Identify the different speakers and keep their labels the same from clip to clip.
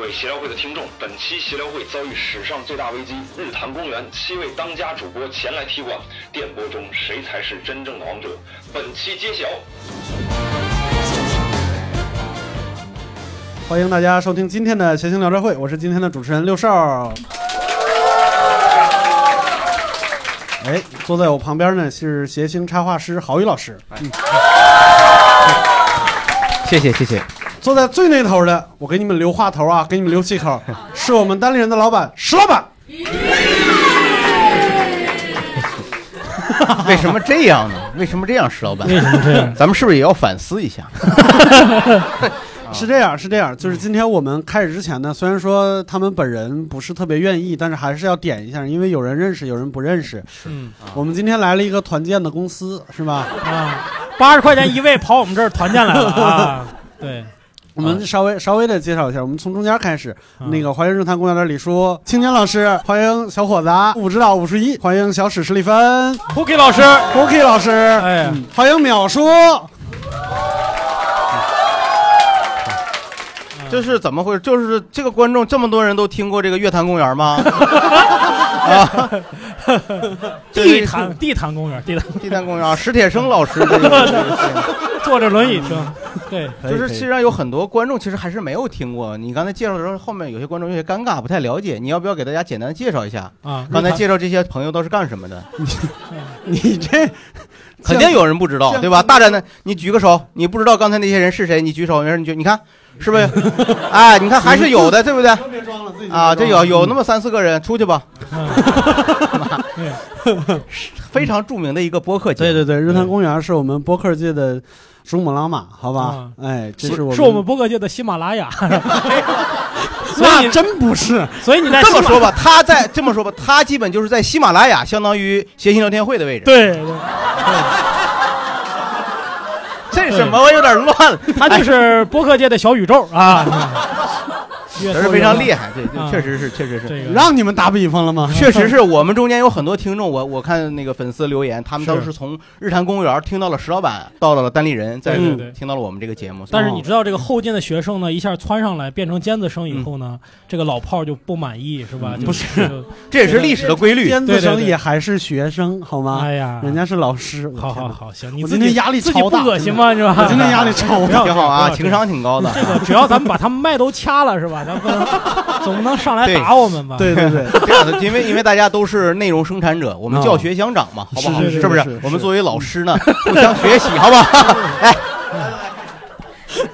Speaker 1: 位协聊会的听众，本期协聊会遭遇史上最大危机，日坛公园七位当家主播前来踢馆，电波中谁才是真正的王者？本期揭晓。
Speaker 2: 欢迎大家收听今天的谐星聊斋会，我是今天的主持人六少。哎，坐在我旁边呢是谐星插画师郝宇老师。嗯，
Speaker 3: 谢谢谢谢，
Speaker 2: 坐在最那头的，我给你们留话头啊，给你们留气口，是我们单立人的老板石老板。
Speaker 3: 为什么这样呢？为什么这样，石老板？
Speaker 4: 为什么这样啊
Speaker 3: 咱们是不是也要反思一下？
Speaker 2: 是这样，是这样，就是今天我们开始之前呢，虽然说他们本人不是特别愿意，但是还是要点一下，因为有人认识，有人不认识。
Speaker 4: 嗯
Speaker 2: 啊我们今天来了一个团建的公司，是吧？
Speaker 4: 啊，八十块钱一位跑我们这儿团建来了啊！对，
Speaker 2: 我们稍微稍微的介绍一下，我们从中间开始。
Speaker 4: 嗯
Speaker 2: 那个欢迎日坛公园的李叔、青年老师，欢迎小伙子武指导武术一，欢迎小史史立芬、
Speaker 4: 胡 k 老师，
Speaker 2: Cookie 老师，
Speaker 4: 哎呀
Speaker 2: 嗯欢迎淼叔。
Speaker 3: 这是怎么回事？就是这个观众这么多人都听过这个乐坛公 园吗？啊
Speaker 4: 地坛地坛公园，地坛
Speaker 3: 地坛公园，史铁生老师 这个，
Speaker 4: 坐着轮椅 听，对，
Speaker 3: 就是实际上有很多观众其实还是没有听过。你刚才介绍的时候，后面有些观众有些尴尬，不太了解。你要不要给大家简单介绍一下？
Speaker 4: 啊，
Speaker 3: 刚才介绍这些朋友都是干什么 的？
Speaker 2: 你这
Speaker 3: 肯定有人不知道，对吧？大胆的，你举个手，你不知道刚才那些人是谁，你举手，没人举，你看是 不是？哎，你看还是有的，对不对？
Speaker 2: 别装了，自己
Speaker 3: 啊，这有有那么三四个人，出去吧。
Speaker 4: 嗯
Speaker 3: 非常著名的一个播客节目，
Speaker 2: 对对对，日坛公园是我们播客界的珠穆朗玛，好吧？哎，这是我
Speaker 4: 啊是我们播客界的喜马拉雅，所以
Speaker 2: 那
Speaker 4: 你
Speaker 2: 真不是，
Speaker 4: 所以你在
Speaker 3: 这么
Speaker 4: 喜马
Speaker 3: 说，吧，他在这么说吧，他基本就是在喜马拉雅相当于谐星聊天会的位置。
Speaker 4: 对对，
Speaker 3: 这什么？我有点乱了，
Speaker 4: 他就是播客界的小宇宙啊，越
Speaker 3: 这
Speaker 4: 说
Speaker 3: 是
Speaker 4: 越
Speaker 3: 非常厉害，这
Speaker 4: 啊
Speaker 3: 这确实是，确实是。
Speaker 4: 这个
Speaker 2: 让你们打比方了吗？
Speaker 3: 确实是我们中间有很多听众，我我看那个粉丝留言，他们都
Speaker 4: 是
Speaker 3: 是从日坛公园听到了石老板，到了单立人，再
Speaker 4: 对对对
Speaker 3: 听到了我们这个节目。哦
Speaker 4: 但是你知道这个后进的学生呢，一下窜上来变成尖子生以后呢，这个老炮儿就不满意是吧？
Speaker 3: 嗯
Speaker 4: 就
Speaker 3: 不
Speaker 4: 是，
Speaker 3: 这也是历史的规律。
Speaker 2: 尖子
Speaker 4: 对对
Speaker 2: 生
Speaker 4: 对
Speaker 2: 也还是学生，好吗？
Speaker 4: 哎呀，
Speaker 2: 人家是老师，我
Speaker 4: 好
Speaker 2: 天
Speaker 4: 好
Speaker 2: 哪，
Speaker 4: 好，行，你
Speaker 2: 我
Speaker 4: 自
Speaker 2: 今天
Speaker 4: 己
Speaker 2: 压力
Speaker 4: 自己
Speaker 2: 超
Speaker 4: 不
Speaker 2: 大，
Speaker 4: 恶心吗？是吧？
Speaker 2: 我今天压力超
Speaker 4: 不
Speaker 2: 大。
Speaker 4: 要
Speaker 3: 挺好啊，
Speaker 4: 不要
Speaker 3: 情商挺高的。
Speaker 4: 这个只要咱们把他们麦都掐了是吧？咱不 能总不能上来
Speaker 3: 对
Speaker 4: 打我们吧？
Speaker 2: 对对对，
Speaker 3: 这样的，因为因为大家都是内容生产者，我们
Speaker 2: 啊
Speaker 3: 教学相长嘛，好不好？
Speaker 2: 是是
Speaker 3: 不
Speaker 2: 是是
Speaker 3: 我们作为老师呢，互相学习，好不好？
Speaker 2: 哎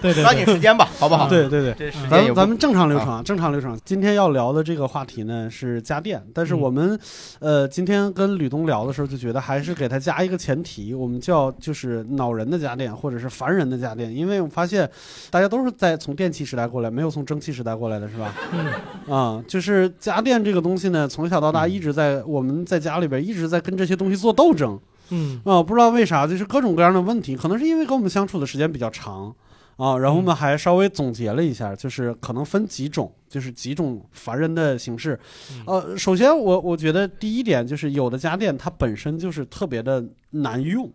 Speaker 4: 对对
Speaker 3: 抓紧
Speaker 4: 对，
Speaker 3: 时间吧，好不好？
Speaker 4: 啊
Speaker 2: 嗯对对对。
Speaker 3: 这时间
Speaker 2: 咱
Speaker 3: 也不
Speaker 2: 们咱们正常流程啊，正常流程。今天要聊的这个话题呢是家电，但是
Speaker 4: 嗯
Speaker 2: 我们，呃，今天跟吕东聊的时候就觉得还是给他加一个前提，我们叫就是恼人的家电或者是烦人的家电，因为我发现大家都是在从电气时代过来，没有从蒸汽时代过来的是 吧？
Speaker 4: 嗯
Speaker 2: 啊、就是家电这个东西呢，从小到大
Speaker 3: 嗯
Speaker 2: 一直在、我们在家里边一直在跟这些东西做斗争
Speaker 4: 嗯
Speaker 2: 啊、不知道为啥，就是各种各样的问题，可能是因为跟我们相处的时间比较长啊、然后我们还稍微总结了一下，就是可能分几种，就是几种烦人的形式。呃，首先我我觉得第一点就是有的家电它本身就是特别的难用。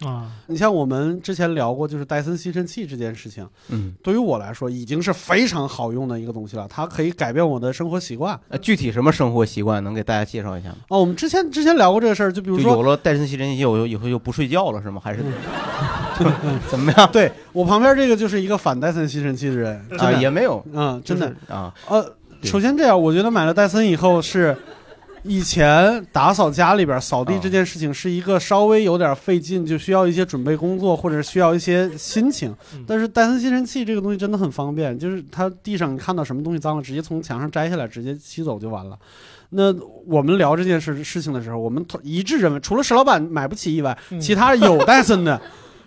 Speaker 4: 啊，
Speaker 2: 你像我们之前聊过，就是戴森吸尘器这件事情，
Speaker 3: 嗯，
Speaker 2: 对于我来说已经是非常好用的一个东西了，它可以改变我的生活习惯。
Speaker 3: 呃具体什么生活习惯能给大家介绍一下吗？
Speaker 2: 哦，我们之前之前聊过这个事儿，就比如
Speaker 3: 就
Speaker 2: 说，
Speaker 3: 有了戴森吸尘器，有以后就不睡觉了是吗？还是
Speaker 4: 嗯
Speaker 3: 怎么样
Speaker 2: 对我旁边这个就是一个反戴森吸尘器的人，真的，
Speaker 3: 啊？也没有，
Speaker 2: 嗯，真的，
Speaker 3: 啊，
Speaker 2: 呃，
Speaker 3: 对
Speaker 2: 首先这样，我觉得买了戴森以后是。以前打扫家里边扫地
Speaker 4: 啊
Speaker 3: 哦
Speaker 2: 这件事情是一个稍微有点费劲，就需要一些准备工作或者需要一些心情
Speaker 4: 嗯。
Speaker 2: 但是戴森吸尘器这个东西真的很方便，就是它地上你看到什么东西脏了，直接从墙上摘下来，直接吸走就完了。那我们聊这件事事情的时候，我们同一致认为，除了石老板买不起以外，
Speaker 4: 嗯
Speaker 2: 其他有戴森的，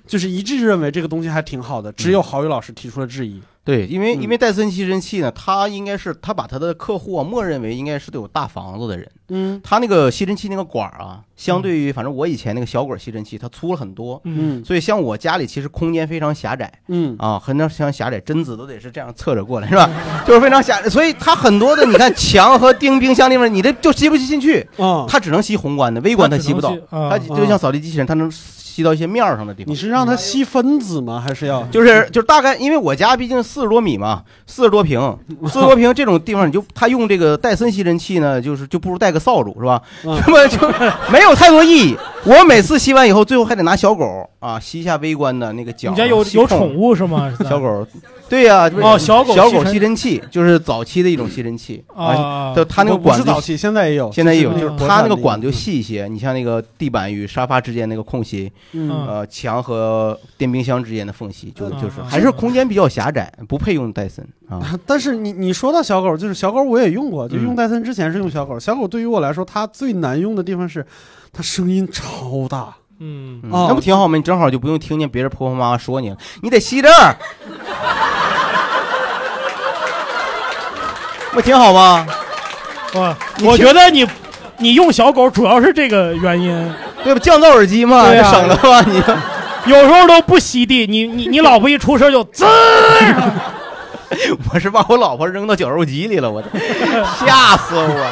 Speaker 2: 就是一致认为这个东西还挺好的。只
Speaker 4: 嗯
Speaker 2: 有郝宇老师提出了质疑。
Speaker 3: 对，因为
Speaker 2: 嗯
Speaker 3: 因为戴森吸尘器呢，它应该是它把它的客户啊，默认为应该是都有大房子的人。
Speaker 2: 嗯
Speaker 3: 它那个吸尘器那个管儿啊，相对于反正我以前那个小管吸尘器，它粗了很多，
Speaker 4: 嗯
Speaker 2: 嗯
Speaker 3: 所以像我家里其实空间非常狭窄
Speaker 2: 嗯，
Speaker 3: 啊，很非常狭窄，贞子都得是这样侧着过来是吧？ 就是非常狭窄，所以它很多的你看墙和钉冰箱地方，你这就吸不吸进去，
Speaker 2: 哦，
Speaker 3: 它只能吸宏观的，微观它吸不到
Speaker 4: 只，能
Speaker 3: 它
Speaker 4: 吸啊
Speaker 3: 就像扫地机器人，它能吸到一些面儿上的地
Speaker 2: 你
Speaker 3: 方。
Speaker 2: 是让他吸分子吗？还是要？
Speaker 3: 就是就是大概，因为我家毕竟四十多米嘛，四十 多平，四十多平这种地方，你就他用这个戴森吸尘器呢，就是就不如带个扫帚是吧？
Speaker 4: 嗯
Speaker 3: 那么 就没有太多意义。我每次吸完以后，最后还得拿小狗啊吸一下微观的那个角。
Speaker 4: 你家有
Speaker 3: 吸
Speaker 4: 有
Speaker 3: 空
Speaker 4: 宠物是吗？
Speaker 3: 啊小狗，对呀、
Speaker 4: 哦小狗
Speaker 3: 小
Speaker 4: 吸
Speaker 3: 狗
Speaker 4: 尘
Speaker 3: 吸尘器就是早期的一种吸尘器
Speaker 4: 啊
Speaker 3: 就它那个
Speaker 2: 不不
Speaker 3: 管
Speaker 2: 是
Speaker 3: 子
Speaker 2: 早期，现在也有，
Speaker 3: 现在也有，
Speaker 4: 就
Speaker 3: 就是是
Speaker 4: 那个
Speaker 3: 它那个管子
Speaker 2: 就
Speaker 3: 就细一些，你像那个地板与沙发之间那个空隙，
Speaker 2: 嗯
Speaker 4: 嗯
Speaker 3: 呃，墙和电冰箱之间的缝隙，就
Speaker 4: 嗯
Speaker 3: 就是
Speaker 4: 嗯
Speaker 3: 还是空间比较狭窄，不配用戴森啊。
Speaker 2: 但是你你说到小狗，就是小狗我也用过，就用
Speaker 3: 嗯
Speaker 2: 戴森之前是用小狗。小狗对于我来说，它最难用的地方是，它声音超大。
Speaker 4: 嗯
Speaker 3: 嗯
Speaker 2: 哦
Speaker 3: 那不挺好吗？你正好就不用听见别人婆婆妈妈说你了，你得吸这儿，不挺好吗？
Speaker 4: 哇，
Speaker 3: 你
Speaker 4: 我
Speaker 3: 听
Speaker 4: 觉得你你用小狗主要是这个原因，
Speaker 3: 对吧？降噪耳机嘛，
Speaker 4: 对
Speaker 3: 这
Speaker 4: 呀
Speaker 3: 省了吧你。
Speaker 4: 有时候都不吸地，你你你老婆一出声就滋，
Speaker 3: 哦我是把我老婆扔到绞肉机里了， 我的吓死我，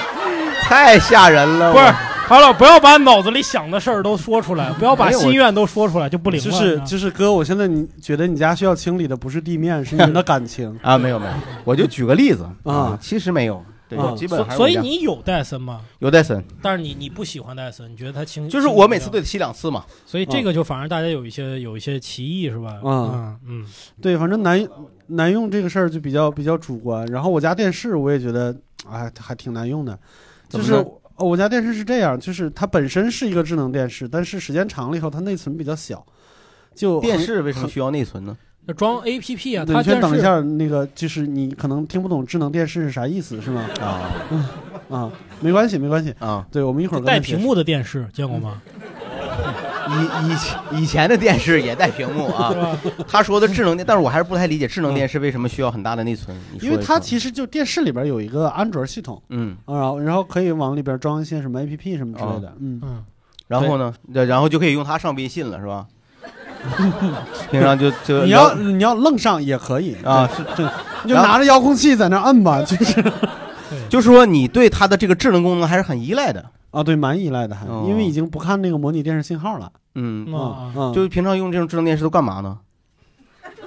Speaker 3: 太吓人了。
Speaker 4: 不是
Speaker 3: 我，
Speaker 4: 好了，不要把脑子里想的事儿都说出来，不要把心愿都说出来，就不灵了。
Speaker 2: 就是
Speaker 4: 啊
Speaker 2: 就是哥，我现在你觉得你家需要清理的不是地面，是你们的感情
Speaker 3: 啊，没有没有，我就举个例子
Speaker 2: 啊
Speaker 3: 其实没有，对，
Speaker 2: 啊
Speaker 3: 基本
Speaker 4: 所
Speaker 3: 还是
Speaker 4: 所以
Speaker 3: 我家
Speaker 4: 你有戴森吗？
Speaker 3: 有戴森，
Speaker 4: 但是你你不喜欢戴森，你觉得它轻，
Speaker 3: 就是
Speaker 4: 轻
Speaker 3: 我每次
Speaker 4: 盈
Speaker 3: 都得吸两次嘛。
Speaker 4: 所以这个就反而大家有一些有一些歧义是吧？
Speaker 2: 嗯
Speaker 4: 嗯
Speaker 2: 对，反正难难用这个事儿就比较比较主观。然后我家电视我也觉得，哎，还挺难用的，
Speaker 3: 怎
Speaker 2: 就
Speaker 3: 么
Speaker 2: 是
Speaker 3: 着。
Speaker 2: 哦我家电视是这样，就是它本身是一个智能电视，但是时间长了以后，它内存比较小，就
Speaker 3: 电
Speaker 2: 很
Speaker 3: 视为什么需要内存呢？
Speaker 4: 那装 A P P 啊，
Speaker 2: 对，
Speaker 4: 它
Speaker 2: 你
Speaker 4: 电视
Speaker 2: 先等一下，那个就是你可能听不懂智能电视是啥意思，是吗？
Speaker 3: 啊
Speaker 2: 啊，没关系，没关系。
Speaker 3: 啊！
Speaker 2: 对，我们一会儿
Speaker 4: 就
Speaker 2: 跟
Speaker 4: 带
Speaker 2: 他解
Speaker 4: 屏
Speaker 2: 释。
Speaker 4: 幕的电视见过吗？
Speaker 3: 以以前以前的电视也带屏幕啊。他说的智能电，但是我还是不太理解智能电视为什么需要很大的内存。你说
Speaker 2: 因为
Speaker 3: 一
Speaker 2: 它
Speaker 3: 说
Speaker 2: 其实就电视里边有一个安卓系统
Speaker 3: 嗯，哦
Speaker 2: 啊，然后然后可以往里边装一些什么 APP 什么之类的，嗯，
Speaker 4: 嗯，
Speaker 3: 然后呢，然后就可以用它上微信了，是 吧？平常就就
Speaker 2: 你要你要愣上也可以
Speaker 3: 啊，
Speaker 2: 对这你就
Speaker 3: 然后
Speaker 2: 拿着遥控器在那摁吧，就是
Speaker 3: 就是说你对它的这个智能功能还是很依赖的。
Speaker 2: 啊，对，蛮依赖的还，
Speaker 3: 哦
Speaker 2: 因为已经不看那个模拟电视信号了
Speaker 3: 嗯，
Speaker 2: 啊
Speaker 4: 啊，
Speaker 2: 啊，
Speaker 3: 就是平常用这种智能电视都干嘛呢？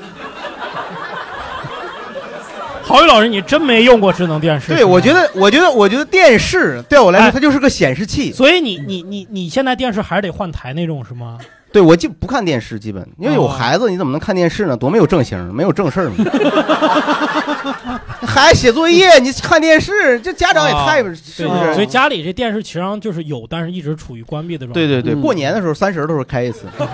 Speaker 4: 郝宇老师，你真没用过智能电视？
Speaker 3: 对，我觉
Speaker 4: 得。
Speaker 3: 得，我觉得，我觉得电视对我来说，
Speaker 4: 哎
Speaker 3: 它就是个显示器。
Speaker 4: 所以你你你你现在电视还是得换台那种是吗？
Speaker 3: 对我就不看电视，基本因为有
Speaker 4: 哦
Speaker 3: 孩子，你怎么能看电视呢？多没有正形，没有正事儿 嘛。 还写作业，你看电视，这家长也太
Speaker 4: 哦
Speaker 3: 是不
Speaker 4: 对所以
Speaker 3: 是？
Speaker 4: 家里这电视其实上就是有，但是一直处于关闭的状态。
Speaker 3: 对对对，
Speaker 2: 嗯
Speaker 3: 过年的时候三十的时候开 一次。
Speaker 4: 哎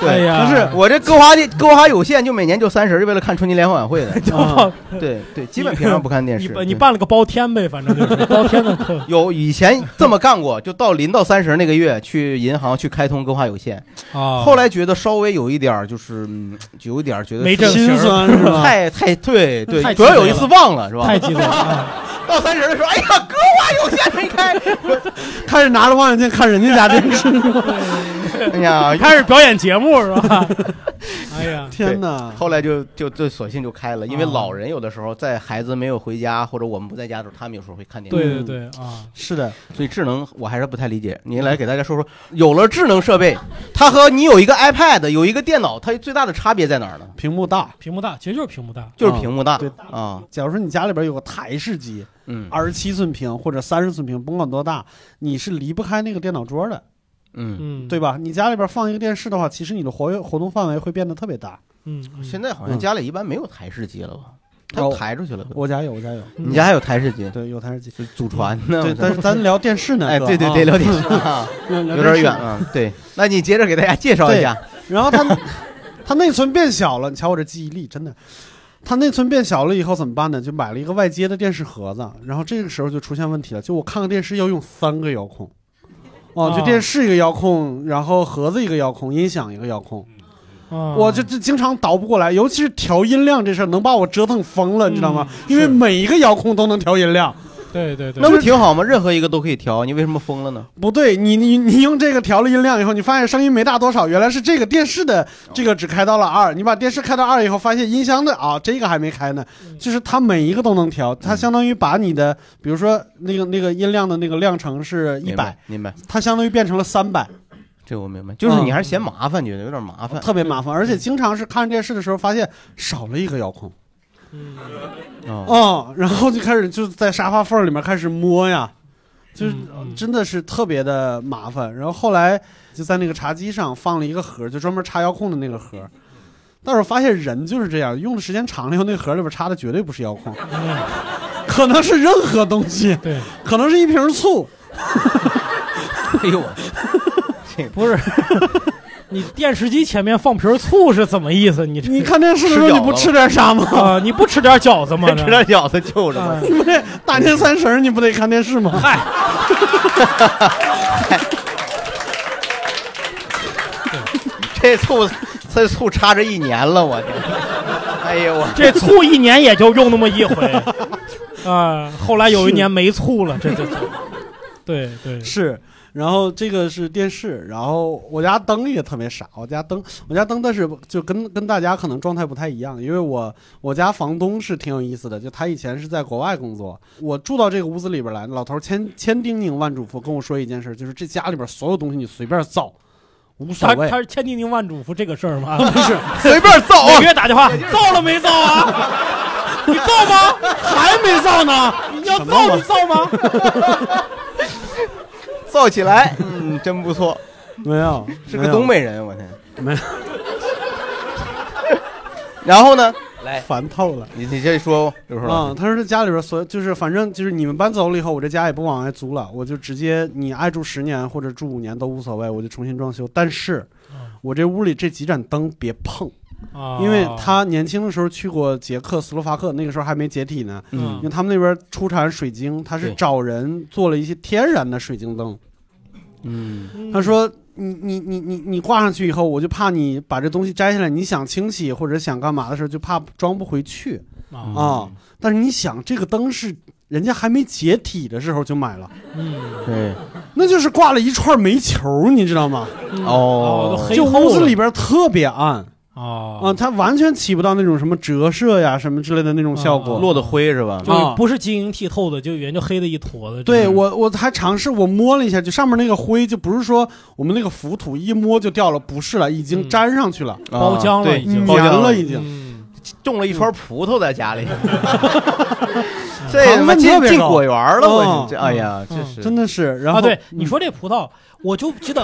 Speaker 3: 对，
Speaker 4: 呀，
Speaker 2: 但是
Speaker 3: 我这歌华的歌华有线，就每年就三十，就为了看春节联欢晚会 的。
Speaker 2: 啊
Speaker 3: 对对，基本平常不看电
Speaker 4: 你
Speaker 3: 视。
Speaker 4: 办你
Speaker 3: 对
Speaker 4: 办了个包天呗，反正就是包天的课
Speaker 3: 有以前这么干过，就到临到三十那个月去银行去开通歌华有线，
Speaker 4: 啊。
Speaker 3: 后来觉得稍微有一点儿就是，嗯就有一点儿觉得
Speaker 4: 没
Speaker 3: 是
Speaker 4: 正形
Speaker 2: 心酸是吧？
Speaker 3: 太太对对
Speaker 4: 太，
Speaker 3: 主要
Speaker 4: 鸡
Speaker 3: 有
Speaker 4: 贼
Speaker 3: 一
Speaker 4: 了
Speaker 3: 次忘了是吧？
Speaker 4: 太激动了啊，
Speaker 3: 到三十的时候，哎呀，歌华有线没开，
Speaker 2: 开始拿着望远镜看人家家电视，
Speaker 3: 哎 呀，
Speaker 4: 开始表演节目是吧？哎呀，
Speaker 2: 天哪！啊
Speaker 3: 后来就就就索性就开了，因为老人有的时候在孩子没有回家或者我们不在家的时候，他们有时候会看电视，
Speaker 4: 对对对啊，
Speaker 2: 是的，
Speaker 3: 所以智能我还是不太理解。您来给大家说说，有了智能设备，它和你有一个 iPad 有一个电脑，它最大的差别在哪儿呢？
Speaker 2: 屏幕大。
Speaker 4: 屏幕大，其实就是屏幕大。
Speaker 3: 就是 屏幕大
Speaker 2: 对
Speaker 3: 啊，
Speaker 2: 假如说你家里边有个台式机，
Speaker 3: 嗯
Speaker 2: 二十七寸屏或者三十寸屏，甭管多大，你是离不开那个电脑桌的，
Speaker 3: 嗯。
Speaker 4: 嗯，
Speaker 2: 对吧？你家里边放一个电视的话，其实你的活跃活动范围会变得特别大。
Speaker 4: 嗯，嗯，
Speaker 3: 现在好像家里一般没有台式机了吧？它
Speaker 2: 哦
Speaker 3: 抬出去了吧。
Speaker 2: 我家有，我家有，
Speaker 4: 嗯
Speaker 3: 你家还有台式机？
Speaker 2: 对，有台式机。
Speaker 3: 就祖传呢？
Speaker 2: 对，
Speaker 3: 我
Speaker 2: 但是咱聊电视呢，
Speaker 3: 哎，
Speaker 2: 哥
Speaker 3: 对对
Speaker 2: 啊
Speaker 3: 对，聊 点啊，有点远。啊。对，那你接着给大家介绍一下。
Speaker 2: 然后它它内存变小了，你瞧我这记忆力真的。它内存变小了以后怎么办呢？就买了一个外接的电视盒子，然后这个时候就出现问题了，就我看个电视要用三个遥控，哦，
Speaker 4: 啊
Speaker 2: 就电视一个遥控，然后盒子一个遥控，音响一个遥控，
Speaker 4: 啊
Speaker 3: 哦
Speaker 2: 我就这经常倒不过来，尤其是调音量这事儿能把我折腾疯了，你知道
Speaker 3: 嗯
Speaker 2: 吗？因为
Speaker 4: 是
Speaker 2: 每一个遥控都能调音量，
Speaker 4: 对对对，
Speaker 3: 那不挺好吗？任何一个都可以调，你为什么疯了呢？
Speaker 2: 不对，你你你用这个调了音量以后，你发现声音没大多少，原来是这个电视的
Speaker 3: 哦
Speaker 2: 这个只开到了二，你把电视开到二以后，发现音箱的啊这个还没开呢，
Speaker 3: 嗯
Speaker 2: 就是它每一个都能调，它相当于把你的比如说那个那个音量的那个量程是一
Speaker 3: 明
Speaker 2: 百
Speaker 3: 白，，明白。
Speaker 2: 它相当于变成了三百，
Speaker 3: 这我明白，就是你
Speaker 2: 嗯
Speaker 3: 还是嫌麻烦，觉得有点麻烦嗯
Speaker 2: 特别麻烦，而且经常是看电视的时候发现少了一个遥控，
Speaker 3: 哦。
Speaker 2: 哦，然后就开始就在沙发缝里面开始摸呀，就是
Speaker 4: 嗯嗯
Speaker 2: 真的是特别的麻烦。然后后来就在那个茶几上放了一个盒，就专门插遥控的那个盒。但是我发现人就是这样，用的时间长了以后，那盒里边插的绝对不是遥控，
Speaker 4: 嗯
Speaker 2: 可能是任何东西，
Speaker 4: 对，
Speaker 2: 可能是一瓶醋，
Speaker 3: 哎呦，我
Speaker 4: 不是， 你电视机前面放瓶醋是怎么意思？你这
Speaker 2: 你看电视的时候你不吃点啥吗？
Speaker 4: 啊，你不吃点饺子 吗？
Speaker 3: 吃点饺子就着吧
Speaker 4: 啊。
Speaker 2: 你不得大年三十儿你不得看电视吗？
Speaker 4: 嗨，
Speaker 3: 这醋 这醋插着一年 了，我天！哎呦我
Speaker 4: 这醋一年也就用那么一 回啊。后来有一年没醋了，这这这，对对，
Speaker 2: 是，然后这个是电视，然后我家灯也特别傻，我家灯，我家灯，但是就跟跟大家可能状态不太一样，因为我我家房东是挺有意思的，就他以前是在国外工作，我住到这个屋子里边来，老头儿千千叮咛万嘱咐跟我说一件事，就是这家里边所有东西你随便造，无所
Speaker 4: 他
Speaker 2: 谓
Speaker 4: 他，是千叮咛万嘱咐这个事儿吗？
Speaker 2: 不是
Speaker 3: 随便造
Speaker 4: 每
Speaker 3: 啊！
Speaker 4: 月打电 话，造了没造啊？你造吗？
Speaker 2: 还没造呢，
Speaker 4: 你要
Speaker 2: 什么
Speaker 4: 造
Speaker 2: 玩
Speaker 4: 你造吗？
Speaker 3: 造起来，嗯，真不错，
Speaker 2: 没有，
Speaker 3: 是
Speaker 2: 没
Speaker 3: 个
Speaker 2: 有
Speaker 3: 东，北人，我天。
Speaker 2: 没有
Speaker 3: 然后呢？来，
Speaker 2: 烦透了。
Speaker 3: 你你这说，刘叔
Speaker 2: 啊、
Speaker 3: 老师，
Speaker 2: 他说这家里边所有就是反正就是你们搬走了以后，我这家也不往外租了，我就直接你爱住十年或者住五年都无所谓，我就重新装修。但是，我这屋里这几盏灯别碰，
Speaker 4: 啊
Speaker 2: 因为他年轻的时候去过捷克、斯洛伐克，那个时候还没解体呢，因
Speaker 3: 嗯，
Speaker 2: 为他们那边出产水晶，他是
Speaker 3: 对
Speaker 2: 找人做了一些天然的水晶灯。
Speaker 3: 嗯，
Speaker 2: 他说：“你你你你你挂上去以后，我就怕你把这东西摘下来，你想清洗或者想干嘛的时候，就怕装不回去。”
Speaker 3: 嗯
Speaker 4: 啊
Speaker 2: 啊、但是你想，这个灯是人家还没解体的时候就买了，
Speaker 4: 嗯
Speaker 3: 对，
Speaker 2: 那就是挂了一串煤球，你知道吗？
Speaker 4: 嗯都
Speaker 3: 哦
Speaker 4: 黑
Speaker 2: 就
Speaker 4: 透
Speaker 2: 屋子
Speaker 4: 了
Speaker 2: 里边特别暗啊、
Speaker 4: 啊
Speaker 2: 它完全起不到那种什么折射呀、什么之类的那种效果。啊
Speaker 4: 啊
Speaker 3: 哦落的灰是吧？
Speaker 4: 就不是晶莹剔透的，就人就黑的一坨的。
Speaker 2: 对
Speaker 4: 真的
Speaker 2: 我，我还尝试我摸了一下，就上面那个灰，就不是说我们那个浮土一摸就掉了，不是了，已经
Speaker 4: 嗯
Speaker 2: 粘上去了，
Speaker 4: 包
Speaker 3: 啊
Speaker 4: 浆了
Speaker 3: 对
Speaker 4: 已经
Speaker 3: 包
Speaker 2: 粘
Speaker 3: 浆
Speaker 2: 了已经。
Speaker 4: 嗯
Speaker 3: 种了一串葡萄在家里，
Speaker 2: 嗯
Speaker 3: 这他
Speaker 2: 糖
Speaker 3: 妈
Speaker 2: 分
Speaker 3: 进
Speaker 2: 特别
Speaker 3: 进
Speaker 2: 高
Speaker 3: 果园了，我
Speaker 2: 嗯
Speaker 3: 去这哎呀，
Speaker 4: 嗯
Speaker 3: 这是
Speaker 2: 真的是，然后、嗯
Speaker 4: 啊，对，你说这葡萄，我就记得，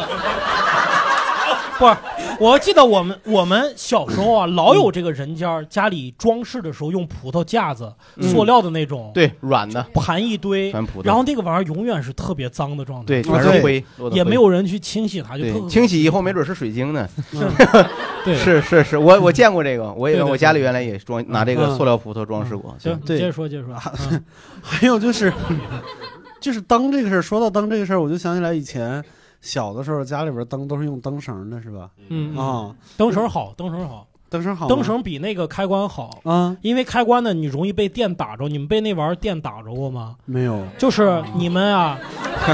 Speaker 4: 不是，我记得我们我们小时候啊，老
Speaker 3: 嗯
Speaker 4: 有这个人家儿家里装饰的时候用葡萄架子，
Speaker 2: 嗯
Speaker 4: 塑料的那种，，
Speaker 3: 对软的，
Speaker 4: 盘一堆，
Speaker 3: 全葡萄
Speaker 4: 然后那个玩意儿永远是特别脏的状态，
Speaker 3: 对，全
Speaker 2: 对
Speaker 3: 是灰，嗯落的
Speaker 4: 也
Speaker 3: 灰
Speaker 4: 没有人去清洗它，就特嗯
Speaker 3: 对，清洗以后没准是水晶呢。
Speaker 4: 对。
Speaker 3: 是是是，我我见过这个，我
Speaker 4: 对
Speaker 3: 也
Speaker 4: 对
Speaker 3: 我家里原来也装拿这个
Speaker 2: 嗯
Speaker 3: 塑料葡萄装饰过。
Speaker 4: 行，你
Speaker 2: 对啊
Speaker 4: 接着说，接着说。嗯
Speaker 2: 还有就是，就是灯这个事儿，说到灯这个事儿，我就想起来以前小的时候家里边灯都是用灯绳的，是吧？
Speaker 4: 嗯
Speaker 2: 啊、
Speaker 4: 嗯，灯绳好，灯绳好，
Speaker 2: 灯绳好吗，
Speaker 4: 灯绳比那个开关好，
Speaker 2: 啊，
Speaker 4: 因为开关呢你容易被电打着。你们被那玩意儿电打着过吗？
Speaker 2: 没有，
Speaker 4: 就是你们啊，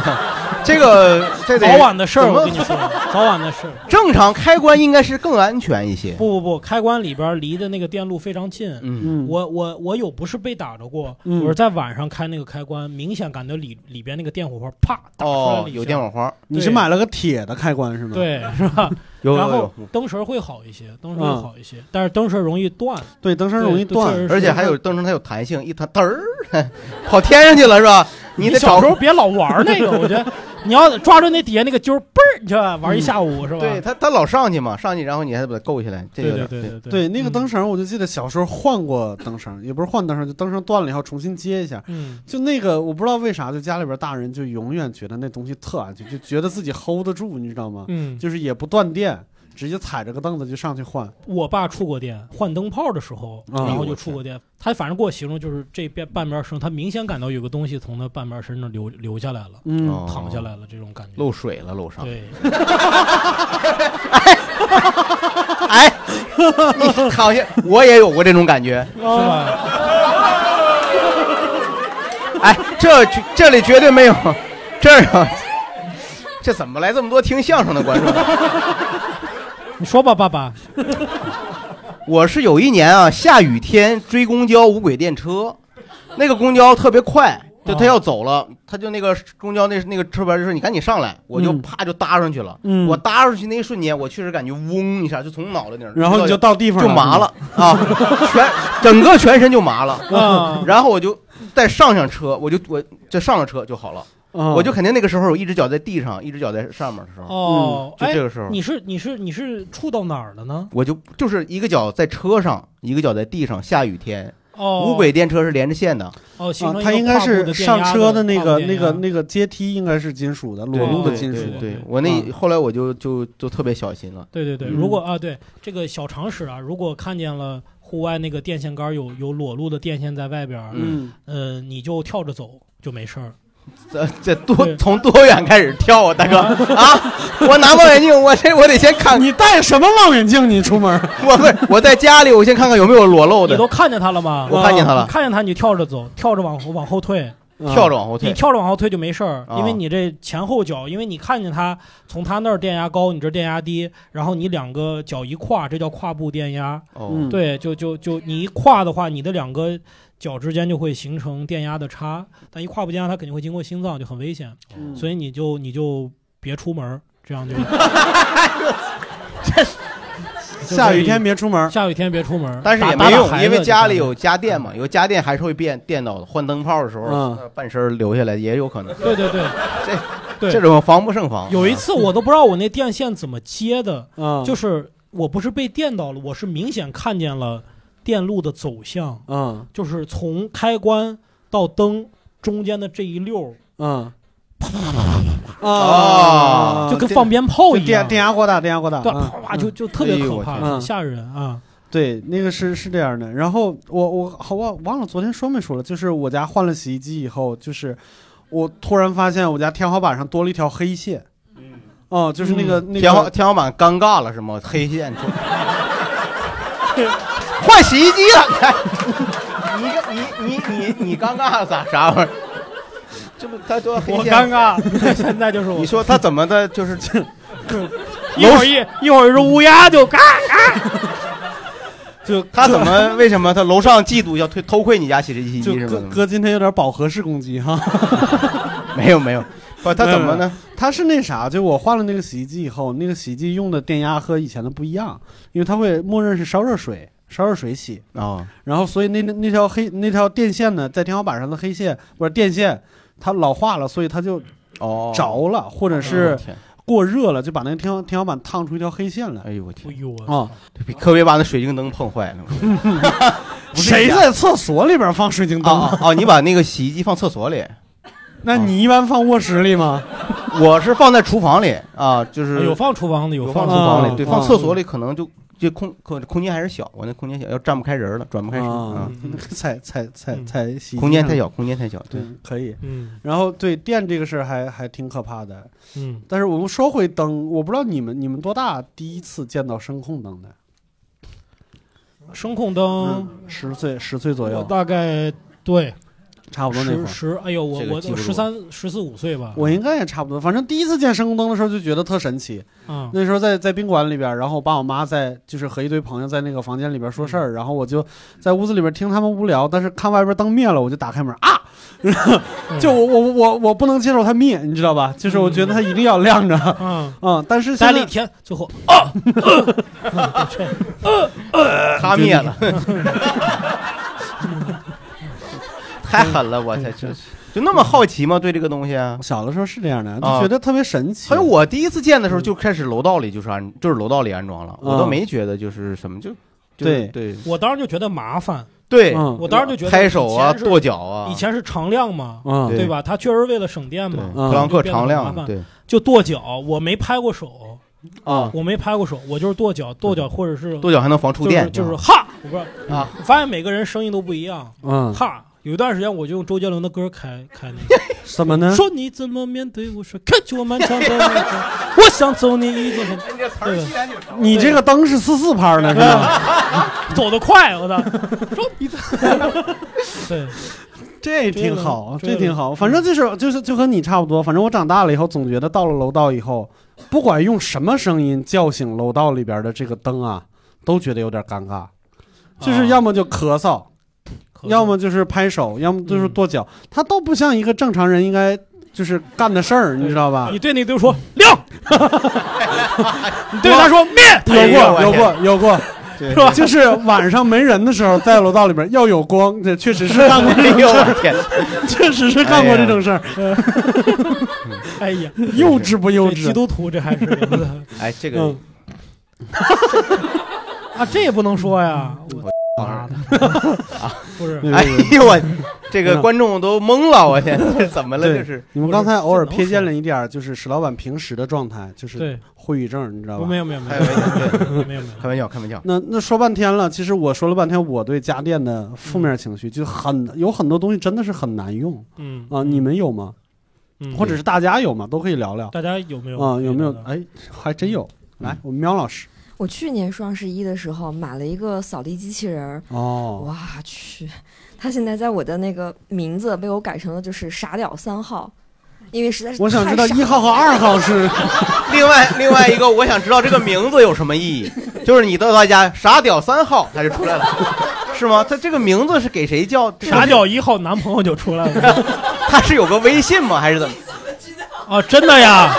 Speaker 3: 这个这得
Speaker 4: 早晚的事儿，
Speaker 3: 怎么
Speaker 4: 我跟你 说，早晚的事儿。
Speaker 3: 正常开关应该是更安全一些。
Speaker 4: 不不不，开关里边离的那个电路非常近。
Speaker 3: 嗯，
Speaker 2: 嗯，
Speaker 4: 我我我有不是被打着过，
Speaker 2: 嗯
Speaker 4: 我是在晚上开那个开关，明显感觉里里边那个电火花啪打出来
Speaker 3: 哦
Speaker 4: 了，一下
Speaker 3: 有电火花，
Speaker 2: 你是买了个铁的开关是吗？
Speaker 4: 对是吧？
Speaker 3: 有
Speaker 4: 然
Speaker 3: 有
Speaker 4: 后
Speaker 3: 有，
Speaker 4: 灯绳会好一些，灯绳
Speaker 3: 嗯
Speaker 4: 会好一些，但是灯绳容易断，
Speaker 2: 嗯对，灯绳容易
Speaker 4: 对
Speaker 2: 断
Speaker 4: 确实，是
Speaker 3: 而且还有灯绳，它有弹性，一弹嘚儿跑天上去了 是吧？你
Speaker 4: 你
Speaker 3: 得
Speaker 4: 小
Speaker 3: 找
Speaker 4: 时候别老玩那个，我 觉得你要抓住那底下那个揪儿，嘣儿，你就玩一下午是吧？
Speaker 3: 嗯对它它老上去嘛，上去然后你还得把它够起来，这
Speaker 4: 对
Speaker 3: 有
Speaker 4: 对
Speaker 3: 点
Speaker 4: 对对对
Speaker 2: 对那个
Speaker 3: 嗯
Speaker 2: 灯
Speaker 4: 绳，
Speaker 2: 绳，我就记得小时候换过灯绳，也不是换灯绳，就灯绳断了以后重新接一下。
Speaker 4: 嗯，
Speaker 2: 就那个，我不知道为啥，就家里边大人就永远觉得那东西特安全，就觉得自己 hold 得住，你知道吗？
Speaker 4: 嗯
Speaker 2: 就是也不断电，直接踩着个凳子就上去换。
Speaker 4: 我爸触过电，换灯泡的时候，
Speaker 2: 啊
Speaker 4: 然后就触过电。他反正给我形容就是这边半边身，他明显感到有个东西从他半边身上流流下来了，
Speaker 2: 嗯，
Speaker 3: 哦
Speaker 4: 淌下来了这种感觉。
Speaker 3: 漏水了楼上。
Speaker 4: 对，
Speaker 3: 哎， 你躺 下，我也有过这种感觉。
Speaker 4: 是吧？
Speaker 3: 哎，这这里绝对没有，这儿啊，这怎么来这么多听相声的观众？
Speaker 4: 你说吧，爸爸。
Speaker 3: 我是有一年啊，下雨天追公交、无轨电车，那个公交特别快，就他要走
Speaker 2: 哦
Speaker 3: 了，他就那个公交那那个车牌就说你赶紧上来，我就
Speaker 2: 嗯
Speaker 3: 啪就搭上去了。
Speaker 2: 嗯
Speaker 3: 我搭上去那一瞬间，我确实感觉嗡一下就从脑袋顶儿，
Speaker 2: 然后你就到地方
Speaker 3: 就麻了，啊， 全整个全身就麻了。
Speaker 4: 啊
Speaker 3: 然后我就再上上车，我就我就上了车就好了。我
Speaker 2: 我
Speaker 3: 就肯定那个时候我一只脚在地上，一只脚在上面的时候，
Speaker 2: 嗯
Speaker 4: 哦，
Speaker 3: 就
Speaker 4: 哎
Speaker 3: 这个时候
Speaker 4: 你是你是你是触到哪儿了呢？
Speaker 3: 我就就是一个脚在车上，一个脚在地上。下雨天，
Speaker 4: 哦，
Speaker 3: 无轨电车是连着线的，
Speaker 4: 哦，形
Speaker 2: 啊
Speaker 4: 成，一
Speaker 2: 它
Speaker 4: 个
Speaker 2: 应该
Speaker 4: 跨步
Speaker 2: 是
Speaker 4: 的电
Speaker 2: 上
Speaker 4: 压
Speaker 2: 车
Speaker 4: 的
Speaker 2: 那
Speaker 4: 跨步
Speaker 2: 个
Speaker 4: 电
Speaker 2: 那个
Speaker 4: 压
Speaker 2: 那个阶梯应该是金属的，裸露的
Speaker 3: 对
Speaker 2: 金属
Speaker 3: 对。
Speaker 4: 对啊
Speaker 3: 对，我那
Speaker 2: 嗯
Speaker 3: 后来我就就就特别小心了。
Speaker 4: 对对对，
Speaker 2: 嗯
Speaker 4: 如果啊，对这个小常识啊，如果看见了户外那个电线杆有有裸露的电线在外边儿，
Speaker 2: 嗯，
Speaker 4: 呃，你就跳着走就没事儿。
Speaker 3: 这这多
Speaker 4: 对
Speaker 3: 从多远开始跳啊，大哥啊！我拿望远镜，我这我得先看，
Speaker 2: 你戴什么望远镜？你出门儿？
Speaker 3: 我不是我在家里，我先看看有没有裸露
Speaker 4: 你
Speaker 3: 的
Speaker 4: 都，看见他了吗？
Speaker 3: 我看见他
Speaker 4: 你
Speaker 3: 了，
Speaker 4: 看见他你就跳着走，跳着往后往后退，
Speaker 3: 跳
Speaker 2: 着
Speaker 3: 着往后
Speaker 4: 你
Speaker 3: 退。
Speaker 4: 跳着往后退就没事儿，
Speaker 3: 啊
Speaker 4: 因为你这前后脚，因为你看见他从他那儿电压高，你这电压低，然后你两个脚一跨，这叫跨步电压。
Speaker 3: 哦
Speaker 2: 嗯，
Speaker 4: 对，就就就你一跨的话，你的两个脚之间就会形成电压的差，但一跨步电压它肯定会经过心脏，就很危险。
Speaker 2: 嗯
Speaker 4: 所以你就你就别出门儿，这样就就
Speaker 2: 下雨
Speaker 4: 可以
Speaker 2: 天别出门儿。
Speaker 4: 下雨天别出门儿，
Speaker 3: 但是也
Speaker 4: 打
Speaker 3: 没
Speaker 4: 打打
Speaker 3: 用，
Speaker 4: 孩
Speaker 3: 因
Speaker 4: 子
Speaker 3: 为家里
Speaker 4: 就
Speaker 3: 有家电嘛，有家电还是会变电到的。换灯泡的时候，
Speaker 2: 嗯
Speaker 3: 呃半身留下来也有可能。
Speaker 4: 这样对对对，对
Speaker 3: 这种防不胜防。
Speaker 4: 有一次我都不知道我那电线怎么接的，
Speaker 2: 嗯，
Speaker 4: 就是我不是被电到了，我是明显看见了电路的走向，
Speaker 2: 嗯
Speaker 4: 就是从开关到灯中间的这一溜儿，啊
Speaker 2: 嗯啊
Speaker 3: 啊
Speaker 4: 就跟
Speaker 3: 这
Speaker 4: 放鞭炮
Speaker 2: 就
Speaker 4: 一
Speaker 2: 电
Speaker 4: 样，
Speaker 2: 电压过大，电压过大。
Speaker 4: 对，
Speaker 2: 嗯
Speaker 4: 啪啪就就特别
Speaker 3: 哎呦
Speaker 4: 可
Speaker 3: 我
Speaker 4: 怕，
Speaker 2: 天
Speaker 4: 很吓人啊！
Speaker 2: 对，那个是是这样的。然后我我好我忘了昨天说没说了，就是我家换了洗衣机以后，就是我突然发现我家天花板上多了一条黑线。哦、就是那个、那
Speaker 3: 嗯
Speaker 2: 个
Speaker 3: 天花天花板尴尬了是吗？黑线出， 换洗衣机了。 你个你你你你尴尬咋啥玩意儿？这不他说黑
Speaker 4: 我尴
Speaker 3: 线，
Speaker 4: 尬，现在就是我
Speaker 3: 你，说他怎么的？就是
Speaker 4: 一会儿一一会儿是乌鸦就啊嘎 嘎，
Speaker 2: 就
Speaker 3: 他怎么为什么他楼上嫉妒要偷偷窥你家洗衣机
Speaker 2: 就
Speaker 3: 什
Speaker 2: 哥
Speaker 3: 么的？
Speaker 2: 哥今天有点饱和式攻击哈，
Speaker 3: 没有没有，不他怎么呢？
Speaker 2: 他是那啥，就我换了那个洗衣机以后，那个洗衣机用的电压和以前的不一样，因为它会默认是烧热水，烧热水洗，
Speaker 3: 啊
Speaker 2: 然后所以那那那条黑那条电线呢，在天花板上的黑线不是电线，它老化了，所以它就
Speaker 3: 哦，
Speaker 2: 着了，或者
Speaker 3: 我
Speaker 2: 是
Speaker 3: 天
Speaker 2: 过热了，就把那个天花天花板烫出一条黑线来
Speaker 3: 哎呦我天
Speaker 4: 哎，呦我
Speaker 2: 啊！
Speaker 3: 比科威把那水晶灯碰坏了。 不是
Speaker 2: 谁
Speaker 3: 家
Speaker 2: 在厕所里边放水晶灯？
Speaker 3: 啊啊啊！你把那个洗衣机放厕所里，哦
Speaker 2: 那你一般放卧室里吗？
Speaker 3: 我是放在厨房里啊，就是
Speaker 4: 有放厨房的，有
Speaker 3: 放厨
Speaker 2: 的
Speaker 3: 房
Speaker 2: 啊
Speaker 3: 里，对，
Speaker 2: 啊
Speaker 3: 放厕所里可能就就空空空间还是小，我那空间小，要站不开人了，转不开身
Speaker 2: 啊
Speaker 3: 啊，，
Speaker 2: 踩踩踩
Speaker 4: 嗯
Speaker 2: 踩洗衣机
Speaker 3: 空间太
Speaker 2: 上，
Speaker 3: 小，空间太小，对
Speaker 2: 对，，可以。
Speaker 4: 嗯
Speaker 2: 然后对电这个事儿还还挺可怕的，
Speaker 4: 嗯，
Speaker 2: 但是我们说回灯，我不知道你们你们多大第一次见到声控灯的？
Speaker 4: 声控灯，
Speaker 2: 嗯，十岁十岁
Speaker 3: 哎
Speaker 2: 左
Speaker 4: 我
Speaker 2: 右，
Speaker 4: 大概对
Speaker 2: 差不多那会
Speaker 4: 十
Speaker 2: 儿。
Speaker 4: 十，哎呦我
Speaker 3: 这个
Speaker 4: 我
Speaker 3: 记不住
Speaker 4: 十三十四五岁吧，
Speaker 2: 我应该也差不多，反正第一次见声控灯的时候就觉得特神奇。
Speaker 4: 啊
Speaker 2: 那时候在在宾馆里边，然后我爸我妈在就是和一堆朋友在那个房间里边说事
Speaker 4: 嗯
Speaker 2: 儿，然后我就在屋子里边听他们无聊，但是看外边灯灭了，我就打开门啊，
Speaker 4: 嗯
Speaker 2: 就我我我我不能接受它灭，你知道吧？就是我觉得它一定要亮着，
Speaker 4: 嗯，
Speaker 2: 嗯，但是
Speaker 4: 待
Speaker 2: 现
Speaker 4: 了一
Speaker 2: 在
Speaker 4: 天，最后啊呃
Speaker 3: 他灭了，太狠了， 我才这就那么好奇吗？对这个东西啊。
Speaker 2: 嗯小的时候是这样的，就
Speaker 3: 啊
Speaker 2: 觉得特别神奇。
Speaker 3: 还有我第一次见的时候，就开始楼道里就是安，就是楼道里安装了，我都
Speaker 2: 嗯
Speaker 3: 没觉得就是什么，就就是
Speaker 2: 对
Speaker 3: 对
Speaker 4: 我当时就觉得麻烦，
Speaker 3: 对，
Speaker 2: 嗯
Speaker 4: 我当时就觉得
Speaker 3: 拍手
Speaker 4: 以
Speaker 3: 啊，
Speaker 4: 前是
Speaker 3: 跺脚啊，
Speaker 4: 以前是常亮嘛，
Speaker 2: 嗯，
Speaker 3: 对
Speaker 4: 对吧？他确实为了省电
Speaker 3: 对
Speaker 4: 嘛，
Speaker 2: 嗯
Speaker 3: 普朗克
Speaker 4: 就变得
Speaker 3: 常
Speaker 4: 很麻
Speaker 3: 亮，
Speaker 4: 烦
Speaker 3: 对
Speaker 4: 就跺脚，我没拍过手，
Speaker 3: 啊，
Speaker 4: 我没拍过手，我就是跺脚，跺脚或者是
Speaker 3: 跺脚还能防触电，
Speaker 4: 就是就是哈，我不知道
Speaker 3: 啊，
Speaker 4: 我发现每个人声音都不一样，
Speaker 2: 嗯，
Speaker 4: 哈。有一段时间我就用周杰伦的歌开开那个，
Speaker 2: 怎么呢？
Speaker 4: 说你怎么面对我说看起我漫长的 路程，我想走你一座城，对吧？
Speaker 2: 你这个灯是四四拍儿呢，是吧？
Speaker 4: 走得快，我操！说你 对，
Speaker 2: 这挺好，
Speaker 4: 这个
Speaker 2: 这挺好。反正就是就是就和你差不多。反正我长大了以后，总觉得到了楼道以后，不管用什么声音叫醒楼道里边的这个灯啊，都觉得有点尴尬，就是要么就咳嗽，
Speaker 4: 啊咳嗽嗯
Speaker 2: 要么就是拍手，要么就是跺脚，他都不像一个正常人应该就是干的事儿，你知道吧
Speaker 4: 你？对那队说 亮，你对他说面，
Speaker 2: 有
Speaker 3: 哎呦
Speaker 2: 过，
Speaker 3: 我
Speaker 2: 有过，有过，
Speaker 3: 对
Speaker 4: 是吧
Speaker 2: 就是晚上没人的时候，在楼道里边要有光，这确实是干过
Speaker 3: 哎
Speaker 2: 这种
Speaker 3: 呦
Speaker 2: 事
Speaker 3: 我
Speaker 2: 儿，
Speaker 3: 天，
Speaker 2: 确实是干过这种事儿，
Speaker 4: 哎呀，
Speaker 2: 幼稚不幼
Speaker 4: 这基
Speaker 2: 稚？
Speaker 4: 督徒这还是
Speaker 3: 哎，这个
Speaker 2: 嗯，
Speaker 4: 啊，这也不能说呀，我
Speaker 3: 我
Speaker 4: 妈的啊不是
Speaker 2: 对
Speaker 3: 哎
Speaker 2: 对对
Speaker 3: 呦我，这个观众都懵了，我天，这怎么了？
Speaker 2: 对
Speaker 3: 这是
Speaker 2: 你们刚才偶尔瞥见了一点儿，就是史老板平时的状态，就是
Speaker 4: 对，
Speaker 2: 会语症，你知道
Speaker 4: 我
Speaker 2: 吧？
Speaker 4: 没有没有没
Speaker 3: 开
Speaker 4: 有
Speaker 3: 玩笑，对，
Speaker 4: 没有没有没有
Speaker 3: 开玩笑，开玩笑。
Speaker 2: 那那说半天了，其实我说了半天，我对家电的负面情绪就很有很多东西真的是很难用
Speaker 4: 嗯
Speaker 2: 啊、你们有吗？
Speaker 4: 嗯
Speaker 2: 或者是大家有吗？都可以聊聊啊、
Speaker 4: 大家有没有
Speaker 2: 有没有
Speaker 4: 这个？的
Speaker 2: 哎，还真有。
Speaker 4: 嗯
Speaker 2: 来，我们喵老师
Speaker 5: 我去年双十一的时候买了一个扫地机器人儿，
Speaker 2: 哦，
Speaker 5: 哇去，它现在在我的那个名字被我改成了就是傻屌三号，因为实在是
Speaker 2: 我想
Speaker 5: 太
Speaker 2: 知道
Speaker 5: 傻
Speaker 2: 一号
Speaker 5: 了
Speaker 2: 和二号是
Speaker 3: 另外另外一个，我想知道这个名字有什么意 义？就是你到他家傻屌三号，他就出来了，是吗？他这个名字是给谁叫？这个
Speaker 4: 傻？屌一号男朋友就出来了
Speaker 3: 他是有个微信吗？还是怎么？
Speaker 4: 啊！真的呀，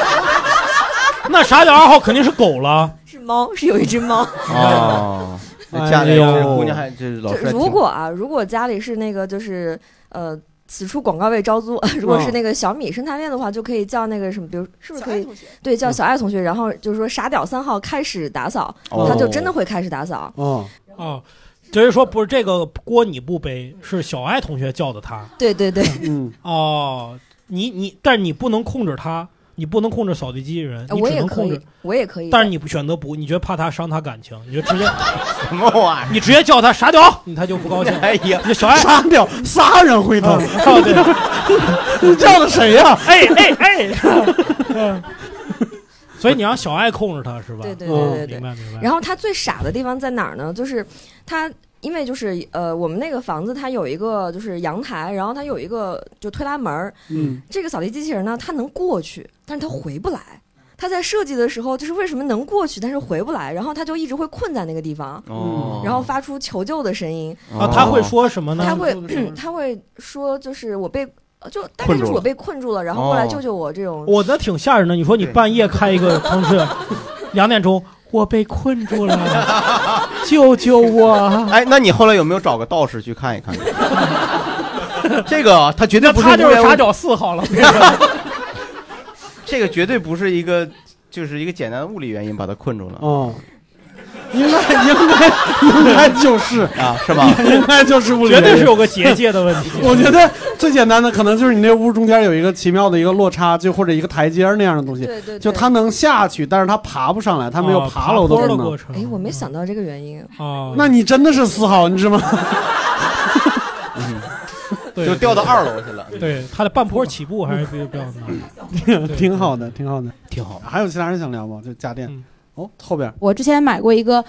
Speaker 4: 那傻屌二号肯定是狗了。
Speaker 5: 是猫，是有一只猫。
Speaker 3: 哦，
Speaker 2: 啊哎呦
Speaker 3: 家里这姑娘还这老
Speaker 5: 就
Speaker 3: 师还挺
Speaker 5: 如果啊，如果家里是那个就是呃。此处广告位招租。如果是那个小米生态链的话，就可以叫那个什么，比如是不是可以对叫小爱同学，然后就是说傻屌三号开始打扫，
Speaker 3: 哦
Speaker 5: 他就真的会开始打扫。
Speaker 2: 哦，
Speaker 4: 啊，就是说不是这个锅你不背，是小爱同学叫的他
Speaker 5: 对对对，
Speaker 2: 嗯，
Speaker 4: 哦。你你，但是你不能控制他，你不能控制扫地机器人，
Speaker 3: 啊
Speaker 4: 你
Speaker 5: 我
Speaker 4: 只
Speaker 5: 也
Speaker 4: 能
Speaker 5: 可
Speaker 4: 控
Speaker 5: 以
Speaker 4: 制。，
Speaker 5: 我也可以。
Speaker 4: 但是你不选择不，你觉得怕他伤他感情，你就直接
Speaker 3: 什么玩意
Speaker 4: 你直接叫他傻屌，你他就不高兴
Speaker 3: 儿？。哎呀，
Speaker 4: 你就小爱，
Speaker 2: 杀掉仨人回头，
Speaker 4: 哦对，
Speaker 2: 你叫的谁呀、
Speaker 4: 哎哎哎，嗯所以你让小爱控制他是吧？哦
Speaker 5: 对对
Speaker 2: 嗯
Speaker 5: 对对对
Speaker 4: 明。白明白。
Speaker 5: 然后他最傻的地方在哪儿呢？就是他因为就是呃，我们那个房子它有一个就是阳台，然后它有一个就推拉门儿。
Speaker 2: 嗯，
Speaker 5: 这个扫地机器人呢，它能过去，但是它回不来。它在设计的时候，就是为什么能过去，但是回不来，然后它就一直会困在那个地方，
Speaker 3: 哦
Speaker 5: 然后发出求救的声音。
Speaker 2: 哦
Speaker 4: 啊，他会说什么呢？
Speaker 5: 它会
Speaker 2: 求救的声音，
Speaker 5: 它会说，就是我被，呃就大
Speaker 3: 困
Speaker 5: 概
Speaker 3: 住
Speaker 5: 就是
Speaker 3: 了
Speaker 5: 我被困住了，然后过来
Speaker 3: 哦
Speaker 5: 救救我这种。
Speaker 4: 我那挺吓人的。你说你
Speaker 3: 对
Speaker 4: 半夜开一个城市， 两点钟，我被困住 了，救救我！啊
Speaker 3: 哎，那你后来有没有找个道士去 看一看？这个啊他绝对
Speaker 4: 那
Speaker 3: 不是
Speaker 4: 他就是傻
Speaker 3: 无聊
Speaker 4: 屌四号了。
Speaker 3: 这个绝对不是一个，就是一个简单物理原因把他困住了
Speaker 2: 哦，应该应该应该 就是
Speaker 3: 啊，是吧？
Speaker 2: 应该就是物理，
Speaker 4: 绝对是。有个结界的问题。
Speaker 2: 我觉得最简单的可能就是你那屋中间有一个奇妙的一个落差，就或者一个台阶儿那样的东西，
Speaker 5: 对对对，
Speaker 2: 就他能下去，但是他爬不上来，他没有
Speaker 4: 啊
Speaker 2: 爬楼的
Speaker 4: 坡
Speaker 2: 功
Speaker 4: 的
Speaker 2: 能
Speaker 4: 过。程。嗯
Speaker 5: 哎，我没想到这个原因。
Speaker 4: 啊，
Speaker 2: 那你真的是四号，你知道吗？
Speaker 4: 对
Speaker 3: 就掉到二楼去了，
Speaker 4: 对他的半坡起步还是比比较 难。对
Speaker 2: 挺好的，挺好的。
Speaker 3: 挺好。
Speaker 2: 还有其他人想聊吗？就家电。
Speaker 4: 嗯
Speaker 2: 哦，后边
Speaker 6: 我之前买过一个，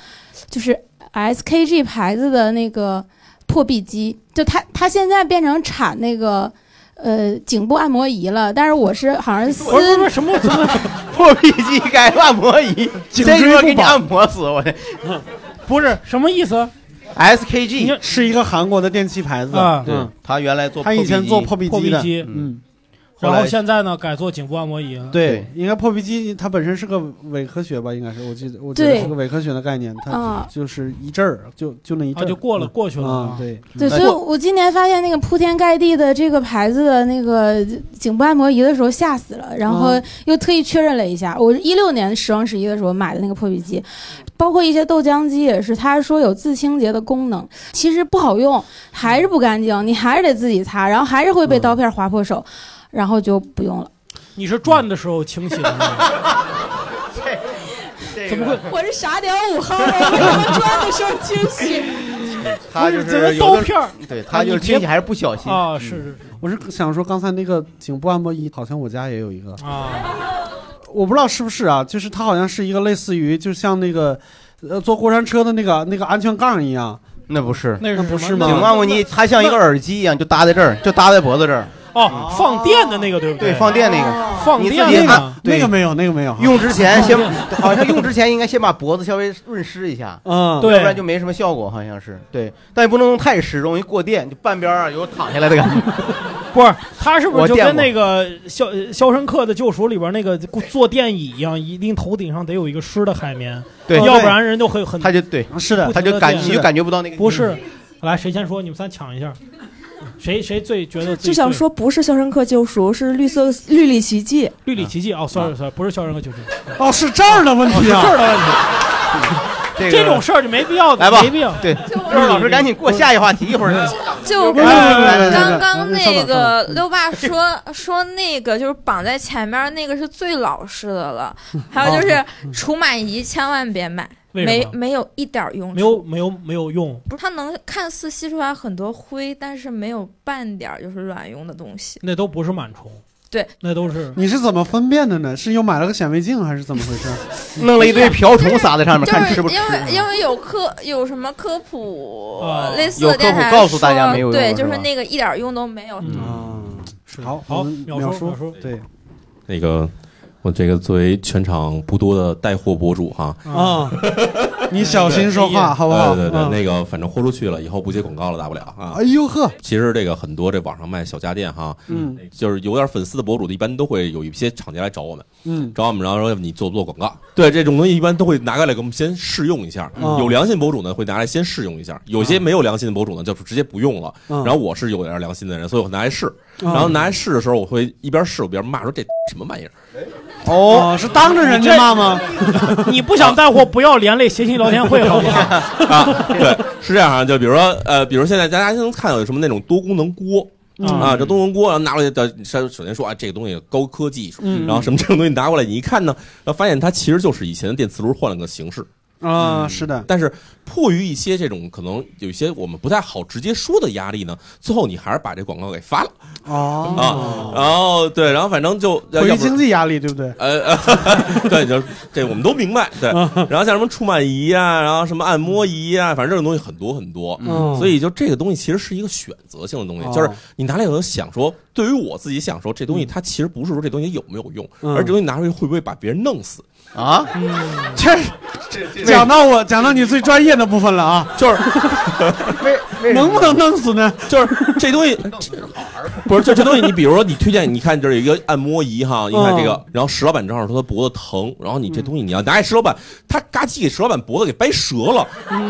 Speaker 6: 就是 SKG 牌子的那个破壁机，就它它现在变成产那个呃颈部按摩仪了，但是我是好像是
Speaker 4: 不是不是
Speaker 6: 私
Speaker 4: 什么什 么，
Speaker 3: 破壁机改按摩仪，
Speaker 2: 颈
Speaker 3: 这
Speaker 2: 椎
Speaker 3: 个给
Speaker 2: 不
Speaker 3: 你
Speaker 2: 保
Speaker 3: 按摩死我这
Speaker 4: 不是什么意思？你
Speaker 3: SKG，
Speaker 4: 这
Speaker 2: 是一个韩国的电器牌子
Speaker 4: 啊
Speaker 3: 对
Speaker 2: 嗯，
Speaker 3: 他原来做
Speaker 2: 他以前做破壁
Speaker 4: 破
Speaker 2: 机
Speaker 4: 壁
Speaker 2: 的，
Speaker 4: 机，
Speaker 2: 嗯，
Speaker 3: 后
Speaker 4: 然
Speaker 3: 来
Speaker 4: 后现在呢改做颈部按摩仪了。
Speaker 2: 对
Speaker 3: 对，
Speaker 2: 应该破壁机它本身是个伪科学吧？应该是，我记得我觉
Speaker 6: 对
Speaker 2: 得是个伪科学的概念，它
Speaker 6: 啊
Speaker 2: 就是一阵儿就就那一阵
Speaker 4: 啊，
Speaker 2: 儿
Speaker 4: 就过了，过去了
Speaker 2: 啊
Speaker 4: 啊，。
Speaker 2: 对，
Speaker 6: 对，所以我今年发现那个铺天盖地的这个牌子的那个颈部按摩仪的时候吓死了，然后
Speaker 2: 嗯
Speaker 6: 又特意确认了一下，我一六年双十一的时候买的那个破壁机，包括一些豆浆机也是，它说有自清洁的功能，其实不好用，还是不干净，你还是得自己擦，然后还是会被刀片划破手，然后就不用了。
Speaker 4: 你是转的时候清醒的吗。
Speaker 3: 怎么会？
Speaker 6: 我是傻屌五号，我装的时候清醒。
Speaker 3: 他就
Speaker 4: 不这个
Speaker 3: 是有
Speaker 4: 刀
Speaker 3: 的
Speaker 4: 片儿
Speaker 3: 对他就是清洗还是不小心
Speaker 4: 啊，
Speaker 3: 嗯
Speaker 4: 是是
Speaker 2: 我是想说刚才那个颈部按摩仪，好像我家也有一个，
Speaker 4: 是啊，
Speaker 2: 我不知道是不是啊，就是它好像是一个类似于就像那个。呃，坐过山车的那个那个安全杠一样，
Speaker 3: 那不是。
Speaker 4: 那
Speaker 2: 那不是
Speaker 4: 什么
Speaker 2: 吗
Speaker 3: 颈部按摩仪，它像一个耳机一样，就搭在这儿，就搭在脖子这儿。
Speaker 4: 哦，放电的那个对不
Speaker 3: 哦对，放电那个，
Speaker 4: 放
Speaker 3: 你自
Speaker 4: 电
Speaker 3: 己
Speaker 4: 呢
Speaker 3: 按
Speaker 2: 那
Speaker 3: 对
Speaker 2: 个没有，那个没有。啊
Speaker 3: 用之前 先，好像用之前应该先把脖子稍微润湿一下，
Speaker 2: 嗯，
Speaker 4: 对
Speaker 3: 要不然就没什么效果，好像是对，但也不能用太湿，容易过电，就半边儿啊有躺下来的感觉。
Speaker 4: 不是，他是不是
Speaker 3: 我
Speaker 4: 就
Speaker 3: 见
Speaker 4: 跟
Speaker 3: 过
Speaker 4: 那个《肖肖申克的救赎》里边那个坐电椅一样，一定头顶上得有一个湿的海绵，
Speaker 3: 对，
Speaker 4: 要不然人就很很
Speaker 3: 他就对，
Speaker 2: 是的
Speaker 4: 不，
Speaker 3: 他就感
Speaker 4: 是的
Speaker 3: 你就感觉不到那个
Speaker 4: 不是。来，谁先说？你们仨抢一下，谁谁最觉得自己
Speaker 7: 就想
Speaker 4: 最
Speaker 7: 说不是《肖申克救赎》，是《绿色绿里奇迹》。
Speaker 4: 绿里奇迹
Speaker 3: 啊
Speaker 4: 哦，sorry sorry，不是《肖申克救赎》，
Speaker 2: 哦，是这儿的问题
Speaker 4: 这
Speaker 2: 啊。
Speaker 4: 儿的问题，
Speaker 3: 这个
Speaker 4: 这种事儿就没必要，
Speaker 3: 来吧
Speaker 4: 没必要。
Speaker 3: 对，就是老师赶紧过下一话题，一会儿
Speaker 8: 就
Speaker 2: 来来来来来
Speaker 8: 刚
Speaker 2: 来
Speaker 3: 哦
Speaker 8: 刚
Speaker 2: 来稍等稍
Speaker 8: 那
Speaker 2: 等
Speaker 8: 个六爸说说那个就是绑在前面那个是最老式的了，还有就是除螨仪千万别买，
Speaker 4: 为什
Speaker 8: 没
Speaker 4: 么？
Speaker 8: 没有一点儿用
Speaker 4: 没有
Speaker 8: 处。
Speaker 4: 没有没有用，
Speaker 8: 不是它能看似吸出来很多灰，但是没有半点儿就是卵用的东西。
Speaker 4: 那都不是螨虫，
Speaker 8: 对，
Speaker 4: 那都是
Speaker 2: 你是怎么分辨的呢？是又买了个显微镜还是怎么回事？
Speaker 3: 弄了一堆瓢虫撒在上面，
Speaker 8: 就
Speaker 3: 看
Speaker 8: 是
Speaker 3: 吃不吃
Speaker 8: 因。为因为有科有什么科普
Speaker 4: 哦
Speaker 8: 类似的电
Speaker 3: 有科
Speaker 8: 台
Speaker 3: 普告诉大家没有用
Speaker 8: 说对，
Speaker 3: 是
Speaker 8: 就是
Speaker 3: 吧
Speaker 8: 那个一点儿用都没有。
Speaker 4: 嗯，
Speaker 2: 啊，
Speaker 4: 是
Speaker 2: 好，
Speaker 4: 好，
Speaker 2: 我们
Speaker 4: 秒
Speaker 2: 秒
Speaker 4: 叔秒
Speaker 2: 叔，
Speaker 4: 叔
Speaker 2: 对
Speaker 9: 那个，我这个作为全场不多的带货博主哈，
Speaker 4: 嗯
Speaker 2: 啊，你小心说话好不好？
Speaker 9: 哎对对
Speaker 2: 嗯
Speaker 9: 对，那个反正豁出去了，以后不接广告了，大不了啊
Speaker 2: 哎。呦呵，
Speaker 9: 其实这个很多这网上卖小家电哈，
Speaker 2: 嗯
Speaker 9: 就是有点粉丝的博主，一般都会有一些厂家来找我们，
Speaker 2: 嗯
Speaker 9: 找我们然后说你做不做广告？对这种东西一般都会拿过来给我们先试用一下。
Speaker 2: 嗯
Speaker 9: 有良心博主呢会拿来先试用一下，有些没有良心的博主呢就是直接不用了。
Speaker 2: 嗯，
Speaker 9: 然后我是有点良心的人，所以我拿来试。
Speaker 2: 嗯
Speaker 9: 然后拿来试的时候，我会一边试我一边骂说这什么玩意儿。
Speaker 3: 哦，
Speaker 2: 哦，是当着人家骂吗？
Speaker 4: 啊 你不想带 货，不要连累谐星聊天会，好不好？
Speaker 9: 啊，对，是这样啊，就比如说呃，比如现在大家能看到有什么那种多功能锅。
Speaker 2: 嗯
Speaker 9: 啊，这多功能锅，然后拿过来的，首首先说啊，这个东西高科技，
Speaker 2: 嗯
Speaker 9: 然后什么这种东西拿过来，你一看呢，然后发现它其实就是以前的电磁炉换了个形式，
Speaker 2: 啊，是的，
Speaker 9: 但是迫于一些这种可能有一些我们不太好直接说的压力呢，最后你还是把这广告给发了啊
Speaker 2: 嗯哦，，
Speaker 9: 然后对，然后反正就要
Speaker 2: 迫于
Speaker 9: 要不
Speaker 2: 经济压力，对不对？
Speaker 9: 呃， 呃对，就是这我们都明白， 对。然后像什么触螨仪啊，然后什么按摩仪啊，反正这种东西很多很多。
Speaker 2: 嗯
Speaker 9: 所以就这个东西其实是一个选择性的东西，
Speaker 2: 哦
Speaker 9: 就是你拿来有人想说，对于我自己想说，这东西它其实不是说这东西有没有用，
Speaker 2: 嗯
Speaker 9: 而这东西拿出去会不会把别人弄死，嗯
Speaker 3: 啊，
Speaker 2: 这讲到我讲到你最专业的部分了啊，
Speaker 9: 就是
Speaker 3: 为为什么
Speaker 2: 能不能弄死呢？
Speaker 9: 就是这 东西， 不是就这东西，你比如说你推荐，你看这儿有一个按摩仪哈，你看这个，然后石老板正好说他脖子疼，然后你这东西你要拿给石老板，他嘎叽给石老板脖子给掰折了，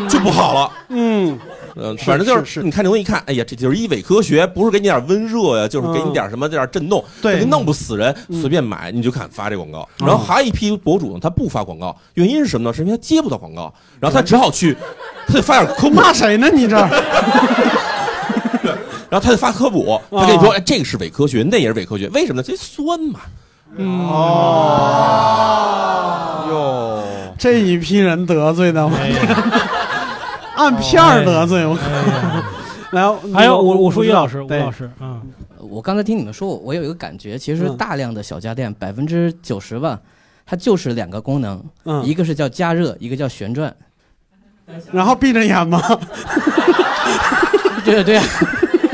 Speaker 9: 就不好了。
Speaker 2: 嗯，
Speaker 9: 嗯，反正就是
Speaker 2: 是是
Speaker 9: 你看这东西一看，哎呀，这就是一伪科学，不是给你点温热呀，就是给你点什么这点震动，
Speaker 2: 嗯对嗯
Speaker 9: 这弄不死人，随便买你就看发这广告。然后还有一批博主呢，他不发广告，原因是什么呢？是因为他接不到广告，然后他只好去，他得发点科普，
Speaker 2: 骂谁呢？你这儿
Speaker 9: 然后他就发科
Speaker 2: 啊
Speaker 9: 普，他跟你说，哎，这个是伪科学，那也是伪科学，为什么呢？这酸嘛，哦
Speaker 3: 哟？
Speaker 2: 这一批人得罪的，
Speaker 9: 哎
Speaker 2: 我 按片儿得罪我。 来，
Speaker 4: 哦哎 还有我我说于老师，吴
Speaker 2: 对
Speaker 4: 老师，嗯，
Speaker 10: 我刚才听你们说，我有一个感觉，其实
Speaker 2: 嗯
Speaker 10: 大量的小家电，百分之九十吧，它就是两个功能，
Speaker 2: 嗯
Speaker 10: 一，个是叫加热，一个叫旋转。
Speaker 2: 然后闭着眼吗？
Speaker 10: 对对、啊，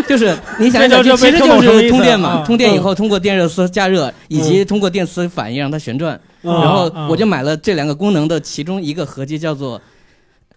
Speaker 10: 就是你想
Speaker 4: 这
Speaker 10: 一想，
Speaker 4: 就这
Speaker 10: 这
Speaker 4: 没
Speaker 10: 其实
Speaker 4: 听懂
Speaker 10: 就
Speaker 4: 什么意
Speaker 10: 是
Speaker 4: 思
Speaker 10: 通电
Speaker 4: 啊
Speaker 10: 嘛，通电以后通过电热丝加热，以及通过电磁反应让它旋转。
Speaker 2: 嗯
Speaker 10: 然后我就
Speaker 4: 嗯
Speaker 10: 买了这两个功能的其中一个合集，叫做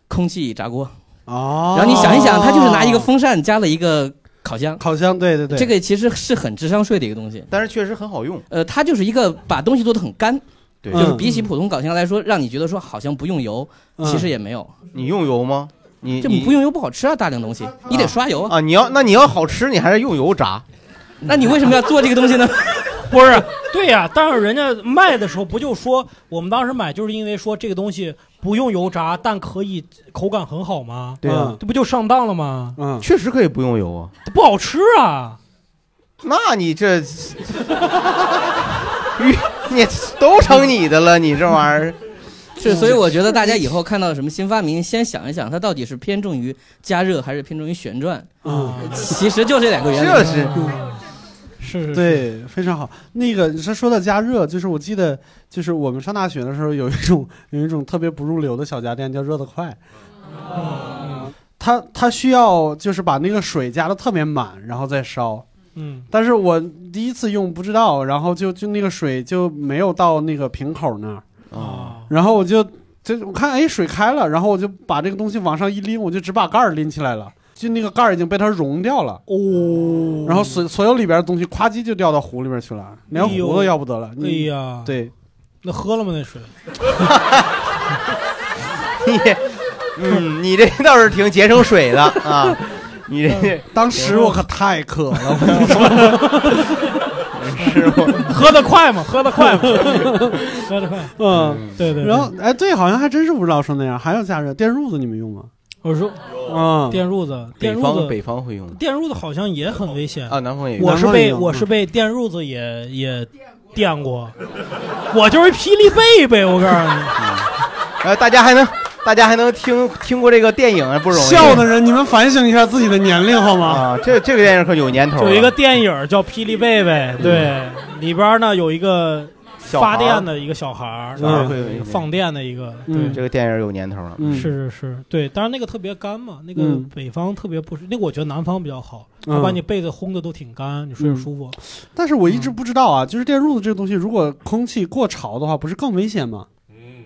Speaker 10: 空气炸锅。
Speaker 2: 哦
Speaker 10: 然后你想一想，它就是拿一个风扇加了一个烤箱，
Speaker 2: 烤箱，对对对，
Speaker 10: 这个其实是很智商税的一个东西。
Speaker 3: 但是确实很好用，
Speaker 10: 呃，它就是一个把东西做的很干，
Speaker 3: 对
Speaker 10: 就是
Speaker 2: 嗯
Speaker 10: 比起普通烤箱来说，让你觉得说好像不用油，其实也没有，
Speaker 3: 你用油吗？你
Speaker 10: 这
Speaker 3: 你
Speaker 10: 不用油不好吃啊，大量东西你得刷油啊。
Speaker 3: 啊？你要那你要好吃，你还是用油炸。
Speaker 10: 那你为什么要做这个东西呢？
Speaker 4: 不是，对呀、但是人家卖的时候不就说我们当时买就是因为说这个东西不用油炸，但可以口感很好吗？
Speaker 3: 对啊
Speaker 2: 嗯
Speaker 4: 这不就上当了吗？
Speaker 2: 嗯，
Speaker 3: 确实可以不用油啊。
Speaker 4: 它不好吃啊！
Speaker 3: 那你这， 你都成你的了，你这玩意儿。
Speaker 10: 是，所以我觉得大家以后看到什么新发明，先想一想它到底是偏重于加热还是偏重于旋转，
Speaker 2: 嗯
Speaker 10: 其实就这两个原
Speaker 3: 这
Speaker 10: 理。
Speaker 3: 是
Speaker 4: 是是，
Speaker 2: 对，非常好。那个你说说到加热，就是我记得，就是我们上大学的时候有一种有一种特别不入流的小家电叫热得快，它它需要就是把那个水加的特别满，然后再烧。
Speaker 4: 嗯，
Speaker 2: 但是我第一次用不知道，然后就就那个水就没有到那个瓶口那儿，
Speaker 4: 啊，
Speaker 2: 然后我就就我看哎水开了，然后我就把这个东西往上一拎，我就只把盖儿拎起来了，就那个盖儿已经被它融掉了，
Speaker 4: 哦，
Speaker 2: 然后所所有里边的东西咵叽就掉到湖里边去了，连
Speaker 4: 哎呦
Speaker 2: 壶都要不得了。你
Speaker 4: 哎呀
Speaker 2: 对，
Speaker 4: 那喝了吗？那水？
Speaker 3: 你，嗯， 你这倒是挺节省水的啊，你这
Speaker 2: 嗯当时我可太渴了，我
Speaker 3: 是
Speaker 4: 喝得快 吗？喝得快吗？喝得快。
Speaker 2: 嗯，
Speaker 4: 对对。对
Speaker 2: 然后哎，对，好像还真是不知道说那样，还有加热电褥子，你们用吗？
Speaker 4: 我说
Speaker 2: 嗯，
Speaker 4: 电褥子，
Speaker 3: 北
Speaker 4: 电褥
Speaker 3: 方北
Speaker 4: 子，
Speaker 3: 方会用
Speaker 4: 电褥子好像也很危险
Speaker 3: 啊，。南方也用嗯
Speaker 4: 我是被
Speaker 2: 南方也有
Speaker 4: 我是被电褥子也也电 过，我就是霹雳贝贝，我告诉你。
Speaker 3: 呃，大家还能大家还能听听过这个电影不容易，
Speaker 2: 笑的人，你们反省一下自己的年龄好吗？
Speaker 3: 啊，这这个电影可有年头了，
Speaker 4: 有一个电影儿叫《霹雳贝贝》，对，里边儿呢有一个
Speaker 3: 小孩儿
Speaker 4: 发电的一个小孩儿，
Speaker 3: 小孩儿
Speaker 4: 对
Speaker 3: 会有一个
Speaker 4: 放电的一个，
Speaker 2: 嗯
Speaker 4: 对，
Speaker 3: 嗯这个电影有年头了，
Speaker 2: 嗯，
Speaker 4: 是是是，对。当然那个特别干嘛，那个
Speaker 2: 嗯
Speaker 4: 北方特别不是，那个我觉得南方比较好，
Speaker 2: 嗯
Speaker 4: 它把你被子烘的都挺干，你睡
Speaker 3: 嗯
Speaker 4: 着舒服。
Speaker 2: 但是我一直不知道
Speaker 4: 嗯
Speaker 2: 啊，就是电褥子这个东西，如果空气过潮的话，不是更危险吗？
Speaker 3: 嗯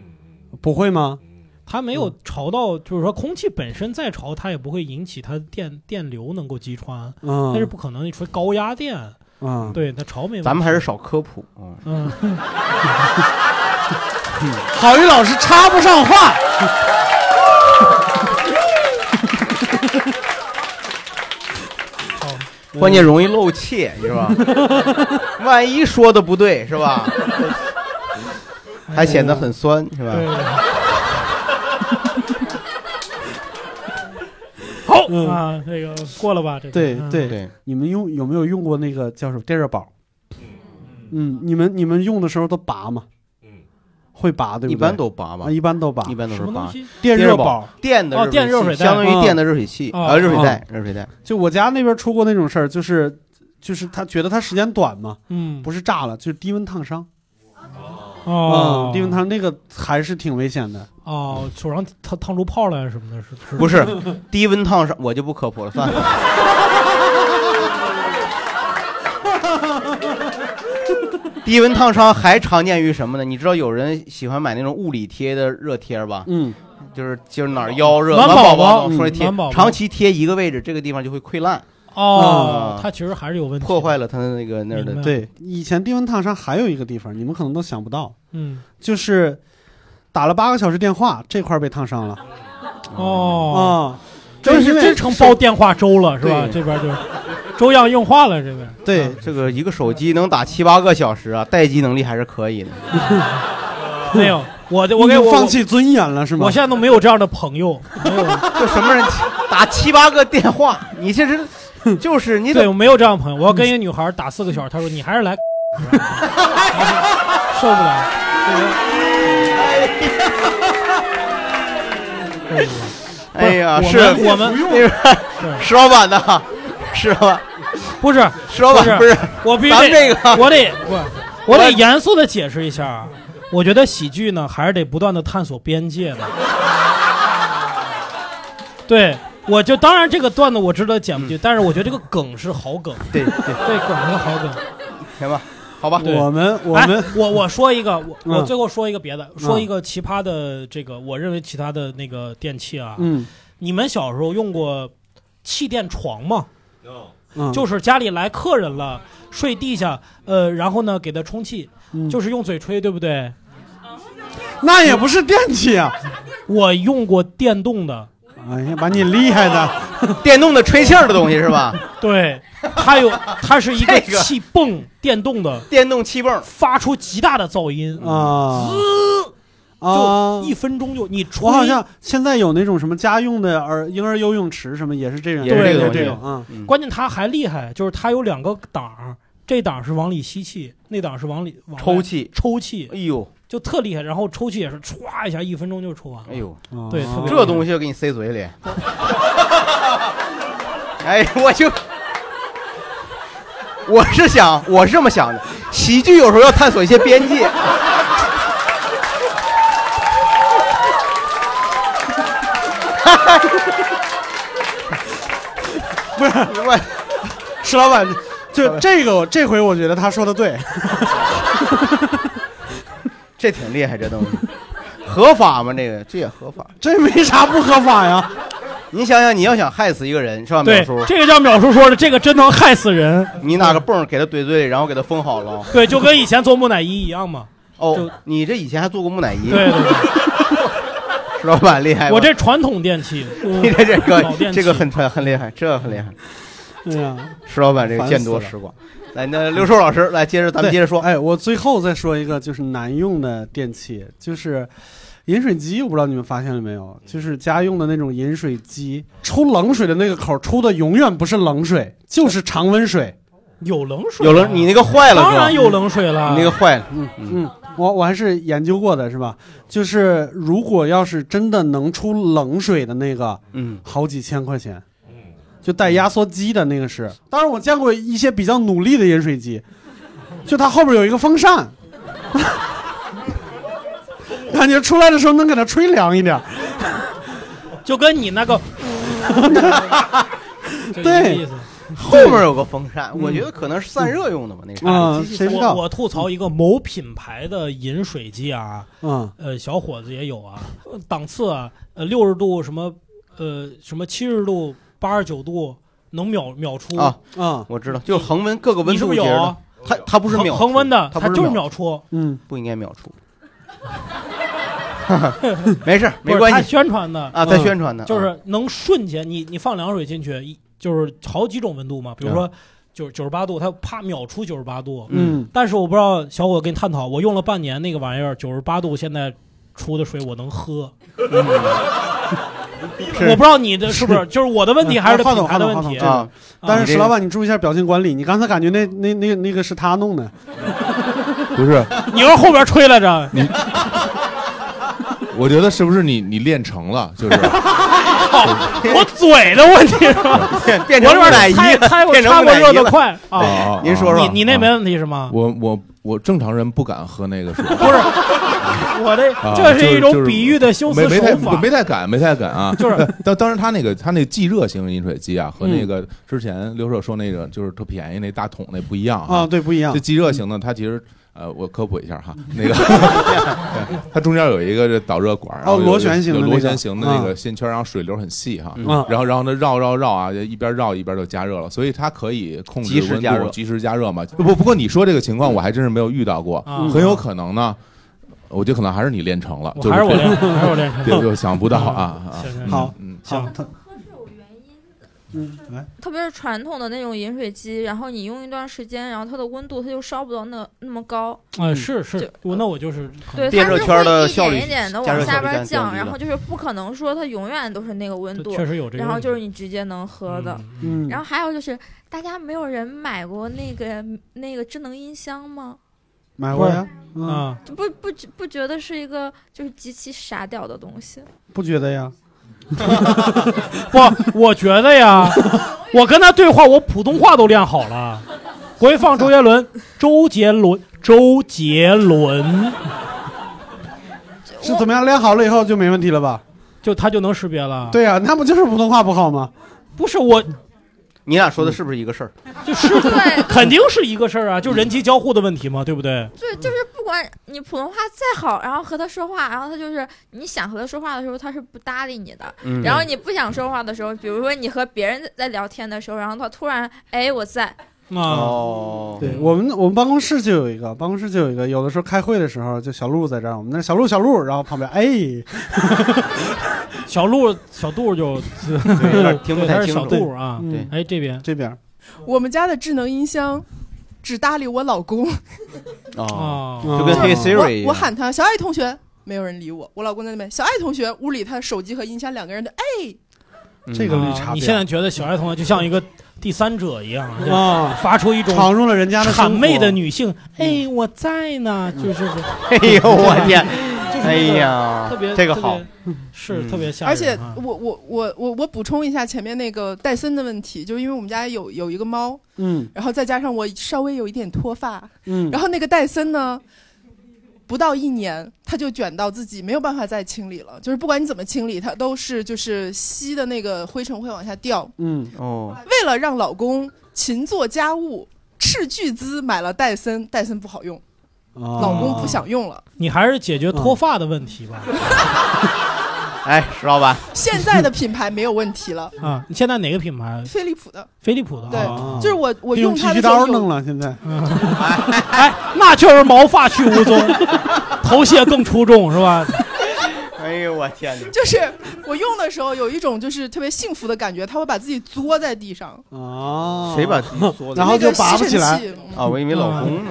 Speaker 2: 不会吗？
Speaker 4: 它没有潮到，就是说空气本身再潮，它也不会引起它的电电流能够击穿，
Speaker 2: 嗯，
Speaker 4: 但是不可能。你说高压电，
Speaker 2: 嗯，
Speaker 4: 对它潮没问题。
Speaker 3: 咱们还是少科普啊。嗯
Speaker 4: 嗯，
Speaker 2: 郝宇老师插不上话。嗯
Speaker 3: 关键容易漏气，是吧？万一说的不对，是吧？还显得很酸，是吧？
Speaker 4: 哎对。好啊，这个过了吧？这个
Speaker 2: 对
Speaker 4: 嗯
Speaker 2: 对，
Speaker 3: 嗯对，
Speaker 2: 你们用有没有用过那个叫什么电热宝？嗯，你们你们用的时候都拔吗？
Speaker 1: 嗯，
Speaker 2: 会拔对不对？
Speaker 3: 一般都拔吧
Speaker 2: 啊，，一般都拔。
Speaker 3: 一般都
Speaker 4: 什
Speaker 3: 是
Speaker 4: 么东
Speaker 3: 拔。
Speaker 4: 西？
Speaker 2: 电
Speaker 3: 电
Speaker 2: 热
Speaker 3: 热
Speaker 2: 宝
Speaker 3: 宝，电的
Speaker 4: 哦电热
Speaker 3: 水
Speaker 4: 水
Speaker 3: 器
Speaker 4: 袋
Speaker 3: 相当
Speaker 2: 嗯
Speaker 3: 于电的热水器
Speaker 4: 哦
Speaker 3: 啊，热水
Speaker 2: 哦
Speaker 3: 袋，热水袋。
Speaker 2: 就我家那边出过那种事儿，就是就是他觉得他时间短嘛，
Speaker 4: 嗯，
Speaker 2: 不是炸了，就是低温烫伤。
Speaker 4: 哦
Speaker 2: 嗯，，低温烫那个还是挺危险的。
Speaker 4: 哦，手上烫烫出泡来什么的，是不是？
Speaker 3: 不 是低温烫伤，我就不科普了，算了。低温烫伤还常见于什么呢？你知道有人喜欢买那种物理贴的热贴吧？
Speaker 2: 嗯，
Speaker 3: 就是就是哪儿腰热，
Speaker 4: 暖
Speaker 3: 暖
Speaker 4: 宝宝
Speaker 3: 宝宝
Speaker 2: 嗯
Speaker 3: 说的贴
Speaker 4: 暖宝，宝
Speaker 3: 长期贴一个位置，这个地方就会溃烂，
Speaker 4: 哦
Speaker 3: 啊，
Speaker 4: 它其实还是有问题，
Speaker 3: 破坏。了它的那个那儿
Speaker 4: 明白
Speaker 3: 的。
Speaker 2: 对，以前低温烫伤还有一个地方，你们可能都想不到，
Speaker 4: 嗯，
Speaker 2: 就是打了八个小时电话，这块儿被烫伤了啊、
Speaker 4: 哦，
Speaker 2: 就
Speaker 4: 这
Speaker 2: 是因
Speaker 4: 是
Speaker 2: 为
Speaker 4: 真成煲电话粥了，是吧？
Speaker 3: 对
Speaker 4: 这边就是粥样硬化了，这边。嗯
Speaker 2: 对，
Speaker 3: 这个一个手机能打七八个小时啊，待机能力还是可以的。
Speaker 4: 没有，我的我给
Speaker 2: 你就
Speaker 4: 我
Speaker 2: 放弃尊严了是吗？
Speaker 4: 我现在都没有这样的朋友，没有，
Speaker 3: 就什么人打七八个电话，你这是就是你
Speaker 4: 对
Speaker 3: 得
Speaker 4: 我没有这样的朋友。我要跟一个女孩打四个小时，她说你还是来， 受不了。
Speaker 3: 哎呀，
Speaker 4: 不
Speaker 3: 是
Speaker 4: 是我们
Speaker 3: 那 是石老板的，石老板，
Speaker 4: 不是，
Speaker 3: 石老板
Speaker 4: 不
Speaker 3: 不
Speaker 4: 是
Speaker 3: 是，
Speaker 4: 我必须
Speaker 3: 咱
Speaker 4: 得
Speaker 3: 们这个
Speaker 4: 我得不，我得严肃的解释一下啊。我觉得喜剧呢，还是得不断的探索边界的。对，我就当然这个段子我知道剪不进去，但是我觉得这个梗是好梗，
Speaker 3: 嗯对对，
Speaker 4: 对，梗是好梗。
Speaker 3: 行吧，好吧，
Speaker 4: 对
Speaker 2: 我们我们、
Speaker 4: 哎、我我说一个，我、我
Speaker 2: 嗯
Speaker 4: 最后说一个别的，说一个奇葩的这个，我认为其他的那个电器啊，
Speaker 2: 嗯
Speaker 4: 你们小时候用过气垫床吗？
Speaker 2: 嗯
Speaker 4: 就是家里来客人了，睡地下，呃，然后呢给他充气，
Speaker 2: 嗯
Speaker 4: 就是用嘴吹，对不对？
Speaker 2: 那也不是电器啊！
Speaker 4: 我用过电动的，
Speaker 2: 哎呀，把你厉害的，
Speaker 3: 电动的吹气儿的东西是吧？
Speaker 4: 对，它有，它是一个
Speaker 3: 这个
Speaker 4: 气泵，电动的，
Speaker 3: 电动气泵，
Speaker 4: 发出极大的噪音，
Speaker 2: 啊啊
Speaker 4: 就！一分钟就你吹，
Speaker 2: 我好像现在有那种什么家用的儿婴儿游泳池什么，也是这样，
Speaker 3: 也
Speaker 4: 是这个
Speaker 2: 有
Speaker 4: 东西
Speaker 2: 这种啊。
Speaker 3: 嗯
Speaker 4: 关键它还厉害，就是它有两个档儿，这档是往里吸气，那档是往里往外
Speaker 3: 抽气，
Speaker 4: 抽气，
Speaker 3: 哎呦
Speaker 4: 就特厉害，然后抽气也是歘一下，一分钟就抽完了
Speaker 3: 哎。呦，
Speaker 2: 啊
Speaker 4: 对特别
Speaker 3: 这东西就给你塞嘴里， 哎，我就。我是想，我是这么想的，喜剧有时候要探索一些边界。
Speaker 2: 不是
Speaker 3: 明白？
Speaker 2: 石老板，就这个我，这回我觉得他说的对。
Speaker 3: 这挺厉害，这东西合法吗？这个这也合法，
Speaker 2: 这没啥不合法呀。
Speaker 3: 你想想，你要想害死一个人是吧，淼
Speaker 4: 对
Speaker 3: 叔？，
Speaker 4: 这个叫淼叔说的，这个真能害死人。
Speaker 3: 你拿个泵给他怼嘴里，然后给他封好了。
Speaker 4: 对，就跟以前做木乃伊一样嘛。
Speaker 3: 哦，你这以前还做过木乃伊？
Speaker 4: 对对对，
Speaker 3: 石老板厉害吧。
Speaker 4: 我这传统电 器，嗯
Speaker 3: 你这这
Speaker 4: 老电器
Speaker 3: 个这个很很很厉害，这个很厉害。
Speaker 2: 对呀，
Speaker 3: 石老板这个
Speaker 2: 烦
Speaker 3: 见
Speaker 2: 死
Speaker 3: 多
Speaker 2: 了
Speaker 3: 识广。来，那刘寿老师来接着，咱们 接着说。
Speaker 2: 说。哎，我最后再说一个，就是难用的电器，就是饮水机。我不知道你们发现了没有，就是家用的那种饮水机，抽冷水的那个口出的永远不是冷水，就是常温水。
Speaker 4: 有冷水啊
Speaker 3: 有了，你那个坏了是吧？
Speaker 4: 当然有冷水了。
Speaker 3: 你那个坏了。
Speaker 2: 嗯嗯，我我还是研究过的，是吧？就是如果要是真的能出冷水的那个，
Speaker 3: 嗯，
Speaker 2: 好几千块钱，就带压缩机的那个是。当然，我见过一些比较努力的饮水机，就它后边有一个风扇， 感觉出来的时候能给它吹凉一点。
Speaker 4: 就跟你那 个，就一个
Speaker 2: 对
Speaker 4: 意思
Speaker 3: 后面有个风扇，我觉得可能是散热用的吧，那啥。
Speaker 2: 啊谁知道
Speaker 4: 我我吐槽一个某品牌的饮水机啊，
Speaker 2: 嗯，
Speaker 4: 呃，小伙子也有啊，呃档次啊，呃，六十度什么，呃，什么七十度、八十九度能秒秒出
Speaker 3: 啊
Speaker 2: 啊，
Speaker 3: 我知道，就是恒温各个温
Speaker 4: 你是
Speaker 3: 度
Speaker 4: 不是
Speaker 3: 节
Speaker 4: 有
Speaker 3: 的
Speaker 4: 啊。
Speaker 3: 它它不是
Speaker 4: 恒
Speaker 3: 秒
Speaker 4: 恒温的，
Speaker 3: 它
Speaker 4: 它
Speaker 3: 不
Speaker 4: 就是
Speaker 3: 秒
Speaker 4: 秒出，
Speaker 2: 嗯，
Speaker 3: 不应该秒出。 没事，没
Speaker 4: 不
Speaker 3: 关
Speaker 4: 是它
Speaker 3: 系
Speaker 4: 宣传的嗯
Speaker 3: 啊，
Speaker 2: 嗯
Speaker 3: 在宣传呢，
Speaker 4: 就是能瞬间，你你放凉水进去，一就是好几种温度嘛，比如
Speaker 3: 嗯
Speaker 4: 说九九十八度，它啪秒出九十八度。
Speaker 2: 嗯，
Speaker 4: 但是我不知道小伙子跟你探讨，我用了半年那个玩意儿，九十八度现在出的水我能喝，
Speaker 3: 嗯 是
Speaker 4: 我不知道你的是不是，就是我的问
Speaker 3: 嗯
Speaker 4: 题还是这
Speaker 2: 话筒
Speaker 4: 品牌的问
Speaker 2: 话筒
Speaker 4: 题嗯
Speaker 2: 话筒
Speaker 3: 啊，
Speaker 2: 但是
Speaker 3: 你这
Speaker 2: 石老板，你注意一下表情管理。你刚才感觉那那那那个是他弄的，
Speaker 11: 不是，
Speaker 4: 你要是后边吹来着，
Speaker 11: 我觉得是不是你你练成了，就是
Speaker 4: 我嘴的问题是吧？
Speaker 3: 啊变变
Speaker 4: 我这
Speaker 3: 成木乃
Speaker 4: 边
Speaker 3: 伊
Speaker 4: 猜
Speaker 3: 了，
Speaker 4: 猜过
Speaker 3: 变成
Speaker 4: 插
Speaker 3: 木
Speaker 4: 过
Speaker 3: 乃
Speaker 4: 热
Speaker 3: 伊
Speaker 4: 的
Speaker 3: 了。
Speaker 4: 快啊！
Speaker 11: 啊
Speaker 3: 您说说
Speaker 4: 你你那没问题是吗？
Speaker 11: 我我我正常人不敢喝那个水，
Speaker 4: 不是， 我这
Speaker 11: 啊
Speaker 4: 这是
Speaker 11: 就
Speaker 4: 一种
Speaker 11: 是
Speaker 4: 比喻的修
Speaker 11: 没
Speaker 4: 辞
Speaker 11: 没
Speaker 4: 手
Speaker 11: 太
Speaker 4: 法
Speaker 11: 没。太敢，没太敢啊。
Speaker 4: 就是嗯
Speaker 11: 但，当当时他那个他那个即热型饮水机啊，和那个之前刘社说那个就是特便宜那大桶那不一样
Speaker 2: 啊，。对，不一样
Speaker 11: 这。即热型的，它其实呃，我科普一下哈， 那个它中间有一个这导热管，然后
Speaker 2: 哦
Speaker 11: 有
Speaker 2: 螺旋形的
Speaker 11: 有
Speaker 2: 那
Speaker 11: 螺
Speaker 2: 个
Speaker 11: 旋形的那个
Speaker 2: 啊
Speaker 11: 线圈，然后水流很细哈。
Speaker 2: 啊
Speaker 11: 然后，然后呢，绕绕绕啊，一边绕一边就加热了，所以它可以控制
Speaker 3: 及时
Speaker 11: 温
Speaker 3: 加热
Speaker 11: 度，及时加热嘛。不不过你说这个情况，我还真是没有遇到过，
Speaker 4: 啊
Speaker 11: 很有可能呢，我觉得可能还是你练成了，
Speaker 4: 我
Speaker 11: 就
Speaker 4: 还是我
Speaker 11: 这
Speaker 4: 练，还是我练
Speaker 11: 对，就想不到 啊啊
Speaker 4: 行行
Speaker 11: 啊！
Speaker 4: 行
Speaker 2: 好
Speaker 11: 嗯，
Speaker 2: 好，他嗯，来。
Speaker 8: 特别是传统的那种饮水机，然后你用一段时间，然后它的温度它就烧不到那那么高，
Speaker 4: 啊，是是，我那我就是可能
Speaker 3: 嗯
Speaker 8: 对，
Speaker 3: 电
Speaker 8: 它
Speaker 3: 热
Speaker 8: 是
Speaker 3: 圈
Speaker 8: 会
Speaker 3: 的
Speaker 8: 一
Speaker 3: 效率
Speaker 8: 点一点的
Speaker 3: 加热
Speaker 8: 往
Speaker 3: 效
Speaker 8: 下
Speaker 3: 率
Speaker 8: 边
Speaker 3: 降低
Speaker 8: 降，
Speaker 3: 的
Speaker 8: 然后就是不可能说它永远都是那个温
Speaker 4: 这
Speaker 8: 度，
Speaker 4: 确实有这个问题，
Speaker 8: 然后就是你直接能喝的。
Speaker 2: 嗯，
Speaker 8: 然后还有就是，大家没有人买过那个那个智能音箱吗？
Speaker 2: 买过呀，
Speaker 4: 嗯
Speaker 2: 嗯，
Speaker 4: 啊，
Speaker 8: 就不不觉不觉得是一个就是极其傻屌的东西？
Speaker 2: 不觉得呀？
Speaker 4: 不，我觉得呀，我跟他对话，我普通话都练好了。回放周杰伦，周杰伦，周杰伦，
Speaker 2: 是怎么样练好了以后就没问题了吧？
Speaker 4: 就他就能识别了。，
Speaker 2: 对呀，那不就是普通话不好吗？
Speaker 4: 啊不是我，
Speaker 3: 你俩说
Speaker 2: 嗯
Speaker 3: 的是不是一个事 儿？
Speaker 4: 就是
Speaker 8: 对
Speaker 4: 肯定是一个事儿啊，就人机交互的问题嘛，对不对？
Speaker 8: 对，
Speaker 3: 嗯
Speaker 8: 就是不管你普通话再好，然后和他说话，然后他就是你想和他说话的时候，他是不搭理你的。
Speaker 3: 嗯
Speaker 8: 然后你不想说话的时候，比如说你和别人在聊天的时候，然后他突然哎我在，
Speaker 4: 啊，
Speaker 3: 哦，
Speaker 2: 对我们，我们办公室就有一个，办公室就有一个，有的时候开会的时候，就小鹿在这儿，我们那小鹿小鹿，然后旁边哎，
Speaker 4: 小鹿小杜就
Speaker 3: 对有点听不
Speaker 4: 对，
Speaker 3: 太
Speaker 4: 他
Speaker 3: 清
Speaker 4: 是小
Speaker 3: 楚。
Speaker 4: 杜啊。
Speaker 2: 嗯
Speaker 3: 对
Speaker 4: 哎，这边
Speaker 2: 这边
Speaker 12: 我们家的智能音箱只搭理我老公，
Speaker 2: 嗯
Speaker 3: 哦，
Speaker 4: 啊，
Speaker 2: 就
Speaker 3: 就跟黑 Siri 一
Speaker 12: 我
Speaker 3: 样。
Speaker 12: 我喊他小爱同学，没有人理我。我老公在那边，小爱同学屋里，他手机和音箱两个人的，哎，
Speaker 3: 嗯
Speaker 2: 这个绿茶婊，
Speaker 4: 啊你现在觉得小爱同学就像一个第三者一样，就
Speaker 2: 啊，
Speaker 4: 发出一种
Speaker 2: 闯入了人家的
Speaker 4: 谄
Speaker 2: 生活
Speaker 4: 媚的，女性，哎，我在呢，就是
Speaker 3: 哎呦我天！
Speaker 4: 就是
Speaker 3: 哎呀，
Speaker 4: 特别
Speaker 3: 这个好，，
Speaker 4: 特别是
Speaker 3: 嗯
Speaker 4: 特别吓人啊。
Speaker 12: 而且我我我我我补充一下前面那个戴森的问题，就是因为我们家有有一个猫，
Speaker 2: 嗯
Speaker 12: 然后再加上我稍微有一点脱发，
Speaker 2: 嗯
Speaker 12: 然后那个戴森呢，不到一年它就卷到自己没有办法再清理了，就是不管你怎么清理，它都是就是吸的那个灰尘会往下掉。
Speaker 2: 嗯，
Speaker 3: 哦，
Speaker 12: 为了让老公勤做家务，斥巨资买了戴森，戴森不好用，
Speaker 2: 啊
Speaker 4: 啊
Speaker 12: 老公不想用了。
Speaker 4: 你还是解决脱发的问题吧。。
Speaker 3: 哎，石老板，
Speaker 12: 现在的品牌没有问题了
Speaker 4: 啊，你现在哪个品牌？
Speaker 12: 飞利浦的，
Speaker 4: 飞利浦的，啊
Speaker 12: 对
Speaker 2: 哦
Speaker 12: 就是我我
Speaker 2: 用
Speaker 12: 用它
Speaker 2: 剃须
Speaker 12: 的时候
Speaker 2: 刀
Speaker 12: 有
Speaker 2: 弄了，现在
Speaker 4: 嗯哎，那确实毛发去无踪，头屑更出众是吧？
Speaker 3: 哎呦我天哪！
Speaker 12: 就是我用的时候有一种就是特别幸福的感觉，它会把自己作在地上。
Speaker 2: 哦，
Speaker 3: 谁把自己缩的
Speaker 2: 然后就拔不起
Speaker 12: 那
Speaker 2: 来
Speaker 12: 个吸尘器
Speaker 3: 啊？我以为老公呢，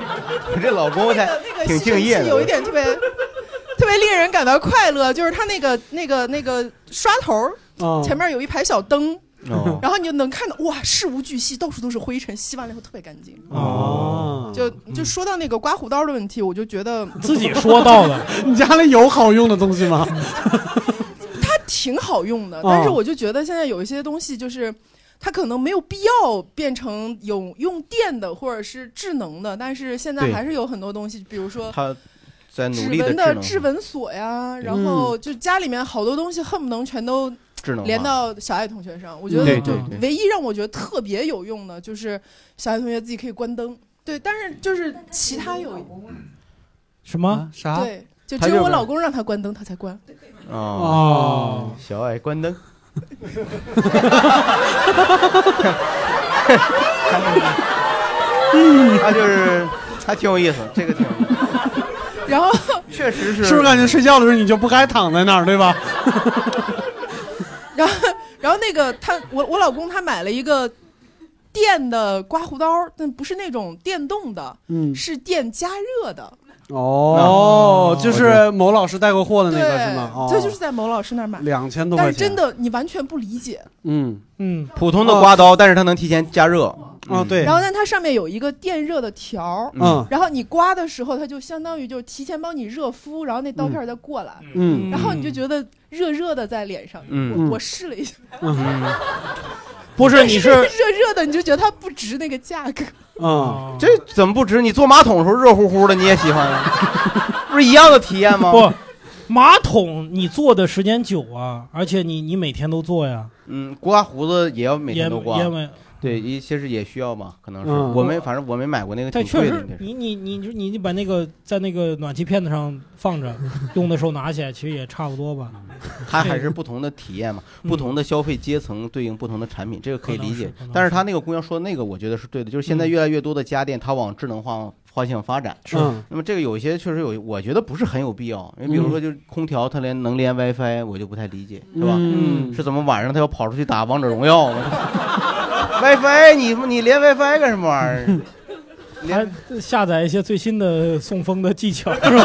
Speaker 3: 我这老公才
Speaker 12: 那个
Speaker 3: 挺
Speaker 12: 吸
Speaker 3: 敬
Speaker 12: 尘器
Speaker 3: 业的。
Speaker 12: 有一点特别特别令人感到快乐，就是它那个那个那个刷头
Speaker 2: 哦
Speaker 12: 儿前面有一排小灯。
Speaker 2: 哦
Speaker 12: 然后你就能看到，哇，事无巨细，到处都是灰尘，吸完了以后特别干净。
Speaker 2: 哦，
Speaker 12: 就就说到那个刮胡刀的问题，我就觉得
Speaker 4: 嗯 自己说到的，
Speaker 2: 你家里有好用的东西 吗？
Speaker 12: 它挺好用的，
Speaker 2: 哦
Speaker 4: 嗯
Speaker 12: 但是我就觉得现在有一些东西就是。它可能没有必要变成有用电的或者是智能的，但是现在
Speaker 3: 对
Speaker 12: 还是有很多东西，比如说
Speaker 3: 他在努
Speaker 12: 指
Speaker 3: 力地
Speaker 12: 纹
Speaker 3: 智
Speaker 12: 的
Speaker 3: 能
Speaker 12: 指纹锁呀，
Speaker 4: 嗯
Speaker 12: 然后就家里面好多东西恨不能全都
Speaker 3: 智能化
Speaker 12: 连到小爱同学上。我觉
Speaker 3: 对
Speaker 12: 得
Speaker 3: 对
Speaker 12: 就
Speaker 3: 对
Speaker 12: 唯一让我觉得特别有用的就是小爱同学自己可以关灯，对，但是就是其他有
Speaker 4: 什
Speaker 3: 啊
Speaker 4: 么
Speaker 2: 啥
Speaker 12: 对，就
Speaker 3: 他
Speaker 12: 只
Speaker 3: 就
Speaker 12: 有我
Speaker 3: 是
Speaker 12: 老公让他关灯，他才关。
Speaker 3: 哦
Speaker 2: 哦，
Speaker 3: 小爱关灯。他就是还挺有意思，这个挺有意思。
Speaker 12: 然后
Speaker 3: 确实
Speaker 2: 是不是感觉睡觉的时候你就不该躺在那儿，对吧？
Speaker 12: 然后， 然后那个他，我我老公他买了一个电的刮胡刀，但不是那种电动的，
Speaker 2: 嗯
Speaker 12: 是电加热的。
Speaker 2: 哦，就
Speaker 3: 我知
Speaker 2: 是某老师带过货的那个是吗？哦，
Speaker 12: 这 就是在某老师那儿买，
Speaker 2: 两千多
Speaker 12: 但
Speaker 2: 块
Speaker 12: 是
Speaker 2: 钱，
Speaker 12: 真的你完全不理解。
Speaker 2: 嗯
Speaker 4: 嗯，
Speaker 3: 普通的刮刀，但是它能提前加热。
Speaker 2: 哦对
Speaker 12: 然后呢，它上面有一个电热的条儿
Speaker 3: 嗯
Speaker 12: 然后你刮的时候，它就相当于就是提前帮你热敷，然后那刀片儿再过来，
Speaker 2: 嗯
Speaker 12: 然后你就觉得热热的在脸上，
Speaker 3: 嗯
Speaker 12: 我我试了一下，
Speaker 2: 嗯，
Speaker 4: 不 是你是
Speaker 3: 啊
Speaker 4: 哦
Speaker 12: 热热的，你就觉得它不值那个价格。
Speaker 2: 嗯，
Speaker 3: 这怎么不值？你坐马桶的时候热乎乎的，你也喜欢啊？不是一样的体验吗？
Speaker 4: 不，马桶你坐的时间久啊，而且你你每天都坐呀，
Speaker 3: 嗯，刮胡子也要每天都刮
Speaker 4: 也也没。
Speaker 3: 对，一其实也需要嘛，可能是
Speaker 2: 嗯
Speaker 3: 我没，反正我没买过那个挺
Speaker 4: 但确
Speaker 3: 贵的
Speaker 4: 实，
Speaker 3: 那是。
Speaker 4: 你你你就你你把那个在那个暖气片子上放着，用的时候拿起来，其实也差不多吧。
Speaker 3: 它还是不同的体验嘛，
Speaker 4: 嗯
Speaker 3: 不同的消费阶层对应不同的产品，这个可以理解
Speaker 4: 可能是可能。
Speaker 3: 但是他那个姑娘说那个，我觉得是对的，就是现在
Speaker 13: 嗯
Speaker 3: 越来越多的家电它往智能化方向发展。
Speaker 2: 是嗯
Speaker 3: 那么这个有些确实有，我觉得不是很有必要。因为比如说，就是空调它连能连 WiFi，我就不太理解，是吧？
Speaker 2: 嗯
Speaker 3: 是怎么晚上它要跑出去打王者荣耀吗？WiFi，你你连 WiFi 干什么玩 意儿？
Speaker 4: 还下载一些最新的送风的技 巧，是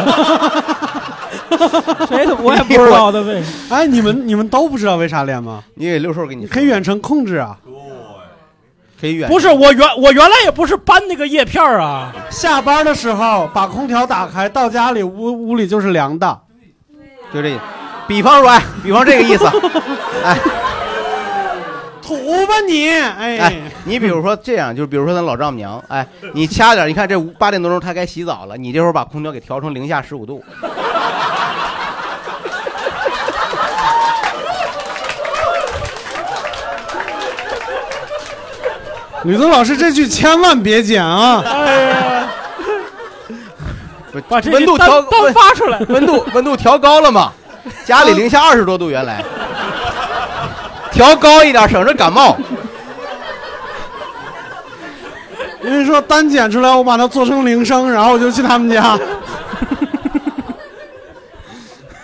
Speaker 4: 吧？谁都哎 我也不知道的为什么。
Speaker 2: 哎，你们你们都不知道为啥练吗？
Speaker 3: 你给六兽给你
Speaker 2: 可以远程控制啊，
Speaker 3: 可以远
Speaker 4: 不是我原我原来也不是搬那个叶片儿啊，
Speaker 2: 下班的时候把空调打开，到家里屋屋里就是凉的。
Speaker 3: 就这，比方说，哎，比方这个意思，哎。
Speaker 2: 土吧你，哎，
Speaker 3: 哎，你比如说这样，就比如说咱老丈母娘，哎，你掐点儿，你看这五八点多钟她该洗澡了，你这会儿把空调给调成零下十五度，
Speaker 2: 吕东老师这句千万别剪啊！
Speaker 4: 哎呀，
Speaker 3: 不
Speaker 4: 把这
Speaker 3: 温度
Speaker 4: 单
Speaker 3: 调
Speaker 4: 单发出来，
Speaker 3: 温度温度调高 了嘛？家里零下二十多度原来，调高一点，省着感冒。
Speaker 2: 因为说单剪出来，我把它做成铃声，然后我就去他们家。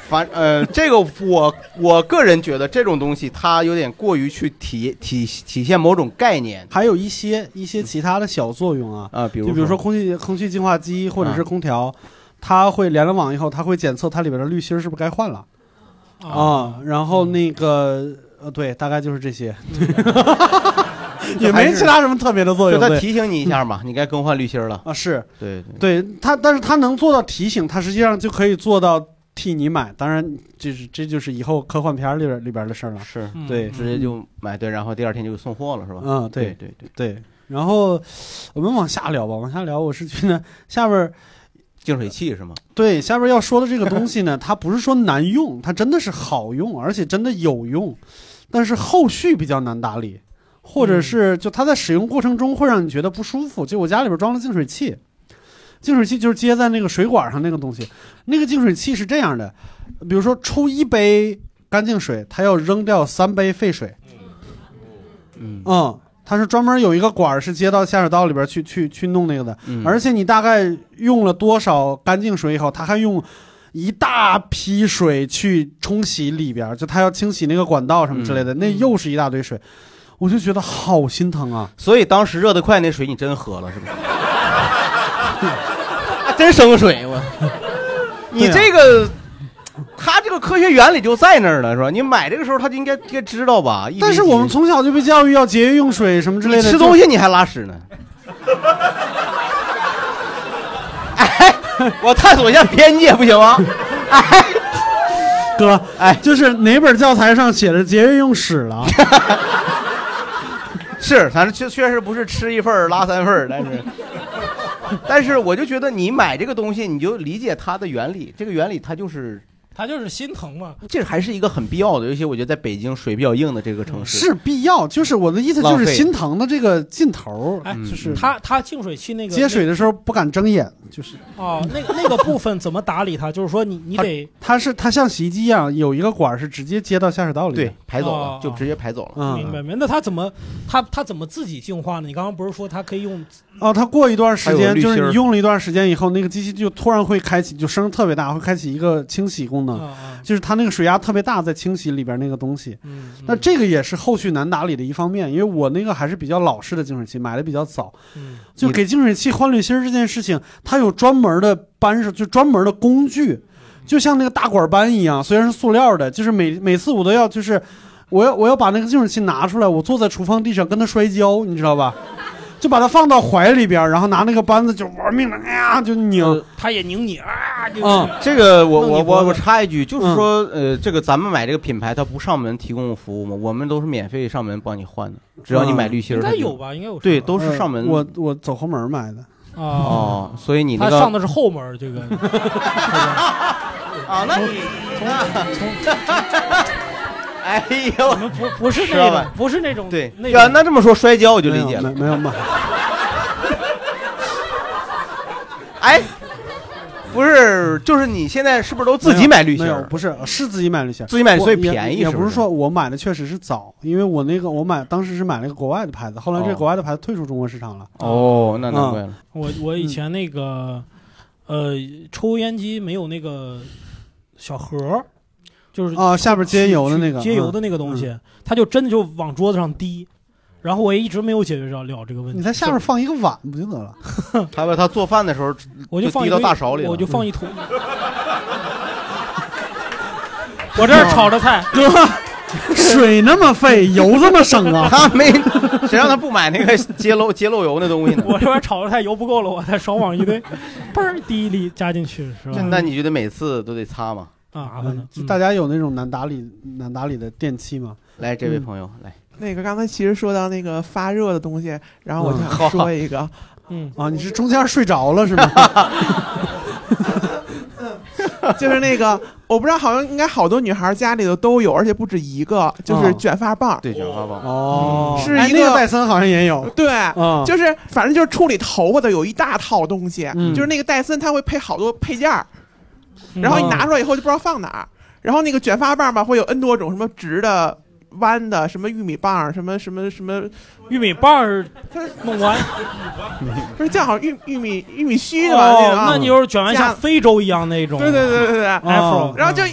Speaker 3: 反呃，这个我我个人觉得这种东西它有点过于去体体体现某种概念
Speaker 2: 还有一些一些其他的小作用啊，
Speaker 3: 啊，比如嗯
Speaker 2: 就比如说空气空气净化机或者是空调，它会连了网以后，它会检测它里边的滤芯儿是不是该换了啊、然后
Speaker 3: 嗯
Speaker 2: 那个呃，对，大概就是 这些，也没其他什么特别的作
Speaker 3: 就它
Speaker 2: 用。对
Speaker 3: 提醒你一下嘛，你该更换滤芯儿了。
Speaker 2: 啊，是
Speaker 3: 对对，
Speaker 2: 对它，但是它能做到提醒，它实际上就可以做到替你买。当然，就是这就是以后科幻片儿里边里边的事儿了。
Speaker 3: 是嗯
Speaker 2: 对，
Speaker 3: 直接就买对，然后第二天就送货了，是吧？
Speaker 2: 嗯，
Speaker 3: 对
Speaker 2: 对
Speaker 3: 对对，
Speaker 2: 对。然后我们往下聊吧，往下聊，我是觉得下边儿
Speaker 3: 净水器是吗？
Speaker 2: 对，下边要说的这个东西呢，它不是说难用，它真的是好用，而且真的有用，但是后续比较难打理，或
Speaker 3: 嗯
Speaker 2: 者是就它在使用过程中会让你觉得不舒服。就我家里边装了净水器，净水器就是接在那个水管上那个东西，那个净水器是这样的，比如说抽一杯干净水，它要扔掉三杯废水。
Speaker 3: 嗯
Speaker 2: 它是专门有一个管儿是接到下水道里边去去去弄那个的，
Speaker 3: 嗯
Speaker 2: 而且你大概用了多少干净水以后，它还用一大批水去冲洗里边儿，就它要清洗那个管道什么之类的，
Speaker 3: 嗯
Speaker 2: 那又是一大堆水，我就觉得好心疼啊。
Speaker 3: 所以当时热得快那水你真喝了是 吧？啊真生水我，你这个，它这个科学原理就在那儿了是吧？你买这个时候它就应该应该知道吧？啊一
Speaker 2: 但是
Speaker 3: 比一
Speaker 2: 我们从小就被教育要节约用水什么之类的，
Speaker 3: 你吃
Speaker 2: 就
Speaker 3: 东西你还拉屎 呢。哎，我探索一下边界不行吗？哎
Speaker 2: 哥，哎，就是哪本教材上写着节约用屎了？
Speaker 3: 是，反正确确实不是吃一份儿拉三份儿，但是， 但是我就觉得你买这个东西，你就理解它的原理，这个原理它就是。
Speaker 4: 他就是心疼嘛。
Speaker 3: 这还是一个很必要的，尤其我觉得在北京水比较硬的这个城市，
Speaker 2: 是必要，就是我的意思就
Speaker 3: 浪
Speaker 2: 是
Speaker 3: 费
Speaker 2: 心疼的这个尽头儿，
Speaker 4: 哎，
Speaker 2: 就是
Speaker 4: 他他净水器那个
Speaker 2: 接水的时候不敢睁眼，就是
Speaker 4: 哦，那个那个部分怎么打理它？就是说你你得
Speaker 2: 它是它像洗衣机一样有一个管儿是直接接到下水道里的，
Speaker 3: 对排走了就直接排走了
Speaker 2: 嗯
Speaker 4: 哦明白明白。那他怎么他他怎么自己净化呢？你刚刚不是说他可以用
Speaker 2: 哦，它过一段时
Speaker 4: 还有
Speaker 2: 间，
Speaker 4: 滤芯
Speaker 2: 就
Speaker 4: 儿
Speaker 2: 是你用了一段时间以后，那个机器就突然会开启，就声儿特别大，会开启一个清洗功能，就是它那个水压特别大，在清洗里边那个东西。
Speaker 1: 嗯
Speaker 2: 那这个也是后续难打理的一方面，因为我那个还是比较老式的净水器，买的比较早，就给净水器换滤芯儿这件事情，它有专门的扳手，就专门的工
Speaker 4: 嗯
Speaker 2: 具，就像那个大管扳一样，虽然是塑料的，就是每每次我都要就是。我要我要把那个净水器拿出来，我坐在厨房地上跟它摔跤，你知道吧？ 就把它放到怀里边儿，然后拿那个扳子就玩命的，哎呀就拧。
Speaker 4: 他也拧你啊？就是
Speaker 3: 嗯，这个我我我我
Speaker 4: 弄你脖子
Speaker 3: 插一句，
Speaker 2: 嗯
Speaker 3: 就是说，呃，这个咱们买这个品牌，它不上门提供服务吗？我们都是免费上门帮你换的，只要你买滤芯儿，
Speaker 4: 应该
Speaker 3: 它就
Speaker 4: 有吧应该有上
Speaker 3: 对，
Speaker 4: 门
Speaker 3: 都是上门。
Speaker 2: 呃嗯我我走后门买的。
Speaker 3: 哦，所以你那
Speaker 4: 他
Speaker 3: 个
Speaker 4: 上的是后门儿，这个
Speaker 3: 啊，那你从哎呦，
Speaker 4: 嗯你们不不是
Speaker 3: 知道
Speaker 4: 那
Speaker 3: 吧
Speaker 4: 种不是那种
Speaker 3: 对
Speaker 4: 那
Speaker 3: 要
Speaker 4: 种
Speaker 3: 那这么说摔跤我就理解了，
Speaker 2: 没有没有。
Speaker 3: 哎，不是，就是你现在是不是都自己买滤芯
Speaker 2: 没
Speaker 3: 儿？
Speaker 2: 有，不是是自己买滤芯儿，
Speaker 3: 自己买
Speaker 2: 我
Speaker 3: 所以
Speaker 2: 也
Speaker 3: 便宜
Speaker 2: 也
Speaker 3: 是不
Speaker 2: 不是
Speaker 3: 是
Speaker 2: 说我买的确实是早，因为我那个我买当时是买了个国外的牌子，后来这
Speaker 3: 哦
Speaker 2: 国外的牌子退出中国市场了。嗯
Speaker 3: 哦，那难怪了。
Speaker 4: 我我以前那个，呃，抽烟机没有那个小盒儿，就是
Speaker 2: 啊下边接油的那个嗯
Speaker 4: 接油的那个东西，它就真的就往桌子上滴。然后我也一直没有解决了了这个问题。
Speaker 2: 你在下边放一个 碗不就得了？
Speaker 3: 他把他做饭的时候，
Speaker 4: 我就放
Speaker 3: 滴
Speaker 4: 一
Speaker 3: 到
Speaker 4: 堆
Speaker 3: 大勺里了，
Speaker 4: 我就放一 桶。
Speaker 2: 嗯
Speaker 4: 我这儿炒着菜，
Speaker 2: 哥，水那么费，油这么省啊！
Speaker 3: 他 没，谁让他不买那个接漏接漏油那东西呢？
Speaker 4: 我这边炒着菜，油不够了，我再爽往一 堆，嘣儿滴一粒加进去，是吧？
Speaker 3: 那你就得每次都得擦嘛。
Speaker 4: 啊，
Speaker 2: 就嗯大家有那种难打理难打理的电器吗？嗯
Speaker 3: 来，这位朋友，来，
Speaker 14: 那个刚才其实说到那个发热的东西，然后我就
Speaker 2: 嗯
Speaker 14: 想说一个，
Speaker 4: 嗯
Speaker 2: 啊，你是中间睡着了是吗？
Speaker 14: 就是那个我不知道，好像应该好多女孩家里头都有，而且不止一个，就是
Speaker 2: 嗯
Speaker 14: 卷发棒。
Speaker 3: 对，卷发嗯棒。
Speaker 2: 哦
Speaker 14: 是
Speaker 2: 哎
Speaker 14: 一
Speaker 2: 那
Speaker 14: 个
Speaker 2: 戴森好像也 有，
Speaker 14: 对，
Speaker 2: 嗯
Speaker 14: 就是反正就是处理头发的有一大套东西，
Speaker 2: 嗯
Speaker 14: 就是那个戴森它会配好多配件儿，
Speaker 4: 嗯
Speaker 14: 然后你拿出来以后就不知道放哪儿。然后那个卷发棒吧会有 N 多种，什么直的、弯的，什么玉米棒，什么什么什么
Speaker 4: 玉米棒儿弄完，
Speaker 14: 不是叫好像玉玉米玉米须的吧？那
Speaker 4: 哦
Speaker 14: 个，啊
Speaker 4: 那你就是卷完像非洲一样那种。
Speaker 14: 对对对对对，
Speaker 2: 哦嗯
Speaker 4: ，afro，
Speaker 2: 啊
Speaker 14: 然后就。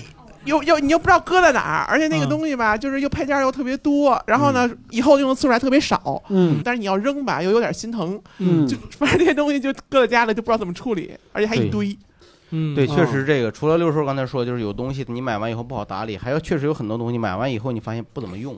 Speaker 14: 又又你又不知道搁在哪儿，而且那个东西吧，就是又配件又特别多，然后呢，以后用的次数还特别少，
Speaker 2: 嗯
Speaker 14: 但是你要扔吧，又有点心疼，
Speaker 2: 嗯
Speaker 14: 就反正这些东西就搁在家里就不知道怎么处理，而且还一堆，
Speaker 4: 嗯
Speaker 3: 对，确实这个，除了六叔刚才说，就是有东西你买完以后不好打理，还有确实有很多东西买完以后你发现不怎么用，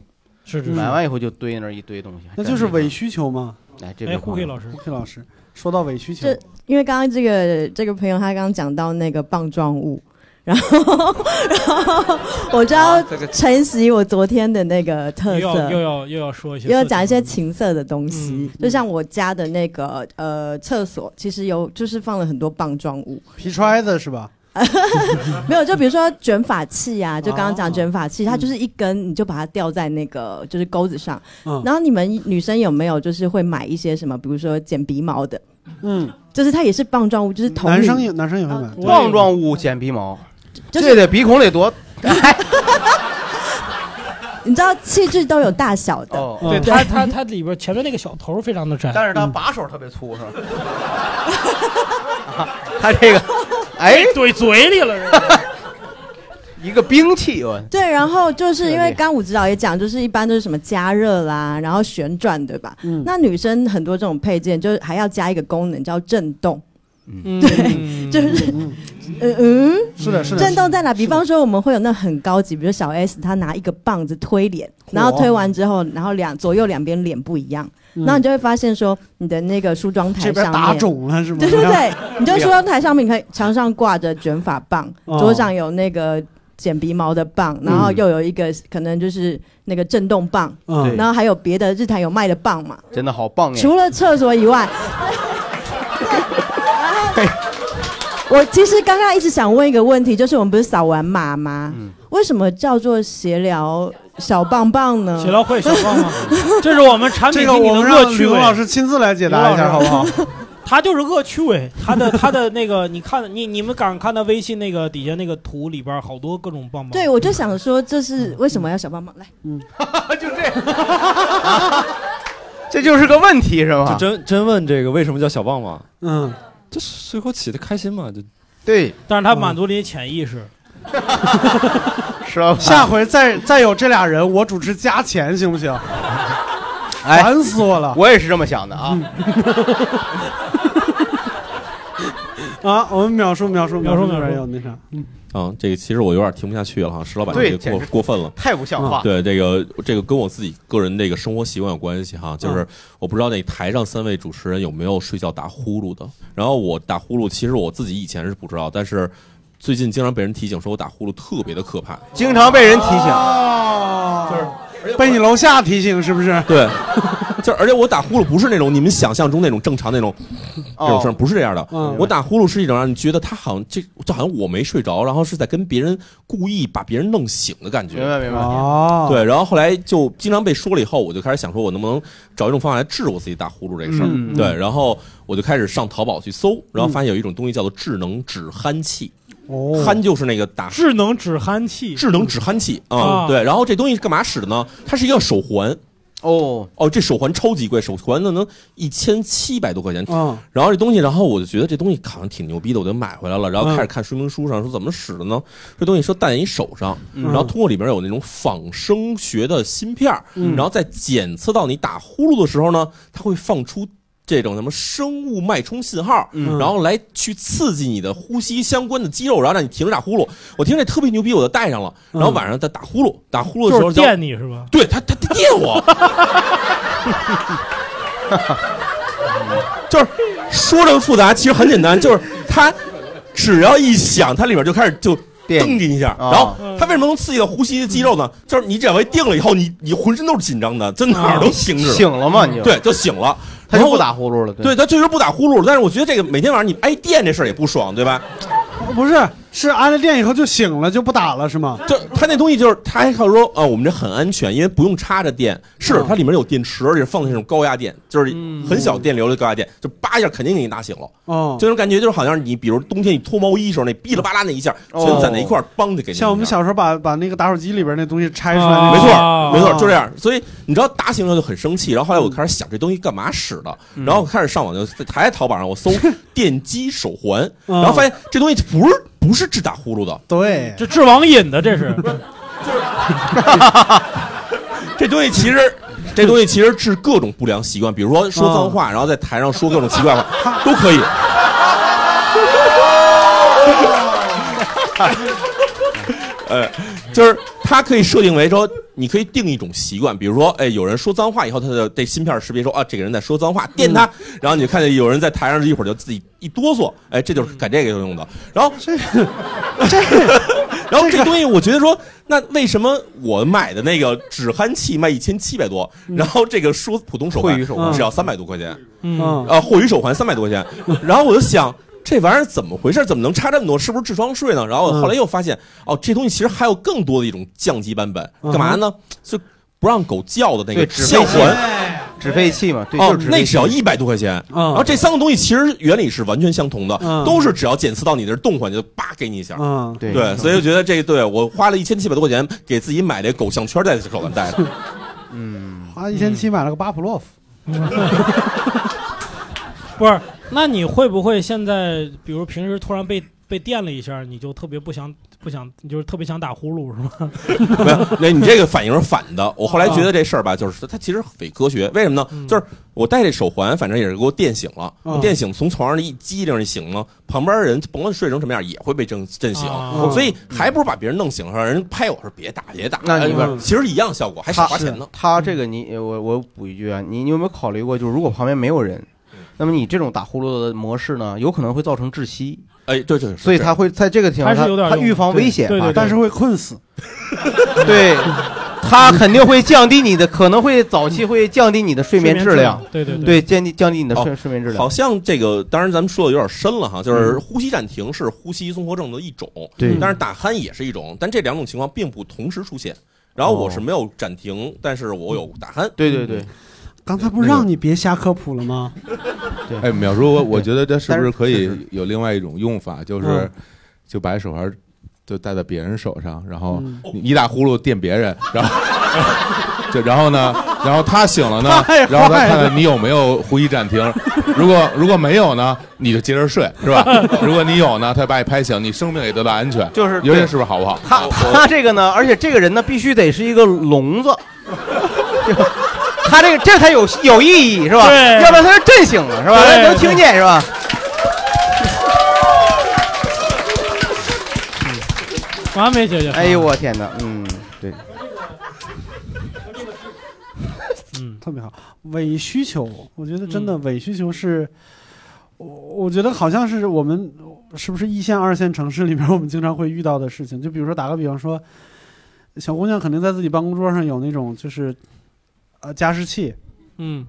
Speaker 4: 是
Speaker 2: 是是
Speaker 3: 买完以后就堆那儿一堆东西，
Speaker 2: 那就是伪需求嘛。
Speaker 3: 哎这位哎胡朋友 K 老师
Speaker 2: 胡 K 老师说到伪需求，
Speaker 15: 这因为刚刚这个这个朋友他刚刚讲到那个棒状物， 然后 然后我就要承袭我昨天的那个特
Speaker 4: 又
Speaker 15: 色，
Speaker 4: 要又要又要说一些，啊
Speaker 15: 又要讲一些情色的东
Speaker 4: 嗯
Speaker 15: 西，就像我家的那个呃厕所，其实有就是放了很多棒状物，
Speaker 2: 皮揣子是吧？
Speaker 15: 没有，就比如说卷发器啊，就刚刚讲卷发器，
Speaker 2: 嗯
Speaker 15: 它就是一根，你就把它吊在那个就是钩子上。
Speaker 2: 嗯
Speaker 15: 然后你们女生有没有就是会买一些什么，比如说剪鼻毛的？
Speaker 2: 嗯，
Speaker 15: 就是它也是棒状物，就是头
Speaker 2: 男
Speaker 15: 女
Speaker 2: 生也男生也会买，
Speaker 3: 棒状物剪鼻毛，
Speaker 15: 哦就是
Speaker 3: 这得鼻孔得多。
Speaker 15: 你知道器具都有大小的，
Speaker 2: 嗯
Speaker 4: 对它它它里边前面那个小头非常的窄，
Speaker 3: 哦但是它
Speaker 4: 嗯
Speaker 3: 把手特别粗，是吧？ 他这个，哎，
Speaker 4: 怼嘴里了，
Speaker 3: 一个兵器，我
Speaker 15: 对，然后就是因为刚武指导也讲，就是一般都是什么加热啦，然后旋转，对吧？
Speaker 3: 嗯
Speaker 15: 那女生很多这种配件，就是还要加一个功能叫震动。
Speaker 4: 嗯，
Speaker 15: 对， 就是，嗯嗯，
Speaker 2: 是的是的
Speaker 15: 震动在哪？比方说，我们会有那很高级，比如小 S，她拿一个棒子推脸，然后推完之后，然后两左右两边脸不一样，
Speaker 2: 嗯
Speaker 15: 然后你就会发现说，你的那个梳妆台
Speaker 2: 这
Speaker 15: 上
Speaker 2: 边打
Speaker 15: 面
Speaker 2: 肿了是吗？
Speaker 15: 对对对， 你就
Speaker 3: 哎
Speaker 15: 梳妆台上面你可以墙上挂着卷发棒，
Speaker 2: 哦
Speaker 15: 桌上有那个剪鼻毛的棒，然后
Speaker 3: 嗯
Speaker 15: 又有一个可能就是那个震动棒，
Speaker 3: 嗯对
Speaker 15: 然后还有别的日坛有卖的棒嘛。
Speaker 3: 真的好棒哎！
Speaker 15: 除了厕所以外，我其实刚刚一直想问一个问题，就是我们不是扫完码吗？为什么叫做闲聊小棒棒呢？
Speaker 4: 协聊会小棒 棒，这是我们产品
Speaker 2: 这个
Speaker 4: 经理
Speaker 2: 我
Speaker 4: 的
Speaker 2: 们
Speaker 4: 恶
Speaker 2: 让
Speaker 4: 趣
Speaker 2: 吕
Speaker 4: 味。
Speaker 2: 龙老师亲自来解答一下，好不好？
Speaker 4: 他就是恶趣味，他的他的那个，你看你你们敢看他微信那个底下那个图里边好多各种棒棒，
Speaker 15: 对，我就想说，这是为什么要小棒棒？来，
Speaker 3: 这就是个问题是吧？
Speaker 16: 真真问这个为什么叫小棒棒？
Speaker 2: 嗯，
Speaker 16: 就是最后起的开心嘛，就
Speaker 3: 对。
Speaker 4: 但是
Speaker 16: 嗯
Speaker 4: 他满足了你潜意识。
Speaker 3: 是吧？
Speaker 2: 下回再再有这俩人，我主持加钱行不行？
Speaker 3: 哎
Speaker 2: 烦死我了！嗯
Speaker 3: 我也是这么想的啊。
Speaker 2: 啊，我们秒数秒数
Speaker 4: 秒数秒
Speaker 2: 数
Speaker 4: 数
Speaker 2: 这边有那啥，嗯
Speaker 9: 啊，这个其实我有点听不下去了哈，石老板
Speaker 2: 对
Speaker 9: 这个
Speaker 2: 简
Speaker 9: 过
Speaker 2: 直
Speaker 9: 过分了，
Speaker 3: 太不像话
Speaker 9: 嗯对，这个这个跟我自己个人这个生活习惯有关系哈，
Speaker 2: 嗯
Speaker 9: 就是我不知道那台上三位主持人有没有睡觉打呼噜的，然后我打呼噜，其实我自己以前是不知道，但是最近经常被人提醒说我打呼噜特别的可怕，
Speaker 3: 经常被人提醒，
Speaker 1: 哦
Speaker 3: 哦
Speaker 2: 就是被你楼下提醒是不是？
Speaker 9: 对，就而且我打呼噜不是那种你们想象中那种正常那种
Speaker 3: 哦
Speaker 9: 那种声，不是这样的
Speaker 2: 嗯。
Speaker 9: 我打呼噜是一种让你觉得他好像这就好像我没睡着，然后是在跟别人故意把别人弄醒的感觉。
Speaker 3: 明白明白
Speaker 2: 哦
Speaker 9: 对，然后后来就经常被说了以后，我就开始想说，我能不能找一种方法来治我自己打呼噜这个事儿？
Speaker 16: 嗯
Speaker 9: 对，然后我就开始上淘宝去搜，然后发现有一种东西叫做智能止鼾器。
Speaker 2: 哦
Speaker 9: 鼾就是那个
Speaker 16: 啊
Speaker 9: 打
Speaker 4: 智能止鼾器，嗯
Speaker 9: 智能止鼾器啊、
Speaker 4: 啊
Speaker 9: 对。然后这东西干嘛使的呢？它是一个手环。
Speaker 3: 哦
Speaker 9: 哦，这手环超级贵，手环呢能一千七百多块钱。
Speaker 2: 嗯
Speaker 9: 然后这东西，然后我就觉得这东西好像挺牛逼的，我就买回来了。然后
Speaker 2: 嗯
Speaker 9: 开始看说明书上说怎么使的呢？这东西说戴在你手上，
Speaker 2: 嗯
Speaker 9: 然后通过里面有那种仿生学的芯片儿，
Speaker 2: 嗯
Speaker 9: 然后再检测到你打呼噜的时候呢，它会放出。这种什么生物脉冲信号，
Speaker 2: 嗯
Speaker 9: 然后来去刺激你的呼吸相关的肌肉，然后让你停止打呼噜。我听着特别牛逼，我就戴上了，然后晚上再打呼噜，打呼噜的时
Speaker 4: 嗯就
Speaker 9: 候
Speaker 4: 是电你是吧？
Speaker 9: 对他，他他电我， 就是说这么复杂，其实很简单，就是他只要一响，它里面就开始就蹬你一下，
Speaker 3: 啊嗯
Speaker 9: 然后它为什么能刺激到呼吸的肌肉呢？就是你只要一定了以后，你你浑身都是紧张的，这哪儿都醒着，
Speaker 3: 啊醒了嘛你就
Speaker 9: 对，就醒了，
Speaker 3: 他
Speaker 9: 然
Speaker 3: 就
Speaker 9: 后
Speaker 3: 不打呼噜了。
Speaker 9: 对，他确实不打呼噜了，但是我觉得这个每天晚上你挨电这事儿也不爽，对吧？
Speaker 2: 不是，是安了电以后就醒了，就不打了是吗？
Speaker 9: 就它那东西就是，它还靠说啊，我们这很安全，因为不用插着电。
Speaker 2: 嗯
Speaker 9: 是，它里面有电池，而且放的那种高压电，就是很小电流的高压电，就叭一下肯定给你打醒了。
Speaker 2: 哦
Speaker 9: 就这种感觉，就是好像你比如冬天你脱毛衣时候那哔啦吧啦那一下，全攒在一块儿，梆就给你。
Speaker 2: 哦像我们小时候把把那个打火机里边那东西拆出来那
Speaker 4: 啊
Speaker 9: 没
Speaker 2: 个，
Speaker 9: 错，没错，就这样。所以你知道打醒了就很生气，然后后来我开始想这东西干嘛使的，
Speaker 2: 嗯
Speaker 9: 然后我开始上网就还在淘宝上我 搜电击手环，
Speaker 2: 嗯
Speaker 9: 然后发现这东西不是不是治打呼噜的，
Speaker 2: 对，
Speaker 4: 这治网瘾的这是，
Speaker 9: 这东西其实，这东西其实治各种不良习惯，比如说说脏话，然后在台上说各种奇怪话，都可以。呃，就是它可以设定为说，你可以定一种习惯，比如说，哎，有人说脏话以后，它的这芯片识别说啊，这个人在说脏话，电他，然后你就看见有人在台上一会儿就自己一哆嗦，哎，这就是干这个用的。然后
Speaker 2: 这
Speaker 9: 然后这东西，我觉得说，那为什么我买的那个止鼾器卖一千七百多，然后这个说普通手环
Speaker 3: 惠宇手环
Speaker 9: 只要三百多块钱，呃
Speaker 3: 嗯
Speaker 9: 啊，霍宇手环三百多块钱，然后我就想。这玩意儿怎么回事？怎么能差这么多？是不是智商税呢？然后
Speaker 3: 嗯
Speaker 9: 后来又发现，哦，这东西其实还有更多的一种降级版本，干嘛呢？就不让狗叫的那
Speaker 3: 嗯对
Speaker 9: 个
Speaker 3: 纸
Speaker 9: 项
Speaker 3: 飞器
Speaker 9: 环。
Speaker 3: 纸飞器嘛，对，
Speaker 9: 哦
Speaker 3: 就是，纸
Speaker 9: 那
Speaker 3: 飞
Speaker 9: 只
Speaker 3: 器
Speaker 9: 要一百多块钱，然后这三个东西其实原理是完全相同的，
Speaker 3: 嗯
Speaker 9: 都是只要检测到你的动环就叭给你一下，
Speaker 2: 嗯
Speaker 3: 对
Speaker 9: 对，所以我觉得这对我花了一千七百多块钱给自己买这狗项圈戴在手上 戴的，
Speaker 3: 嗯
Speaker 2: 花一千七买了个巴甫洛夫，
Speaker 4: 嗯不是，那你会不会现在，比如平时突然被被电了一下，你就特别不想不想，你就是特别想打呼噜是吗？
Speaker 9: 没有，那你这个反应是反的。我后来觉得这事儿吧，就是它其实伪科学，为什么呢？就是我戴这手环，反正也是给我电醒了，
Speaker 2: 嗯
Speaker 9: 电醒从床上一激灵一醒了，旁边人甭管睡成什么样，也会被震震醒，
Speaker 2: 啊
Speaker 9: 所以还不如把别人弄醒，让人拍我说别打别打，
Speaker 3: 那你
Speaker 9: 哎其实一样效果，还少花钱呢。
Speaker 3: 他这个你我我补一句啊，你你有没有考虑过，就是如果旁边没有人，那么你这种打呼噜的模式呢，有可能会造成窒息。
Speaker 9: 哎，对对，
Speaker 3: 所以他会在这个情况
Speaker 2: 还
Speaker 3: 下
Speaker 2: 是有，点
Speaker 3: 他
Speaker 2: 用
Speaker 3: 预防危险
Speaker 2: 对
Speaker 3: 嘛
Speaker 2: 对，但是会困死。
Speaker 3: 对，他肯定会降低你的，可能会早期会降低你的睡眠质量。
Speaker 4: 对对
Speaker 3: 对，降低降低你的睡
Speaker 9: 哦
Speaker 3: 睡眠质量。
Speaker 9: 好像这个，当然咱们说的有点深了哈，就是
Speaker 3: 嗯
Speaker 9: 呼吸暂停是呼吸综合症的一种，
Speaker 3: 对
Speaker 9: 但是打鼾也是一种，但这两种情况并不同时出现。然后我是没有暂停，但是我有打鼾。嗯
Speaker 3: 对对对，
Speaker 2: 刚才不是让你别瞎科普了吗？
Speaker 11: 哎，淼叔，我我
Speaker 2: 对
Speaker 11: 觉得这是
Speaker 2: 但
Speaker 11: 不
Speaker 2: 是
Speaker 11: 是可以有另外一种用法，就是
Speaker 2: 嗯
Speaker 11: 就把手环就戴在别人手上，然后
Speaker 2: 嗯
Speaker 11: 你你打呼噜电别 人，然后就然后 呢，然后他醒 了呢
Speaker 4: 哎
Speaker 2: 太坏，
Speaker 11: 然后他看
Speaker 2: 了
Speaker 11: 看你有没有呼吸暂停， 如果如果没有呢，你就接着睡，是 吧？如果你有呢，他把你拍醒，你生命也得到安全，
Speaker 3: 就是
Speaker 11: 你说这是不是好不好？
Speaker 3: 他他这个呢，而且这个人呢，必须得是一个聋子，他这个这才有有意义是吧？
Speaker 4: 对
Speaker 3: 要不然他是震醒了是吧？
Speaker 4: 对
Speaker 3: 他能听见是吧？
Speaker 4: 完美解决方案。
Speaker 3: 哎呦我天哪，嗯，对，
Speaker 2: 嗯，特别好。伪需求，我觉得真的伪需求是，我我觉得好像是我们是不是一线、二线城市里面我们经常会遇到的事情。就比如说打个比方说，小姑娘肯定在自己办公桌上有那种就是呃加湿器
Speaker 4: 嗯，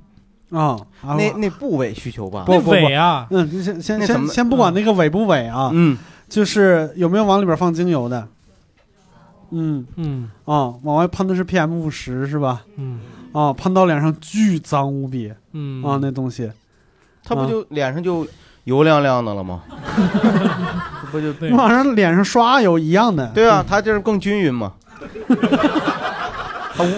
Speaker 2: 啊、啊
Speaker 3: 那那部位需求吧，
Speaker 2: 不不不
Speaker 4: 伪啊
Speaker 2: 嗯，你先先
Speaker 3: 那怎
Speaker 2: 先
Speaker 3: 么
Speaker 2: 先不管那个伪不伪啊，
Speaker 3: 嗯，
Speaker 2: 就是有没有往里边放精油的，嗯
Speaker 4: 嗯，
Speaker 2: 哦，往外喷的是 PM 五十是吧？
Speaker 4: 嗯，
Speaker 2: 哦，喷到脸上巨脏无比，
Speaker 4: 嗯
Speaker 2: 啊，那东西，嗯
Speaker 3: 他不
Speaker 2: 啊
Speaker 3: 就脸上就油亮亮的了吗？这不就
Speaker 2: 你往上脸上刷油一样的，嗯
Speaker 3: 对啊，他就是更均匀嘛。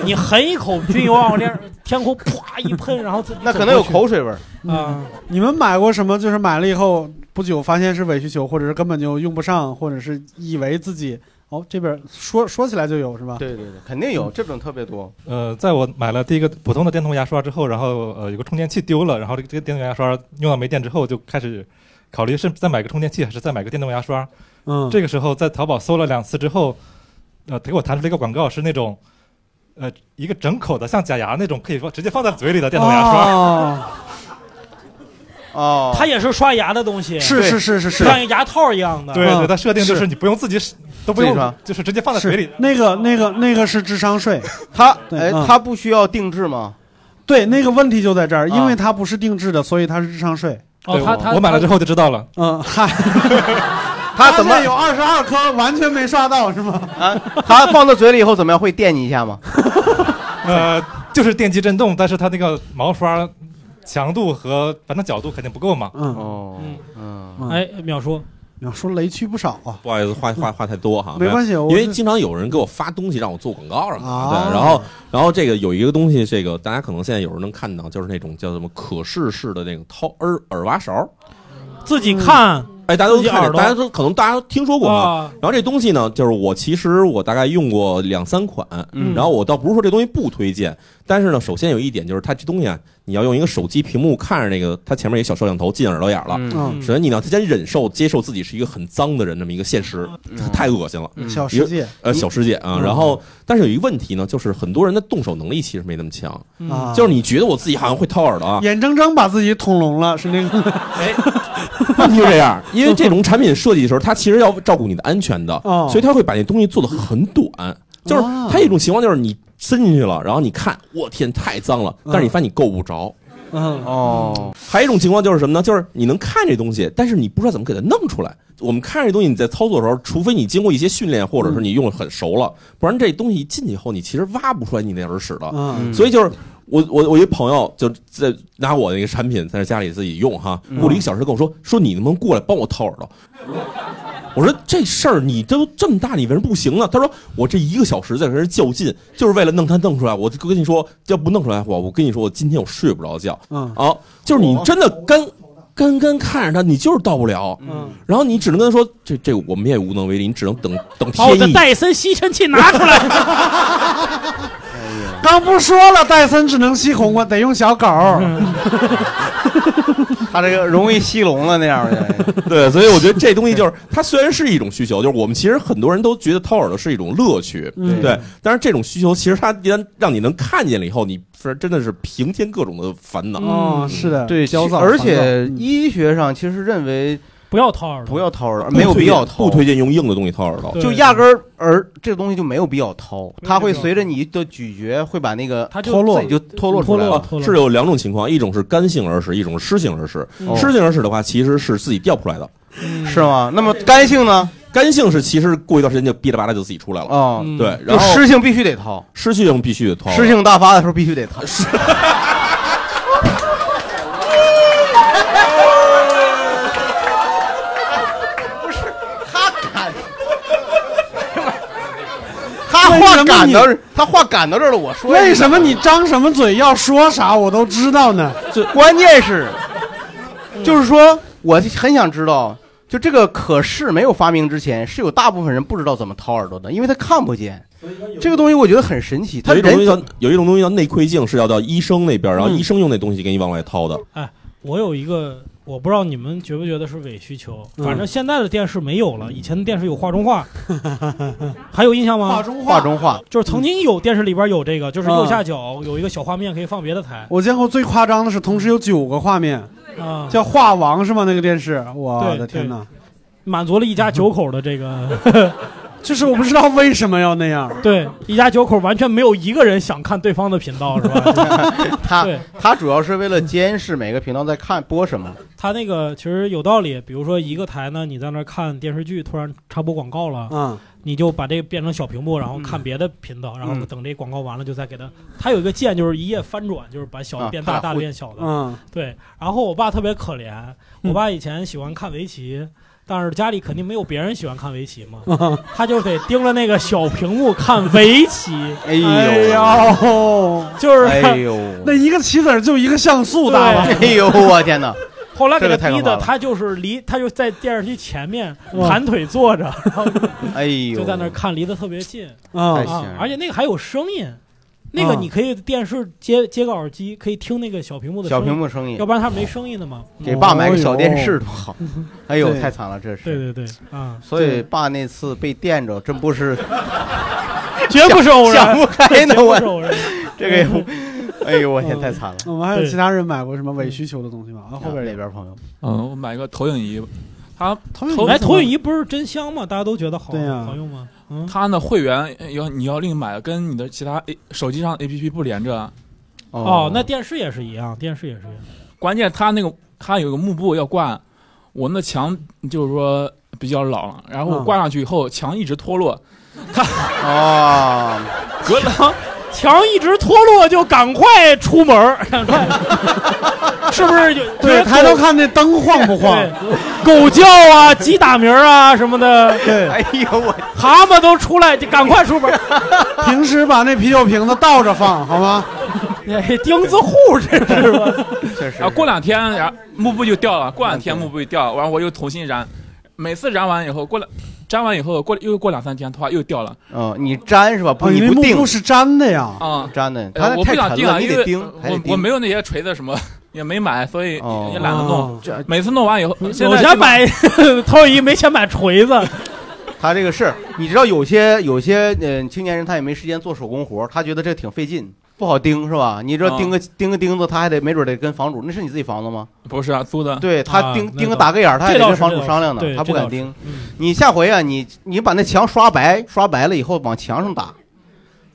Speaker 4: 你含一口军油往我脸上天空啪一喷，然后自己
Speaker 3: 那
Speaker 4: 走
Speaker 3: 可能有
Speaker 4: 过去
Speaker 3: 口水味儿。
Speaker 4: 啊。
Speaker 2: 嗯你们买过什么？就是买了以后不久发现是伪需求，或者是根本就用不上，或者是以为自己哦这边说说起来就有是吧？
Speaker 3: 对对对，肯定有这种特别多。
Speaker 16: 呃，在我买了第一个普通的电动牙刷之后，然后呃有个充电器丢了，然后这个这个电动牙刷用到没电之后，就开始考虑是再买个充电器还是再买个电动牙刷。
Speaker 2: 嗯
Speaker 16: 这个时候在淘宝搜了两次之后，呃，给我弹出了一个广告，是那种呃一个整口的像假牙那种可以说直接放在嘴里的电动牙刷。
Speaker 2: 哦
Speaker 3: 哦，
Speaker 4: 它也是刷牙的东西，
Speaker 16: 是是是是是
Speaker 4: 像一个牙套一样的。 嗯
Speaker 16: 对对，它设定就
Speaker 2: 嗯
Speaker 16: 是
Speaker 2: 是
Speaker 16: 你不用自己都
Speaker 3: 自
Speaker 16: 不
Speaker 3: 己
Speaker 16: 用
Speaker 3: 刷，
Speaker 16: 就是直接放在嘴里。
Speaker 2: 那个那个那个是智商 税，
Speaker 3: 他
Speaker 2: 对
Speaker 3: 哎，
Speaker 2: 嗯
Speaker 3: 他不需要定制吗？
Speaker 2: 对那个问题就在这
Speaker 3: 啊
Speaker 2: 儿，因为它不是定制的，所以它是智商税。
Speaker 4: 哦
Speaker 16: 对我我买了之后就知道了。
Speaker 2: 嗯， 嗨，
Speaker 3: 他怎么
Speaker 2: 发现有二十二颗完全没刷到是吗？
Speaker 3: 啊， 他放到嘴里以后怎么样？会电你一下吗？
Speaker 16: 呃，就是电机震动，但是它那个毛刷强度和反正角度肯定不够嘛。
Speaker 2: 嗯
Speaker 3: 哦，嗯，
Speaker 4: 哎，淼叔，
Speaker 2: 淼叔雷区不少啊。
Speaker 9: 不好意思，话话话太多哈，
Speaker 2: 没关系我
Speaker 9: 因为
Speaker 2: 是
Speaker 9: 经常有人给我发东西让我做广告什么的，
Speaker 2: 啊
Speaker 9: 对，然后然后这个有一个东西，这个大家可能现在有人能看到，就是那种叫什么可视式的那个掏耳耳挖勺，
Speaker 4: 自己
Speaker 2: 嗯
Speaker 4: 看，
Speaker 9: 哎，大家都
Speaker 4: 自己
Speaker 9: 看
Speaker 4: 耳
Speaker 9: 见，
Speaker 4: 朵
Speaker 9: 大家都可能大家都听说过啊
Speaker 4: 啊。
Speaker 9: 然后这东西呢，就是我其实我大概用过两三款，
Speaker 4: 嗯
Speaker 9: 然后我倒不是说这东西不推荐，但是呢，首先有一点就是它这东西啊，你要用一个手机屏幕看着那个，它前面有一小摄像头进耳朵眼了，
Speaker 2: 嗯
Speaker 9: 首先你呢，先忍受接受自己是一个很脏的人这么一个现实，
Speaker 4: 嗯
Speaker 9: 太恶心了。
Speaker 2: 小世界
Speaker 9: 一个呃，小世界啊。
Speaker 2: 嗯
Speaker 9: 然后，但是有一个问题呢，就是很多人的动手能力其实没那么强，
Speaker 4: 嗯
Speaker 2: 啊
Speaker 9: 就是你觉得我自己好像会掏耳朵啊，
Speaker 2: 眼睁睁把自己捅聋了，是那个。
Speaker 9: 问题是这样，因为这种产品设计的时候，它其实要照顾你的安全的，
Speaker 2: 哦
Speaker 9: 所以它会把那东西做的很短。就是
Speaker 2: 哦嗯
Speaker 9: 它有一种情况，就是你伸进去了，然后你看，我天，太脏了，但是你发现你够不着，哦，还有一种情况就是什么呢？就是你能看这东西，但是你不知道怎么给它弄出来。我们看这东西，你在操作的时候，除非你经过一些训练，或者是你用得很熟了，不然这东西一进去以后，你其实挖不出来你那耳屎的。
Speaker 17: 嗯
Speaker 9: 所以就是我我我一朋友就在拿我那个产品在家里自己用哈，过了一个小时跟我说说你能不能过来帮我掏耳朵？我说这事儿你都这么大，你为什么不行呢？他说我这一个小时在跟人较劲，就是为了弄它弄出来。我就跟你说，要不弄出来，我我跟你说，我今天我睡不着觉。
Speaker 2: 嗯
Speaker 9: 啊，就是你真的干干干看着它，你就是到不了。
Speaker 2: 嗯，
Speaker 9: 然后你只能跟他说，这这我们也无能为力，你只能等等
Speaker 4: 把我
Speaker 9: 天
Speaker 4: 的
Speaker 9: 意。
Speaker 4: 戴森吸尘器拿出 来。
Speaker 2: 刚不说了，戴森只能吸红啊，得用小狗。
Speaker 3: 他这个容易吸聋了那样的。
Speaker 9: 对，所以我觉得这东西就是它虽然是一种需求，就是我们其实很多人都觉得掏耳朵是一种乐趣，
Speaker 11: 嗯
Speaker 9: 对。但是这种需求其实它一旦让你能看见了以后，你是真的是平添各种的烦恼。
Speaker 3: 嗯对，
Speaker 9: 哦啊焦躁嗯
Speaker 3: 而
Speaker 9: 烦
Speaker 3: 且医学上其实认为
Speaker 4: 不要掏耳
Speaker 3: 朵，不要掏耳朵，
Speaker 9: 不
Speaker 3: 没有必要
Speaker 9: 推荐
Speaker 3: 掏，
Speaker 9: 不推荐用硬的东西掏耳朵。
Speaker 3: 就压根儿耳这个东西就没有必要掏，它会随着你的咀嚼会把那个
Speaker 9: 它
Speaker 3: 脱落，就脱落出来了。
Speaker 9: 是有两种情况，一种是干性耳屎，一种是湿性耳屎。
Speaker 3: 嗯
Speaker 9: 湿性耳屎的话，其实是自己掉不出来的，
Speaker 3: 是吗？嗯那么干性呢？
Speaker 9: 干性是其实过一段时间就哔啦吧啦就自己出来了。
Speaker 3: 哦
Speaker 9: 对，
Speaker 3: 就
Speaker 9: 然后
Speaker 3: 湿性必须得掏，
Speaker 9: 湿性必须得掏，
Speaker 3: 湿性大发的时候必须得掏。
Speaker 17: 不是
Speaker 3: 他 敢，他话赶到这儿，他话赶到这儿了，我说
Speaker 2: 为什
Speaker 3: 么？
Speaker 2: 么你张什么嘴要说啥，我都知道呢？
Speaker 3: 这关键是，就是说，我很想知道，就这个可视没有发明之前，是有大部分人不知道怎么掏耳朵的，因为他看不见。这个东西我觉得很神奇，他
Speaker 9: 有一种东西
Speaker 3: 人
Speaker 9: 叫有一种东西叫内窥镜，是要到医生那边，然后
Speaker 4: 嗯
Speaker 9: 医生用那东西给你往外掏的。
Speaker 4: 哎，我有一个，我不知道你们觉不觉得是伪需求，
Speaker 9: 嗯
Speaker 4: 反正现在的电视没有了，以前的电视有画中 画，还有印象吗？画
Speaker 3: 中画画中画
Speaker 4: 就是曾经有电视里边有这个，就是
Speaker 2: 嗯
Speaker 4: 右下角有一个小画面可以放别的台
Speaker 2: 我见过最夸张的是，同时有九个画面，
Speaker 4: 啊，
Speaker 2: 叫画王是吗？那个电视，我
Speaker 4: 对
Speaker 2: 的天哪！
Speaker 4: 满足了一家九口的这个。
Speaker 2: 就是我不知道为什么要那样。
Speaker 4: 对，一家九口完全没有一个人想看对方的频道，是 吧？
Speaker 3: 他
Speaker 4: 对
Speaker 3: 他主要是为了监视每个频道在看播什么。
Speaker 4: 他那个其实有道理，比如说一个台呢，你在那儿看电视剧，突然插播广告了，
Speaker 2: 嗯，
Speaker 4: 你就把这个变成小屏幕，然后看别的频道，然后等这广告完了就再给他。他有一个键就是一页翻转，就是把小
Speaker 2: 啊
Speaker 4: 的变大，
Speaker 2: 他俩
Speaker 4: 大的
Speaker 2: 互
Speaker 4: 变小的。
Speaker 2: 嗯
Speaker 4: 对。然后我爸特别可怜，我爸以前喜欢看围棋。但是家里肯定没有别人喜欢看围棋嘛， 他就得盯着那个小屏幕看围棋。
Speaker 3: 哎呦
Speaker 2: 嗯呦，
Speaker 4: 就是
Speaker 3: 哎 呦，
Speaker 2: 那一个棋子儿就一个像素大吧？
Speaker 3: 哎呦，我天哪！
Speaker 4: 后来给
Speaker 3: 这
Speaker 4: 他
Speaker 3: 个太可
Speaker 4: 逼
Speaker 3: 怕
Speaker 4: 的，
Speaker 3: 了
Speaker 4: 他就是离他就在电视机前面
Speaker 3: 哇
Speaker 4: 盘腿坐着，然后
Speaker 3: 哎呦，
Speaker 4: 就在那儿看，离得特别近
Speaker 3: 啊太吓
Speaker 4: 啊
Speaker 3: 人！
Speaker 4: 而且那个还有声音，那个
Speaker 3: 啊
Speaker 4: 你可以电视接接个耳机，可以听那个小屏幕的
Speaker 3: 小屏幕声音
Speaker 4: 要不然它没声音的嘛。
Speaker 3: 给爸买个小电视
Speaker 4: 哦
Speaker 3: 多好。 哎呦，太惨了，这是。
Speaker 4: 对对对啊！
Speaker 3: 所以爸那次被电着，真不是，
Speaker 4: 绝不是偶然
Speaker 3: 想不开呢，我
Speaker 4: 绝不是偶然 嗯
Speaker 3: 这个 也不，哎呦，我天，太惨了。
Speaker 2: 我们还有其他人买过什么伪需求的东西吗？啊，后边
Speaker 3: 那边朋友，
Speaker 2: 嗯
Speaker 18: 嗯，我买个投影仪吧，它投
Speaker 4: 对来哎投影仪不是真香吗？大家都觉得好
Speaker 18: 对呀
Speaker 4: 好用吗？嗯
Speaker 18: 它呢会员要你要另买，跟你的其他 A 手机上的 APP 不连着。
Speaker 4: 哦，那电视也是一样，电视也是一样。
Speaker 18: 关键它那个它有个幕布要挂，我那墙就是说比较老了，然后我
Speaker 4: 嗯
Speaker 18: 挂上去以后、墙一直脱落，它
Speaker 3: 哦，
Speaker 18: 隔了。
Speaker 4: 墙一直脱落，就赶快出门 儿，赶快，是不是就
Speaker 2: 对，抬头看那灯晃不晃？
Speaker 4: 狗叫啊、鸡打鸣儿啊什么的。
Speaker 2: 对，
Speaker 3: 哎呦我，
Speaker 4: 蛤蟆都出来，就赶快出门。
Speaker 2: 平时把那啤酒瓶子倒着放，好 吗？
Speaker 4: 钉子户这是吧？
Speaker 3: 确实
Speaker 18: 然后啊过两天，然后幕布就掉了，过两天幕布就掉了，完了我又重新粘，每次粘完以后，过两粘完以后过又过两三天，它又掉了。
Speaker 3: 嗯，你粘是吧？
Speaker 4: 啊
Speaker 3: 不，
Speaker 18: 哦
Speaker 3: 你
Speaker 18: 你那
Speaker 3: 不
Speaker 18: 幕
Speaker 3: 定
Speaker 18: 布
Speaker 2: 是粘的呀
Speaker 18: 啊，
Speaker 3: 粘的，它
Speaker 18: 呃我不
Speaker 3: 太
Speaker 18: 想
Speaker 3: 沉
Speaker 18: 定
Speaker 3: 了，
Speaker 18: 啊，
Speaker 3: 你
Speaker 18: 因
Speaker 3: 得
Speaker 18: 为
Speaker 3: 钉，还得
Speaker 18: 我
Speaker 3: 钉
Speaker 18: 我没有那些锤子什么， 也没买，所以也也懒得
Speaker 3: 哦
Speaker 18: 弄。每次弄完以后，现
Speaker 4: 有
Speaker 18: 在基
Speaker 4: 钱
Speaker 18: 本
Speaker 4: 买投影仪，没钱买锤子。
Speaker 3: 他这个是，你知道有些有些嗯、青年人他也没时间做手工活，他觉得这挺费劲，不好钉是吧？你知道
Speaker 18: 嗯
Speaker 3: 钉个、钉个钉子，他还得没准得跟房主，那是你自己房子吗？
Speaker 18: 不是啊，租的。
Speaker 3: 对他
Speaker 18: 啊
Speaker 3: 钉、
Speaker 18: 那
Speaker 3: 钉个
Speaker 18: 倒
Speaker 3: 打个眼儿，他还
Speaker 18: 这
Speaker 3: 得
Speaker 18: 倒
Speaker 3: 跟
Speaker 18: 是
Speaker 3: 房
Speaker 18: 这
Speaker 3: 主
Speaker 18: 倒
Speaker 3: 商
Speaker 18: 是
Speaker 3: 量呢，
Speaker 18: 对
Speaker 3: 他不
Speaker 18: 这
Speaker 3: 敢
Speaker 18: 倒是嗯
Speaker 3: 钉。你下回啊，你你把那墙刷白，刷白了以后往墙上打，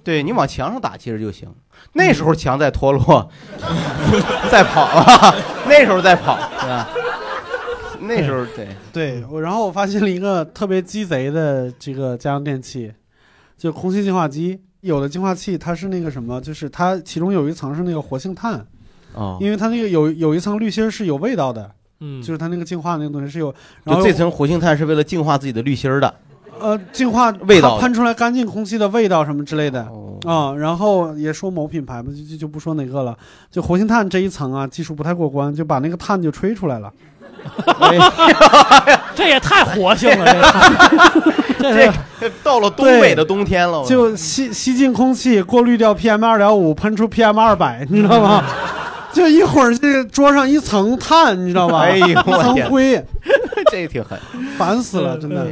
Speaker 3: 对你往墙上打其实就行。那
Speaker 2: 嗯
Speaker 3: 时候强在脱落， 在跑啊，那时候在跑，对吧？ 那时候对
Speaker 2: 对，我然后我发现了一个特别鸡贼的这个家用电器，就空气净化机。有的净化器它是那个什么，就是它其中有一层是那个活性炭，
Speaker 3: 哦
Speaker 2: 因为它那个有有一层滤芯儿是有味道的，
Speaker 4: 嗯，
Speaker 2: 就是它那个净化那个东西是有，然
Speaker 3: 就
Speaker 2: 后
Speaker 3: 这层活性炭是为了净化自己的滤芯儿 的，
Speaker 2: 呃净化
Speaker 3: 味道哦
Speaker 2: 它喷出来干净空气的味道什么之类的啊、然后也说某品牌吧，就就就不说哪个了，就活性炭这一层啊，技术不太过关，就把那个碳就吹出来了。哎
Speaker 4: 这也太活性了，这个这个
Speaker 3: 这到了东北的冬天了，我
Speaker 2: 就吸吸进空气，过滤掉 PM 二点五，喷出 PM 二百，你知道吗？
Speaker 3: 嗯
Speaker 2: 就一会儿这个桌上一层碳，你知道吧？
Speaker 3: 哎呦
Speaker 2: 一
Speaker 3: 我
Speaker 2: 层
Speaker 3: 天
Speaker 2: 灰，
Speaker 3: 这也挺狠，
Speaker 2: 烦死了，真的。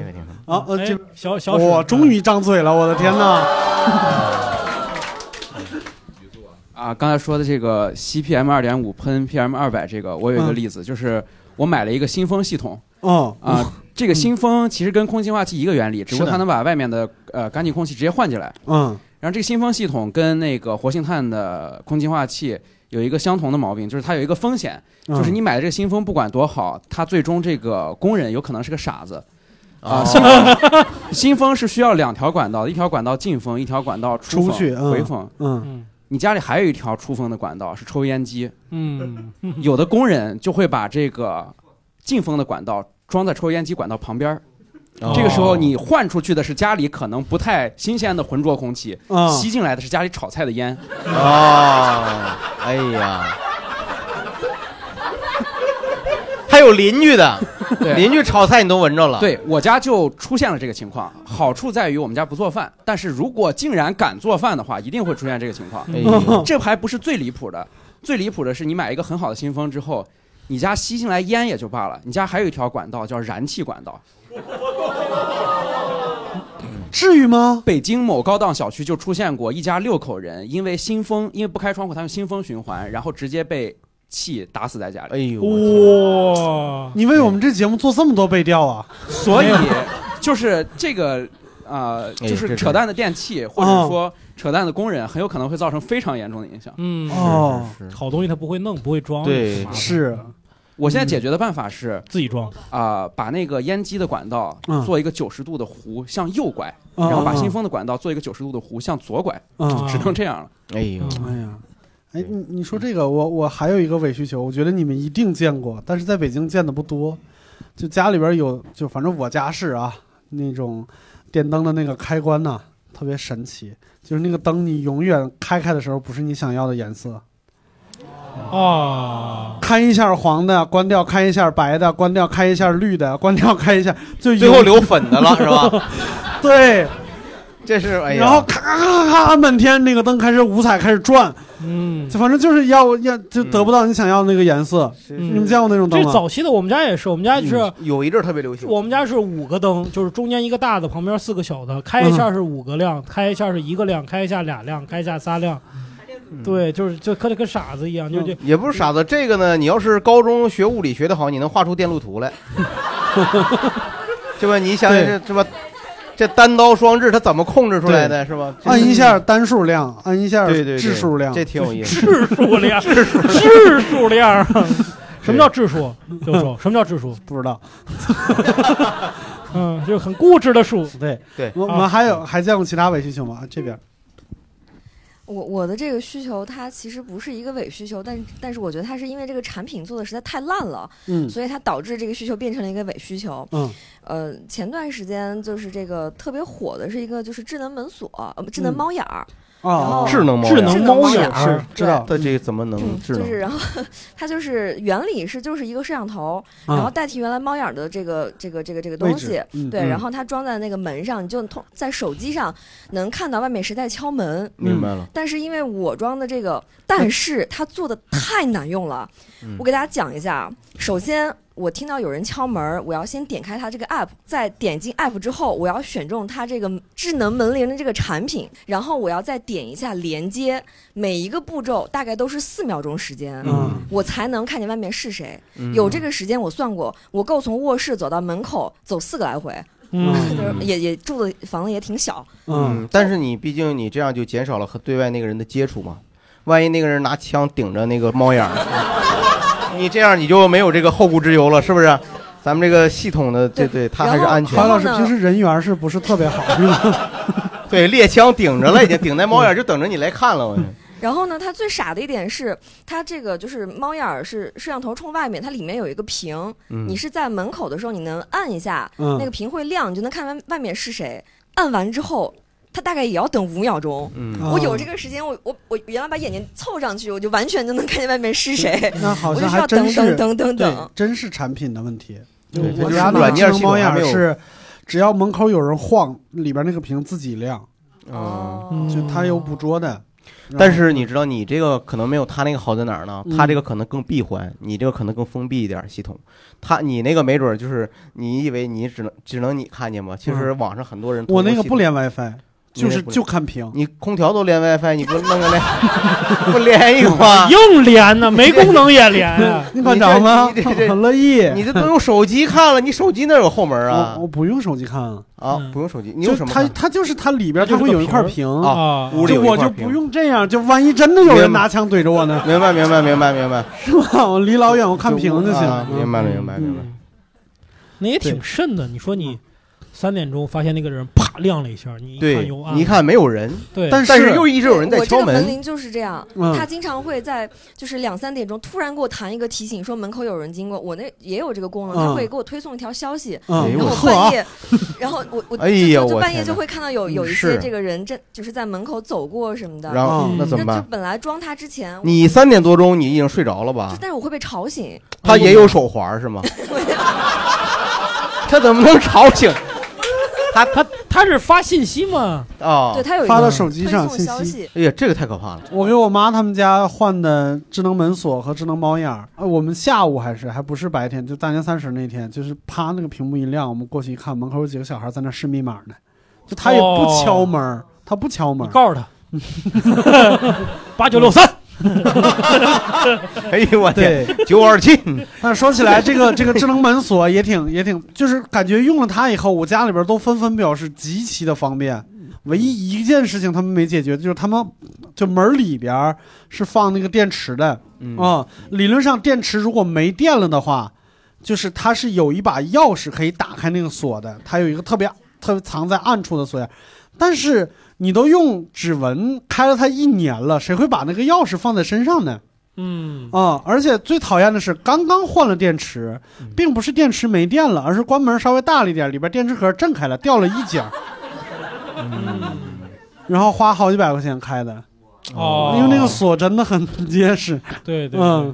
Speaker 2: 啊，呃，
Speaker 4: 哎
Speaker 2: 这
Speaker 4: 小小史
Speaker 2: 我终于张嘴了，我的天哪！
Speaker 19: 啊，刚才说的这个吸 PM 二点五喷 PM 二百，这个我有一个
Speaker 2: 嗯
Speaker 19: 例子，就是我买了一个新风系统。
Speaker 2: 哦
Speaker 19: 啊，这个新风其实跟空气净化器一个原理，只不
Speaker 2: 是
Speaker 19: 过
Speaker 2: 的
Speaker 19: 它能把外面的呃干净空气直接换进来。
Speaker 2: 嗯，
Speaker 19: 然后这个新风系统跟那个活性炭的空气净化器有一个相同的毛病，就是它有一个风险，
Speaker 2: 嗯
Speaker 19: 就是你买的这个新风不管多好，它最终这个工人有可能是个傻子。啊，
Speaker 2: 哦
Speaker 19: 新风新风是需要两条管道的，一条管道进风，一条管道出
Speaker 2: 出去嗯
Speaker 19: 风回风。
Speaker 2: 嗯，
Speaker 19: 你家里还有一条出风的管道是抽烟机，
Speaker 4: 嗯，
Speaker 19: 有的工人就会把这个进风的管道装在抽烟机管道旁边儿。
Speaker 2: 哦
Speaker 19: 这个时候，你换出去的是家里可能不太新鲜的浑浊空气，
Speaker 3: 嗯
Speaker 2: 啊
Speaker 19: 吸进来的是家里炒菜的烟。
Speaker 3: 哦，哎呀，还有邻居的，
Speaker 19: 对
Speaker 3: 邻居炒菜你都闻着了，
Speaker 19: 对我家就出现了这个情况。好处在于我们家不做饭，但是如果竟然敢做饭的话，一定会出现这个情况。
Speaker 3: 哎呦
Speaker 19: 这还不是最离谱的，最离谱的是你买一个很好的新风之后，你家吸进来烟也就罢了，你家还有一条管道叫燃气管道。
Speaker 2: 至于吗？
Speaker 19: 北京某高档小区就出现过一家六口人，因为新风，因为不开窗户，他用新风循环，然后直接被气打死在家里。
Speaker 3: 哎呦
Speaker 2: 哇！你为我们这节目做这么多背调啊！
Speaker 19: 所以就是这个呃，
Speaker 2: 哎呦
Speaker 19: 就是
Speaker 2: 这是
Speaker 19: 扯淡的电器，或者说扯淡的工人，很有可能会造成非常严重的影响。
Speaker 4: 哦嗯，
Speaker 2: 哦，
Speaker 4: 好东西它不会弄，不会装，麻烦。
Speaker 19: 我现在解决的办法是
Speaker 4: 嗯自己装
Speaker 19: 啊，把那个烟机的管道
Speaker 4: 嗯哦
Speaker 19: 做一个九十度的弧向右拐，
Speaker 2: 嗯
Speaker 19: 然后把
Speaker 2: 嗯嗯
Speaker 19: 新风的管道做一个九十度的弧向左拐
Speaker 2: 嗯，
Speaker 19: 只能这样了。
Speaker 3: 哎呦，
Speaker 2: 哎呀，哎，你你说这个，我我还有一个伪需求，我觉得你们一定见过，但是在北京见的不多。就家里边有，就反正我家是啊，那种电灯的那个开关呐，特别神奇，就是那个灯你永远开开的时候不是你想要的颜色，
Speaker 4: 啊，
Speaker 2: 开一下黄的，关掉；开一下白的，关掉；开一下绿的，关掉；开一下，就
Speaker 3: 最后留粉的了是 吧？
Speaker 2: 对，
Speaker 3: 这是哎呀，
Speaker 2: 然后咔咔咔咔按半天，那个灯开始五彩开始转，
Speaker 4: 嗯，
Speaker 2: 就反正就是要要就得不到你想要的那个颜色。你们见过那种灯
Speaker 4: 嗯这
Speaker 2: 吗？
Speaker 4: 早期的我们家也是，我们家
Speaker 2: 嗯
Speaker 4: 是
Speaker 3: 有一阵儿特别流行，
Speaker 4: 我们家是五个灯，就是中间一个大的，旁边四个小的，开一下是五个
Speaker 2: 嗯
Speaker 4: 亮，开一下是一个亮，开一下俩亮，开一下仨亮。
Speaker 2: 嗯
Speaker 4: 对，就是就跟跟傻子一样，就就
Speaker 3: 也不是傻子，这个呢，你要是高中学物理学的好，你能画出电路图来，对吧？你想想这是吧？这单刀双掷，它怎么控制出来的？
Speaker 2: 对
Speaker 3: 是吧？
Speaker 2: 按一下单数量，按一下
Speaker 3: 对对对
Speaker 2: 质数量，
Speaker 3: 这挺有意思
Speaker 4: 质数量，
Speaker 3: 质数量
Speaker 4: 质数量，什么叫质数？就 说什么叫质数？
Speaker 2: 不知道。
Speaker 4: 嗯，就是很固执的数。
Speaker 2: 对
Speaker 3: 对
Speaker 2: 我我
Speaker 4: 啊
Speaker 2: 们还有还见过其他伪需求吗？啊这边
Speaker 5: 我我的这个需求，它其实不是一个伪需求，但但是我觉得它是因为这个产品做的实在太烂了，
Speaker 2: 嗯
Speaker 5: 所以它导致这个需求变成了一个伪需求。
Speaker 2: 嗯，
Speaker 5: 呃，前段时间就是这个特别火的是一个就是智能门锁，呃、智能
Speaker 3: 嗯
Speaker 5: 猫眼儿。
Speaker 2: 哦
Speaker 5: 然
Speaker 3: 啊
Speaker 5: 后，
Speaker 3: 智能猫
Speaker 4: 智能猫眼
Speaker 5: 儿
Speaker 3: 是
Speaker 5: 知道
Speaker 3: 它这怎么能智
Speaker 5: 就
Speaker 3: 能？
Speaker 5: 是，然后它就是原理是就是一个摄像头，
Speaker 3: 啊
Speaker 5: 然后代替原来猫眼儿的这个这个这个这个
Speaker 3: 位
Speaker 5: 东
Speaker 3: 置
Speaker 5: 西，
Speaker 3: 嗯
Speaker 5: 对，
Speaker 3: 嗯
Speaker 5: 然后它装在那个门上，你就通在手机上能看到外面谁在敲门。
Speaker 3: 明白了
Speaker 5: 但是因为我装的这个，但是它做的太难用了，
Speaker 3: 嗯
Speaker 5: 我给大家讲一下啊。首先，我听到有人敲门，我要先点开它这个 app，在点进 app 之后，我要选中它这个嗯智能门铃的这个产品，然后我要再点一下连接，每一个步骤大概都是四秒钟时间，
Speaker 2: 嗯
Speaker 5: 我才能看见外面是谁。
Speaker 2: 嗯
Speaker 5: 有这个时间，我算过，我够从卧室走到门口走四个来回，
Speaker 2: 嗯
Speaker 5: 就是 也也住的房子也挺小，
Speaker 3: 嗯，但是你毕竟你这样就减少了和对外那个人的接触嘛。万一那个人拿枪顶着那个猫眼儿，你这样你就没有这个后顾之忧了，是不是？咱们这个系统的，对对，它还是安全。
Speaker 2: 韩老师平时人缘是不是特 别好？是吧
Speaker 3: 对猎枪顶着了，已经顶在猫眼儿，就等着你来看了。我就
Speaker 5: 然后呢，它最傻的一点是，它这个就是猫眼儿是摄像头冲外面，它里面有一个屏，
Speaker 3: 嗯
Speaker 5: 你是在门口的时候，你能按一下，
Speaker 3: 嗯
Speaker 5: 那个屏会亮，你就能看外外面是谁。按完之后，它大概也要等五秒钟。
Speaker 3: 嗯
Speaker 4: 哦
Speaker 5: 我有这个时间，我我我原来把眼睛凑上去，我就完全就能看见外面是谁。
Speaker 2: 那好像
Speaker 5: 嗯我就需
Speaker 2: 还
Speaker 5: 要
Speaker 2: 真
Speaker 5: 等
Speaker 2: 是
Speaker 5: 等等等等。
Speaker 2: 对真是产品的问题。
Speaker 3: 对这
Speaker 2: 我
Speaker 3: 就是
Speaker 2: 家那
Speaker 3: 软
Speaker 2: 个
Speaker 3: 件
Speaker 2: 智能
Speaker 3: 系统
Speaker 2: 猫眼
Speaker 3: 还
Speaker 2: 儿
Speaker 3: 没有
Speaker 2: 是，只要门口有人晃，里边那个屏自己亮，
Speaker 3: 哦，嗯
Speaker 2: 就它有捕捉的。
Speaker 3: 但是你知道，你这个可能没有他那个好在哪儿呢？
Speaker 2: 嗯
Speaker 3: 他这个可能更闭环，你这个可能更封闭一点儿系统。他你那个没准儿就是你以为你只能只能你看见吗？其实
Speaker 2: 嗯
Speaker 3: 网上很多人通
Speaker 2: 我
Speaker 3: 过
Speaker 2: 那个
Speaker 3: 系
Speaker 2: 不
Speaker 3: 统
Speaker 2: 连 WiFi，
Speaker 3: 你那
Speaker 2: 就是
Speaker 3: 不
Speaker 2: 就看屏。。
Speaker 3: 你空调都连 WiFi，你不弄个连 不连一个吗？
Speaker 4: 硬连呢，没功能也 连啊
Speaker 2: 你管着吗？ 很乐意。
Speaker 3: 你这都用手机看了，你手机那有后门啊？
Speaker 2: 我不用手机看啊，
Speaker 3: 啊，不用手机，你
Speaker 2: 就
Speaker 3: 用什么
Speaker 2: 它
Speaker 3: 看？
Speaker 2: 它就是它里边
Speaker 3: 它就
Speaker 2: 它
Speaker 3: 是
Speaker 2: 会
Speaker 3: 个
Speaker 2: 有一块
Speaker 3: 屏
Speaker 2: 屏
Speaker 3: 啊屋里
Speaker 2: 就
Speaker 3: 有一
Speaker 2: 我
Speaker 3: 块
Speaker 2: 就
Speaker 3: 屏
Speaker 2: 不用这样，就万一真的有人拿枪怼着我呢？
Speaker 3: 明白明白明白明白，
Speaker 2: 是吧？我离老远我看屏就行
Speaker 3: 啊。明白了明白明
Speaker 2: 嗯
Speaker 3: 白。
Speaker 4: 那也挺瘆的。你说你三点钟发现那个人啪亮了一下，你一看
Speaker 3: 对
Speaker 4: 有，暗，
Speaker 3: 你一看没有人，
Speaker 4: 对
Speaker 3: 但
Speaker 4: 但是
Speaker 3: 又一直有人在
Speaker 5: 我这
Speaker 3: 敲
Speaker 5: 个门
Speaker 3: 门
Speaker 5: 铃。就是这样，
Speaker 3: 嗯
Speaker 5: 他经常会在就是两三点钟突然给我弹一个提醒，说门口有人经过。我那也有这个功能，
Speaker 3: 嗯
Speaker 5: 他会给我推送一条消息，
Speaker 3: 嗯
Speaker 5: 然后
Speaker 3: 哎
Speaker 5: 我
Speaker 3: 呦呵啊
Speaker 5: 半夜，然后我 我
Speaker 3: 哎呀
Speaker 5: 就就
Speaker 3: 我
Speaker 5: 就半夜
Speaker 3: 天
Speaker 5: 就
Speaker 3: 哪嗯
Speaker 5: 会看到有有一
Speaker 3: 是
Speaker 5: 些这个人正就是在门口走过什么的。
Speaker 3: 然后嗯那怎么办啊
Speaker 5: 就本来装他之前，我
Speaker 3: 你三点多钟你已经睡着了吧
Speaker 5: 就？但是我会被吵醒。
Speaker 3: 他也 有手环是吗？ 他怎么能吵 醒？他
Speaker 4: 他他是发信息吗？
Speaker 3: 啊，
Speaker 5: 对他有一个
Speaker 2: 发到手机上
Speaker 5: 推送消
Speaker 2: 信息
Speaker 5: 息。
Speaker 3: 哎呀，这个太可怕了。
Speaker 2: 我给我妈他们家换的智能门锁和智能猫眼儿，呃我们下午还是还不是白天，就大年三十那天，就是啪那个屏幕一亮，我们过去一看，门口有几个小孩在那试密码呢，就他也不
Speaker 4: 哦
Speaker 2: 敲门儿，他不敲门，
Speaker 4: 告诉 他八九六三。
Speaker 3: 哎呦我天
Speaker 2: 对，
Speaker 3: 九二七。
Speaker 2: 但说起来，这个这个智能门锁也挺也挺，就是感觉用了它以后，我家里边都纷纷表示极其的方便。唯一一件事情他们没解决，就是他们就门里边是放那个电池的啊、
Speaker 3: 嗯
Speaker 2: 理论上电池如果没电了的话，就是它是有一把钥匙可以打开那个锁的，它有一个特别特别藏在暗处的锁眼。但是你都用指纹开了它一年了，谁会把那个钥匙放在身上呢？
Speaker 4: 嗯
Speaker 2: 啊、而且最讨厌的是，刚刚换了电池，
Speaker 4: 嗯
Speaker 2: 并不是电池没电了，而是关门稍微大了一点，里边电池盒震开了，掉了一截儿，
Speaker 4: 嗯
Speaker 2: 然后花好几百块钱开的，
Speaker 4: 哦
Speaker 2: 因为那个锁真的很结实，
Speaker 4: 对对
Speaker 2: 嗯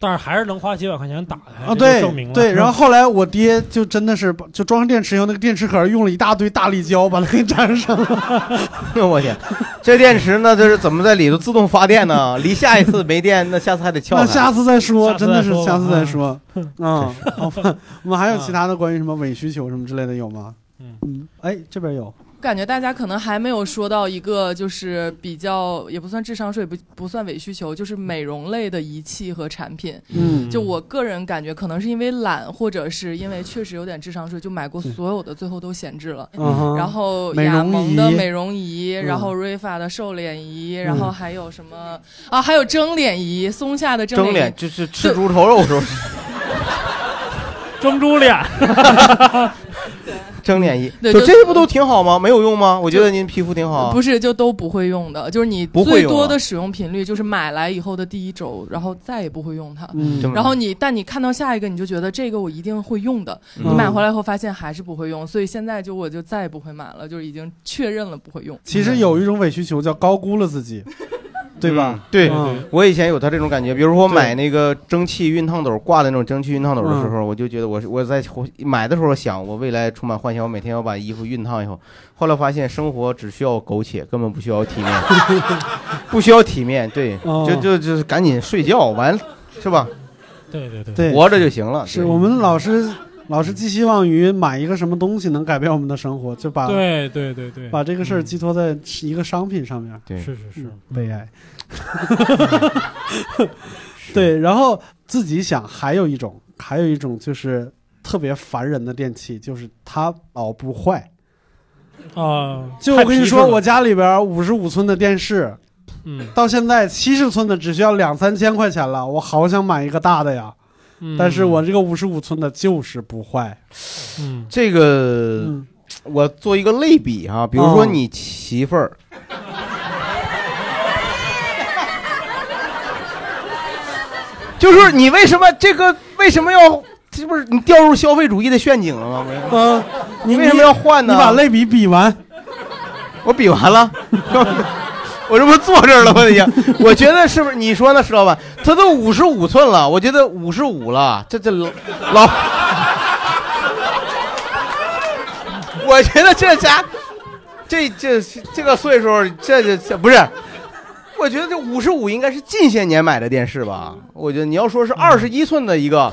Speaker 4: 但是还是能花几百块钱打开，
Speaker 2: 啊，
Speaker 4: 这就
Speaker 2: 对
Speaker 4: 证明了
Speaker 2: 对，然后 后来我爹就真的是把就装上电池以后，那个电池盒用了一大堆大力胶把它给粘上了，
Speaker 3: 我天，这电池呢，这是怎么在里头自动发电呢？ 离下一次没电，那下次还得撬开。
Speaker 2: 那下次再说，嗯真的是下次再
Speaker 4: 再
Speaker 2: 说
Speaker 4: 说
Speaker 2: 啊。好 吧，我们还有其他的关于什么伪需求什么之类的有吗？嗯，哎，这边有。
Speaker 12: 我感觉大家可能还没有说到一个，就是比较也不算智商税，不不算伪需求，就是美容类的仪器和产品。
Speaker 2: 嗯
Speaker 12: 就我个人感觉，可能是因为懒，或者是因为确实有点智商税，就买过所有的，最后都闲置了。
Speaker 2: 嗯哼
Speaker 12: 然后
Speaker 2: 美
Speaker 12: 雅
Speaker 2: 容
Speaker 12: 萌的
Speaker 2: 仪
Speaker 12: 美容仪，
Speaker 2: 嗯
Speaker 12: 然后瑞法的瘦脸仪，然
Speaker 3: 嗯
Speaker 12: 后还有什么啊？还有蒸脸仪，松下的
Speaker 3: 蒸
Speaker 12: 脸
Speaker 3: 脸
Speaker 12: 仪。
Speaker 3: 就是吃猪头肉时候，
Speaker 4: 蒸猪脸，
Speaker 3: 蒸脸仪，
Speaker 12: 对
Speaker 3: 就
Speaker 12: 就
Speaker 3: 这不都挺好吗？没有用吗？我觉得您皮肤挺好啊。
Speaker 12: 不是，就都不会用的，就是你
Speaker 3: 不会
Speaker 12: 最
Speaker 3: 用啊
Speaker 12: 多的使用频率就是买来以后的第一周，然后再也不会用它。
Speaker 3: 嗯这么
Speaker 12: 然后你，但你看到下一个，你就觉得这个我一定会用的。
Speaker 2: 嗯
Speaker 12: 你买回来后发现还是不会用，所以现在就我就再也不会买了，就是已经确认了不会用。
Speaker 2: 其实有一种伪需求叫高估了自 己，对吧？
Speaker 3: 对
Speaker 2: 嗯，
Speaker 3: 我以前有他这种感觉，比如说我
Speaker 2: 对
Speaker 3: 买那个蒸汽熨烫斗挂的那种蒸汽熨烫斗的时
Speaker 2: 嗯
Speaker 3: 候，我就觉得我是我在买的时候想我未来充满幻想，我每天要把衣服熨烫以后，后来发现生活只需要苟且，根本不需要 体面，不需要体面，对，
Speaker 2: 哦
Speaker 3: 就就就是赶紧睡觉完是吧？
Speaker 4: 对对对
Speaker 2: 对，
Speaker 3: 活着就行了。
Speaker 2: 是
Speaker 3: 对
Speaker 2: 我们老是老是寄希望于买一个什么东西能改变我们的生活，就把
Speaker 4: 对对对对
Speaker 2: 把这个事儿寄托在一个商品上面。
Speaker 3: 嗯对
Speaker 4: 是是是
Speaker 2: 嗯，悲哀。对，然后自己想，还有一种，还有一种就是特别烦人的电器，就是它老不坏。
Speaker 4: 啊，
Speaker 2: 就
Speaker 4: 哦太
Speaker 2: 我跟你
Speaker 4: 皮实
Speaker 2: 说，
Speaker 4: 了
Speaker 2: 我家里边五十五寸的电视，
Speaker 4: 嗯
Speaker 2: 到现在七十寸的只需要两三千块钱了，我好想买一个大的呀，
Speaker 4: 嗯
Speaker 2: 但是我这个五十五寸的就是不坏。
Speaker 4: 嗯，
Speaker 3: 这个、
Speaker 2: 嗯
Speaker 3: 我做一个类比啊，比如
Speaker 2: 哦
Speaker 3: 说你媳妇 儿，就是你为什么这个为什么要？这不是你掉入消费主义的陷阱了吗？
Speaker 2: 嗯、
Speaker 3: 你为什么要换呢？
Speaker 2: 你把类比比完，
Speaker 3: 我比完了， 我这不是坐这儿了吗？已经，我觉得是不是你说呢，石老板？他都五十五寸了，我觉得五十五了，这这老老， 我觉得这家这这这个岁数，这这这不是。我觉得这五十五应该是近些年买的电视吧。我觉得你要说是二十一寸的一个，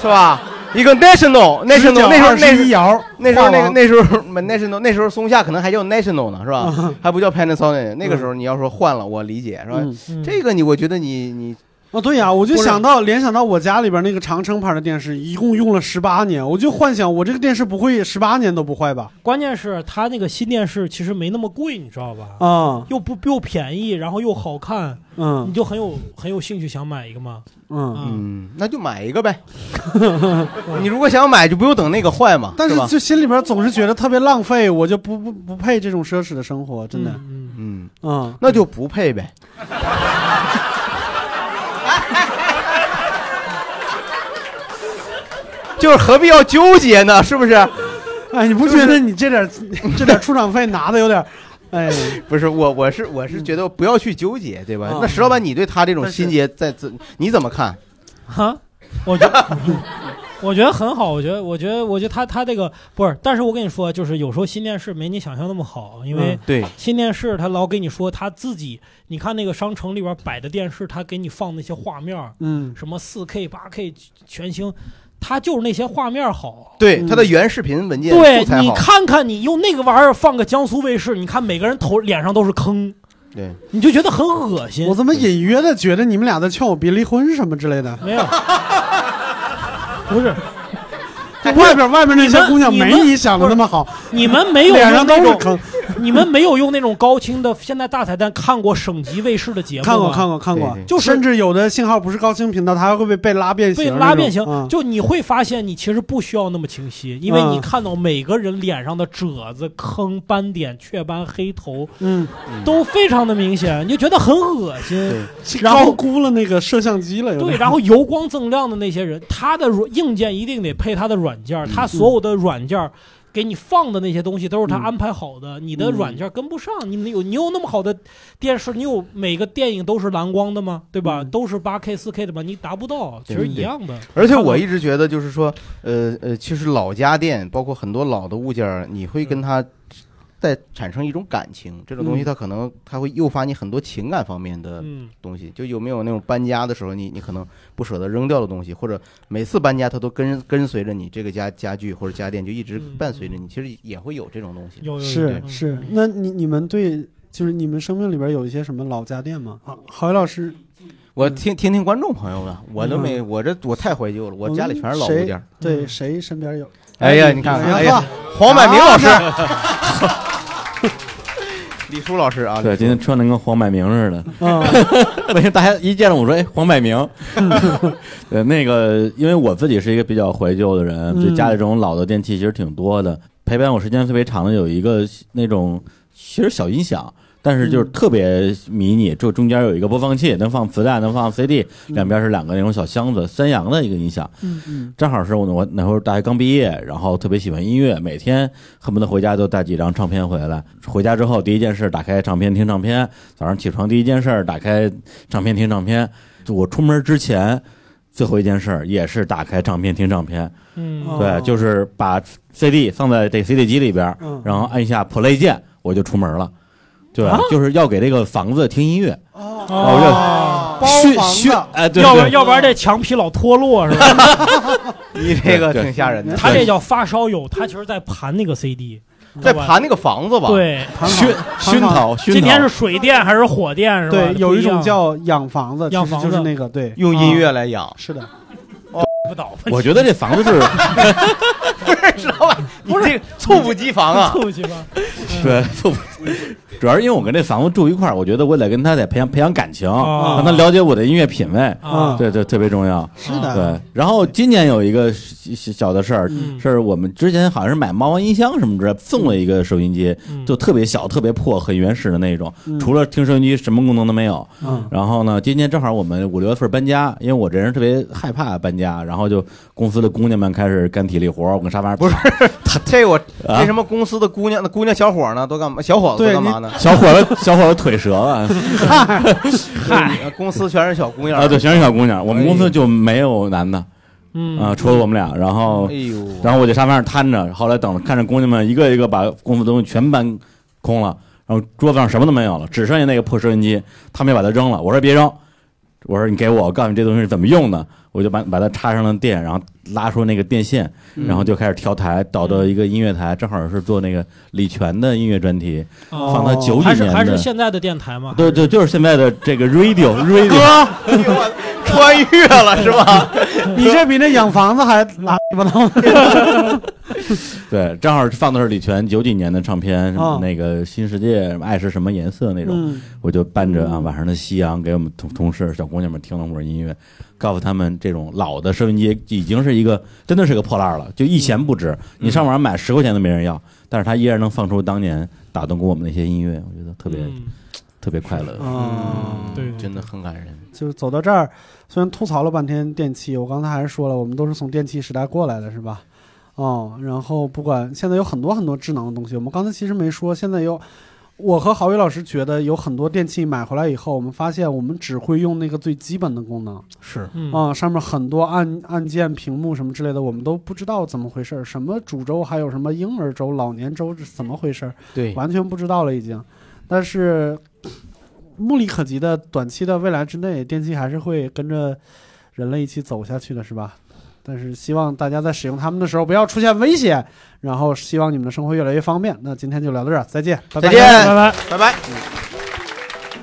Speaker 3: 是吧？一个 national 那时候那时候那时
Speaker 2: 摇，
Speaker 3: 那时候那
Speaker 2: 啊画
Speaker 3: 个
Speaker 2: 廊
Speaker 3: 那时候 national 那时候松下可能还叫 national 呢，是吧？ 还不叫 Panasonic。那个时候你要说换了，我理解是吧
Speaker 2: 嗯？
Speaker 3: 这个你我觉得你你
Speaker 2: 哦，对呀、我就想到联想到我家里边那个长城牌的电视，一共用了十八年，我就幻想我这个电视不会十八年都不坏吧？
Speaker 4: 关键是它那个新电视其实没那么贵，你知道吧？
Speaker 2: 啊、
Speaker 4: 又不又便宜，然后又好看，
Speaker 2: 嗯
Speaker 4: 你就很有很有兴趣想买一个嘛。
Speaker 3: 嗯嗯，那就买一个呗。 嗯你如果想买，就不用等那个坏嘛。
Speaker 2: 但
Speaker 3: 是
Speaker 2: 是
Speaker 3: 吧
Speaker 2: 就心里边总是觉得特别浪费，我就不不不配这种奢侈的生活，真的。
Speaker 3: 嗯
Speaker 2: 嗯，
Speaker 3: 那就不配呗。就是何必要纠结呢？是不是？
Speaker 2: 哎，你不觉得你这点 这点出场费拿的有点，哎，
Speaker 3: 不是我，我是我是觉得不要去纠结，对吧
Speaker 2: 啊？
Speaker 3: 那石老板，你对他这种
Speaker 4: 嗯但是
Speaker 3: 心结在怎你怎么看？
Speaker 4: 哈，啊我觉得我觉得很好，我觉得我觉得我觉得他他这个不是，但是我跟你说，就是有时候新电视没你想象那么好，因为
Speaker 3: 嗯对
Speaker 4: 新电视他老给你说他自己，你看那个商城里边摆的电视，他给你放那些画面儿，
Speaker 2: 嗯
Speaker 4: 什么四 K、八 K 全星，他就是那些画面儿好。
Speaker 3: 对他的原视频文件
Speaker 4: 对
Speaker 3: 素材
Speaker 4: 你
Speaker 3: 好，
Speaker 4: 看看，你用那个玩意儿放个江苏卫视，你看每个人头脸上都是坑，
Speaker 3: 对，
Speaker 4: 你就觉得很恶心。
Speaker 2: 我怎么隐约的觉得你们俩在劝我别离婚什么之类的？
Speaker 4: 没有，不是。
Speaker 2: 外边外边哎那些姑娘
Speaker 4: 你们
Speaker 2: 没你想的那么好，
Speaker 4: 你们没有
Speaker 2: 脸上都是
Speaker 4: 用那
Speaker 2: 坑
Speaker 4: 种，你们没有用那种高清的现在大彩蛋看过省级卫视的节目吗
Speaker 2: 看过看过看过，
Speaker 4: 就是
Speaker 2: 甚至有的信号不是高清频道，它会被被拉变形
Speaker 4: 被
Speaker 2: 那种，
Speaker 4: 拉变形，
Speaker 2: 啊
Speaker 4: 就你会发现你其实不需要那么清晰，因
Speaker 2: 嗯
Speaker 4: 为你看到每个人脸上的褶子、坑、斑点、雀斑、黑头，
Speaker 2: 嗯，
Speaker 4: 都非常的明显，你就觉得很恶心。然
Speaker 2: 高
Speaker 4: 后
Speaker 2: 估了那个摄像机了，有点
Speaker 4: 对，然后油光锃亮的那些人，他的软硬件一定得配他的软件儿，他所有的软件儿给你放的那些东西都是他安排好的，你的软件儿跟不上。你有你有那么好的电视，你有每个电影都是蓝光的吗？对吧？都是八 K、四 K 的吗？你达不到，其
Speaker 3: 对
Speaker 4: 实一样的。
Speaker 3: 而且我一直觉得，就是说，呃呃，其实老家电，包括很多老的物件儿，你会
Speaker 4: 嗯
Speaker 3: 跟它在产生一种感情。这种东西，
Speaker 19: 嗯
Speaker 3: 它可能它会诱发你很多情感方面的
Speaker 19: 嗯
Speaker 3: 东西。就有没有那种搬家的时候，你你可能不舍得扔掉的东西，或者每次搬家它都跟跟随着你这个家家具或者家电，就一直伴随着
Speaker 4: 嗯
Speaker 3: 你。其实也会有这种东西。
Speaker 2: 是是，那你你们对就是你们生命里边有一些什么老家电吗？啊，郝宇老师，
Speaker 3: 我听听听观众朋友们，我都
Speaker 4: 嗯
Speaker 3: 没，我这我太怀旧了，我家里全是老物
Speaker 2: 谁
Speaker 3: 件儿。
Speaker 2: 对，谁身边有？
Speaker 3: 哎呀，你看看，哎呀啊
Speaker 2: 呵，
Speaker 3: 黄百鸣老师
Speaker 2: 啊，
Speaker 3: 李叔老师啊，
Speaker 13: 对，今天穿的跟黄百鸣似的。
Speaker 2: 嗯，
Speaker 13: 为大家一见到我说，哎，黄百 鸣。对，那个，因为我自己是一个比较怀旧的人，
Speaker 2: 嗯
Speaker 13: 对家里这种老的电器其实挺多的。陪伴我时间特别长的有一个那种，其实小音响。但是
Speaker 2: 嗯
Speaker 13: 就是特别迷你，就中间有一个播放器，能放磁带，能放 CD，两边是两个那种小箱子，三洋的一个音响。
Speaker 2: 嗯嗯
Speaker 13: 正好是我我那会儿大学刚毕业，然后特别喜欢音乐，每天恨不得回家都带几张唱片回来。回家之后第一件事打开唱片听唱片，早上起床第一件事打开唱片听唱片。就我出门之前最后一件事也是打开唱片听唱片。
Speaker 4: 嗯
Speaker 3: 哦
Speaker 13: 对，就是把 CD 放在这 CD 机里边，
Speaker 2: 嗯
Speaker 13: 然后按一下 play 键，我就出门了。对，
Speaker 4: 啊
Speaker 13: 就是要给这个房子听音乐。
Speaker 4: 哦
Speaker 13: 我就熏熏，哎，对，
Speaker 4: 要不
Speaker 13: 对
Speaker 4: 然要不然这墙皮老脱落是吧？
Speaker 3: 你 这个挺吓人的。
Speaker 4: 他这叫发烧友，他其实在盘那个 CD，
Speaker 3: 在
Speaker 4: 知道吧
Speaker 3: 盘那个房子吧？
Speaker 4: 对，今天是水电还是火电是吧？
Speaker 2: 对，有一
Speaker 4: 不
Speaker 2: 种
Speaker 4: 样
Speaker 2: 叫养房子，
Speaker 4: 养
Speaker 2: 其实
Speaker 4: 房子
Speaker 2: 就是那个对，啊
Speaker 3: 用音乐来养。
Speaker 2: 是 的，
Speaker 4: 不倒。
Speaker 13: 我觉得这房子是，
Speaker 3: 不是，老板，你这猝不及防啊！
Speaker 4: 猝不及防。
Speaker 13: 对，猝不主要是因为我跟这房子住一块儿，我觉得我得跟他得培养培养感情，
Speaker 2: 啊
Speaker 13: 让他了解我的音乐品味
Speaker 2: 啊，
Speaker 13: 对对，特别重要。
Speaker 2: 是的
Speaker 13: 对。然后今年有一个小小小的事儿，是我们之前好像是买猫王音箱什么之类，送了一个收音机，就特别小、特别破、很原始的那种，
Speaker 3: 嗯
Speaker 13: 除了听收音机什么功能都没有。
Speaker 3: 嗯
Speaker 13: 然后呢，今年正好我们五六月份搬家，因为我这人特别害怕搬家，然后就公司的姑娘们开始干体力活儿，我跟沙发不是
Speaker 3: 这我
Speaker 13: 啊
Speaker 3: 为什么公司的姑娘、那姑娘小伙呢都干嘛？小伙子都干嘛呢？
Speaker 13: 小伙子，小伙子腿折了。
Speaker 3: 嗨，公司全是小姑娘
Speaker 13: 啊，对，全是小姑娘。我们公司就没有男的，
Speaker 4: 哎
Speaker 3: 嗯
Speaker 13: 啊，除了我们俩。然后，
Speaker 3: 哎呦
Speaker 13: 然后我就沙发上瘫着，后来等看着姑娘们一个一个把公司的东西全搬空了，然后桌子上什么都没有了，只剩下那个破收音机，他们也把它扔了。我说别扔，我说你给我，我告诉你这东西是怎么用的。我就把把它插上了电，然后拉出那个电线，
Speaker 3: 嗯
Speaker 13: 然后就开始调台，导到一个音乐台，正好是做那个李泉的音乐专题，
Speaker 4: 哦
Speaker 13: 放到九几
Speaker 4: 还
Speaker 13: 年
Speaker 4: 是
Speaker 13: 的。
Speaker 4: 还是现在的电台吗？
Speaker 13: 对对，就是现在的这个 radio radio
Speaker 3: 穿越了是吧？
Speaker 2: 你这比那养房子还拉 吧 呢。
Speaker 13: 对，正好放的是李泉九几年的唱片，什么
Speaker 2: 哦
Speaker 13: 那个《新世界》《爱是什么颜色》那种，
Speaker 2: 嗯
Speaker 13: 我就伴着啊晚上的夕阳给我们同同事小姑娘们听了会儿音乐，告诉他们这种老的收音机已经是一个真的是个破烂儿了，就一钱不
Speaker 2: 嗯
Speaker 13: 值，你上网上买十块钱都没人要，但是它依然能放出当年打动过我们那些音乐，我觉得特别、特别快乐，
Speaker 2: 嗯对对
Speaker 13: 真的很感人。
Speaker 2: 就是走到这儿，虽然吐槽了半天电器，我刚才还是说了，我们都是从电器时代过来的，是吧？哦，然后不管现在有很多很多智能的东西，我们刚才其实没说，现在有。我和郝宇老师觉得有很多电器买回来以后，我们发现我们只会用那个最基本的功能，
Speaker 19: 是
Speaker 2: 嗯、上面很多按按键、屏幕什么之类的，我们都不知道怎么回事儿，什么主轴，还有什么婴儿轴、老年轴是怎么回事儿，
Speaker 19: 对
Speaker 2: 完全不知道了已经。但是目力可及的短期的未来之内，电器还是会跟着人类一起走下去的，是吧？但是希望大家在使用它们的时候不要出现危险，然后希望你们的生活越来越方便。那今天就聊到这儿，再见，拜拜
Speaker 3: 再见
Speaker 2: 拜拜，
Speaker 3: 拜拜。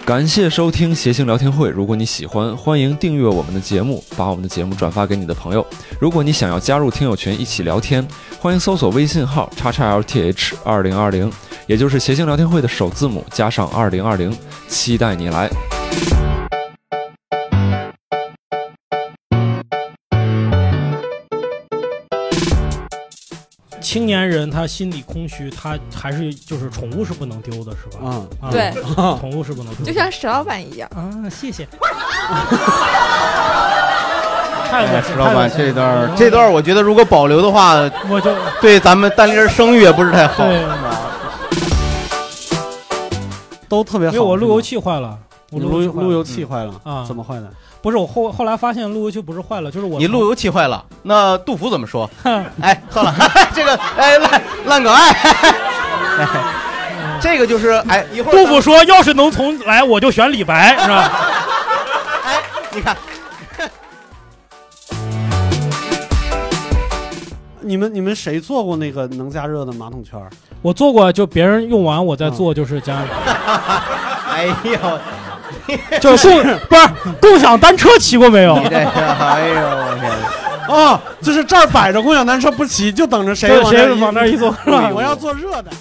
Speaker 20: 感谢收听谐星聊天会。如果你喜欢，欢迎订阅我们的节目，把我们的节目转发给你的朋友。如果你想要加入听友群一起聊天，欢迎搜索微信号叉叉 LTH 二零二零，也就是谐星聊天会的首字母加上二零二零，期待你来。
Speaker 4: 青年人他心里空虚，他还是就是宠物是不能丢的，是吧？
Speaker 2: 嗯
Speaker 4: 啊
Speaker 8: 对
Speaker 4: 宠物是不能丢的。
Speaker 8: 就像石老板一样
Speaker 4: 啊！谢谢。
Speaker 3: 哎
Speaker 4: 太
Speaker 3: 呀
Speaker 4: 恶心
Speaker 3: 石
Speaker 4: 了
Speaker 3: 老板，
Speaker 4: 太恶心了
Speaker 3: 这段儿这段儿我觉得如果保留的话，
Speaker 4: 我就
Speaker 3: 对咱们单立人声誉也不是太好。
Speaker 4: 对
Speaker 2: 都特别好。
Speaker 4: 因为我路由器坏了，我
Speaker 2: 你路
Speaker 4: 由
Speaker 2: 路由器坏了
Speaker 4: 啊？
Speaker 2: 怎么坏的？
Speaker 4: 不是我后后来发现路由器不是坏了，就是我
Speaker 3: 你路由器坏了，那杜甫怎么说？哎，算了， 这个哎烂烂 梗哎，哎这个就是哎一会儿
Speaker 4: 杜甫说：“要是能重来，我就选李白，是吧？”
Speaker 3: 你看。
Speaker 2: 你们你们谁做过那个能加热的马桶圈儿？
Speaker 4: 我做过，就别人用完我再做，就是加
Speaker 3: 哎呦，
Speaker 4: 就是共不是共享单车骑过没有？
Speaker 3: 你这个哎呦我 天！
Speaker 2: 啊，就是这儿摆着共享单车不骑，就等着谁
Speaker 4: 对
Speaker 2: 往
Speaker 4: 谁
Speaker 2: 儿
Speaker 4: 往那儿一坐
Speaker 2: 哎我要做热的。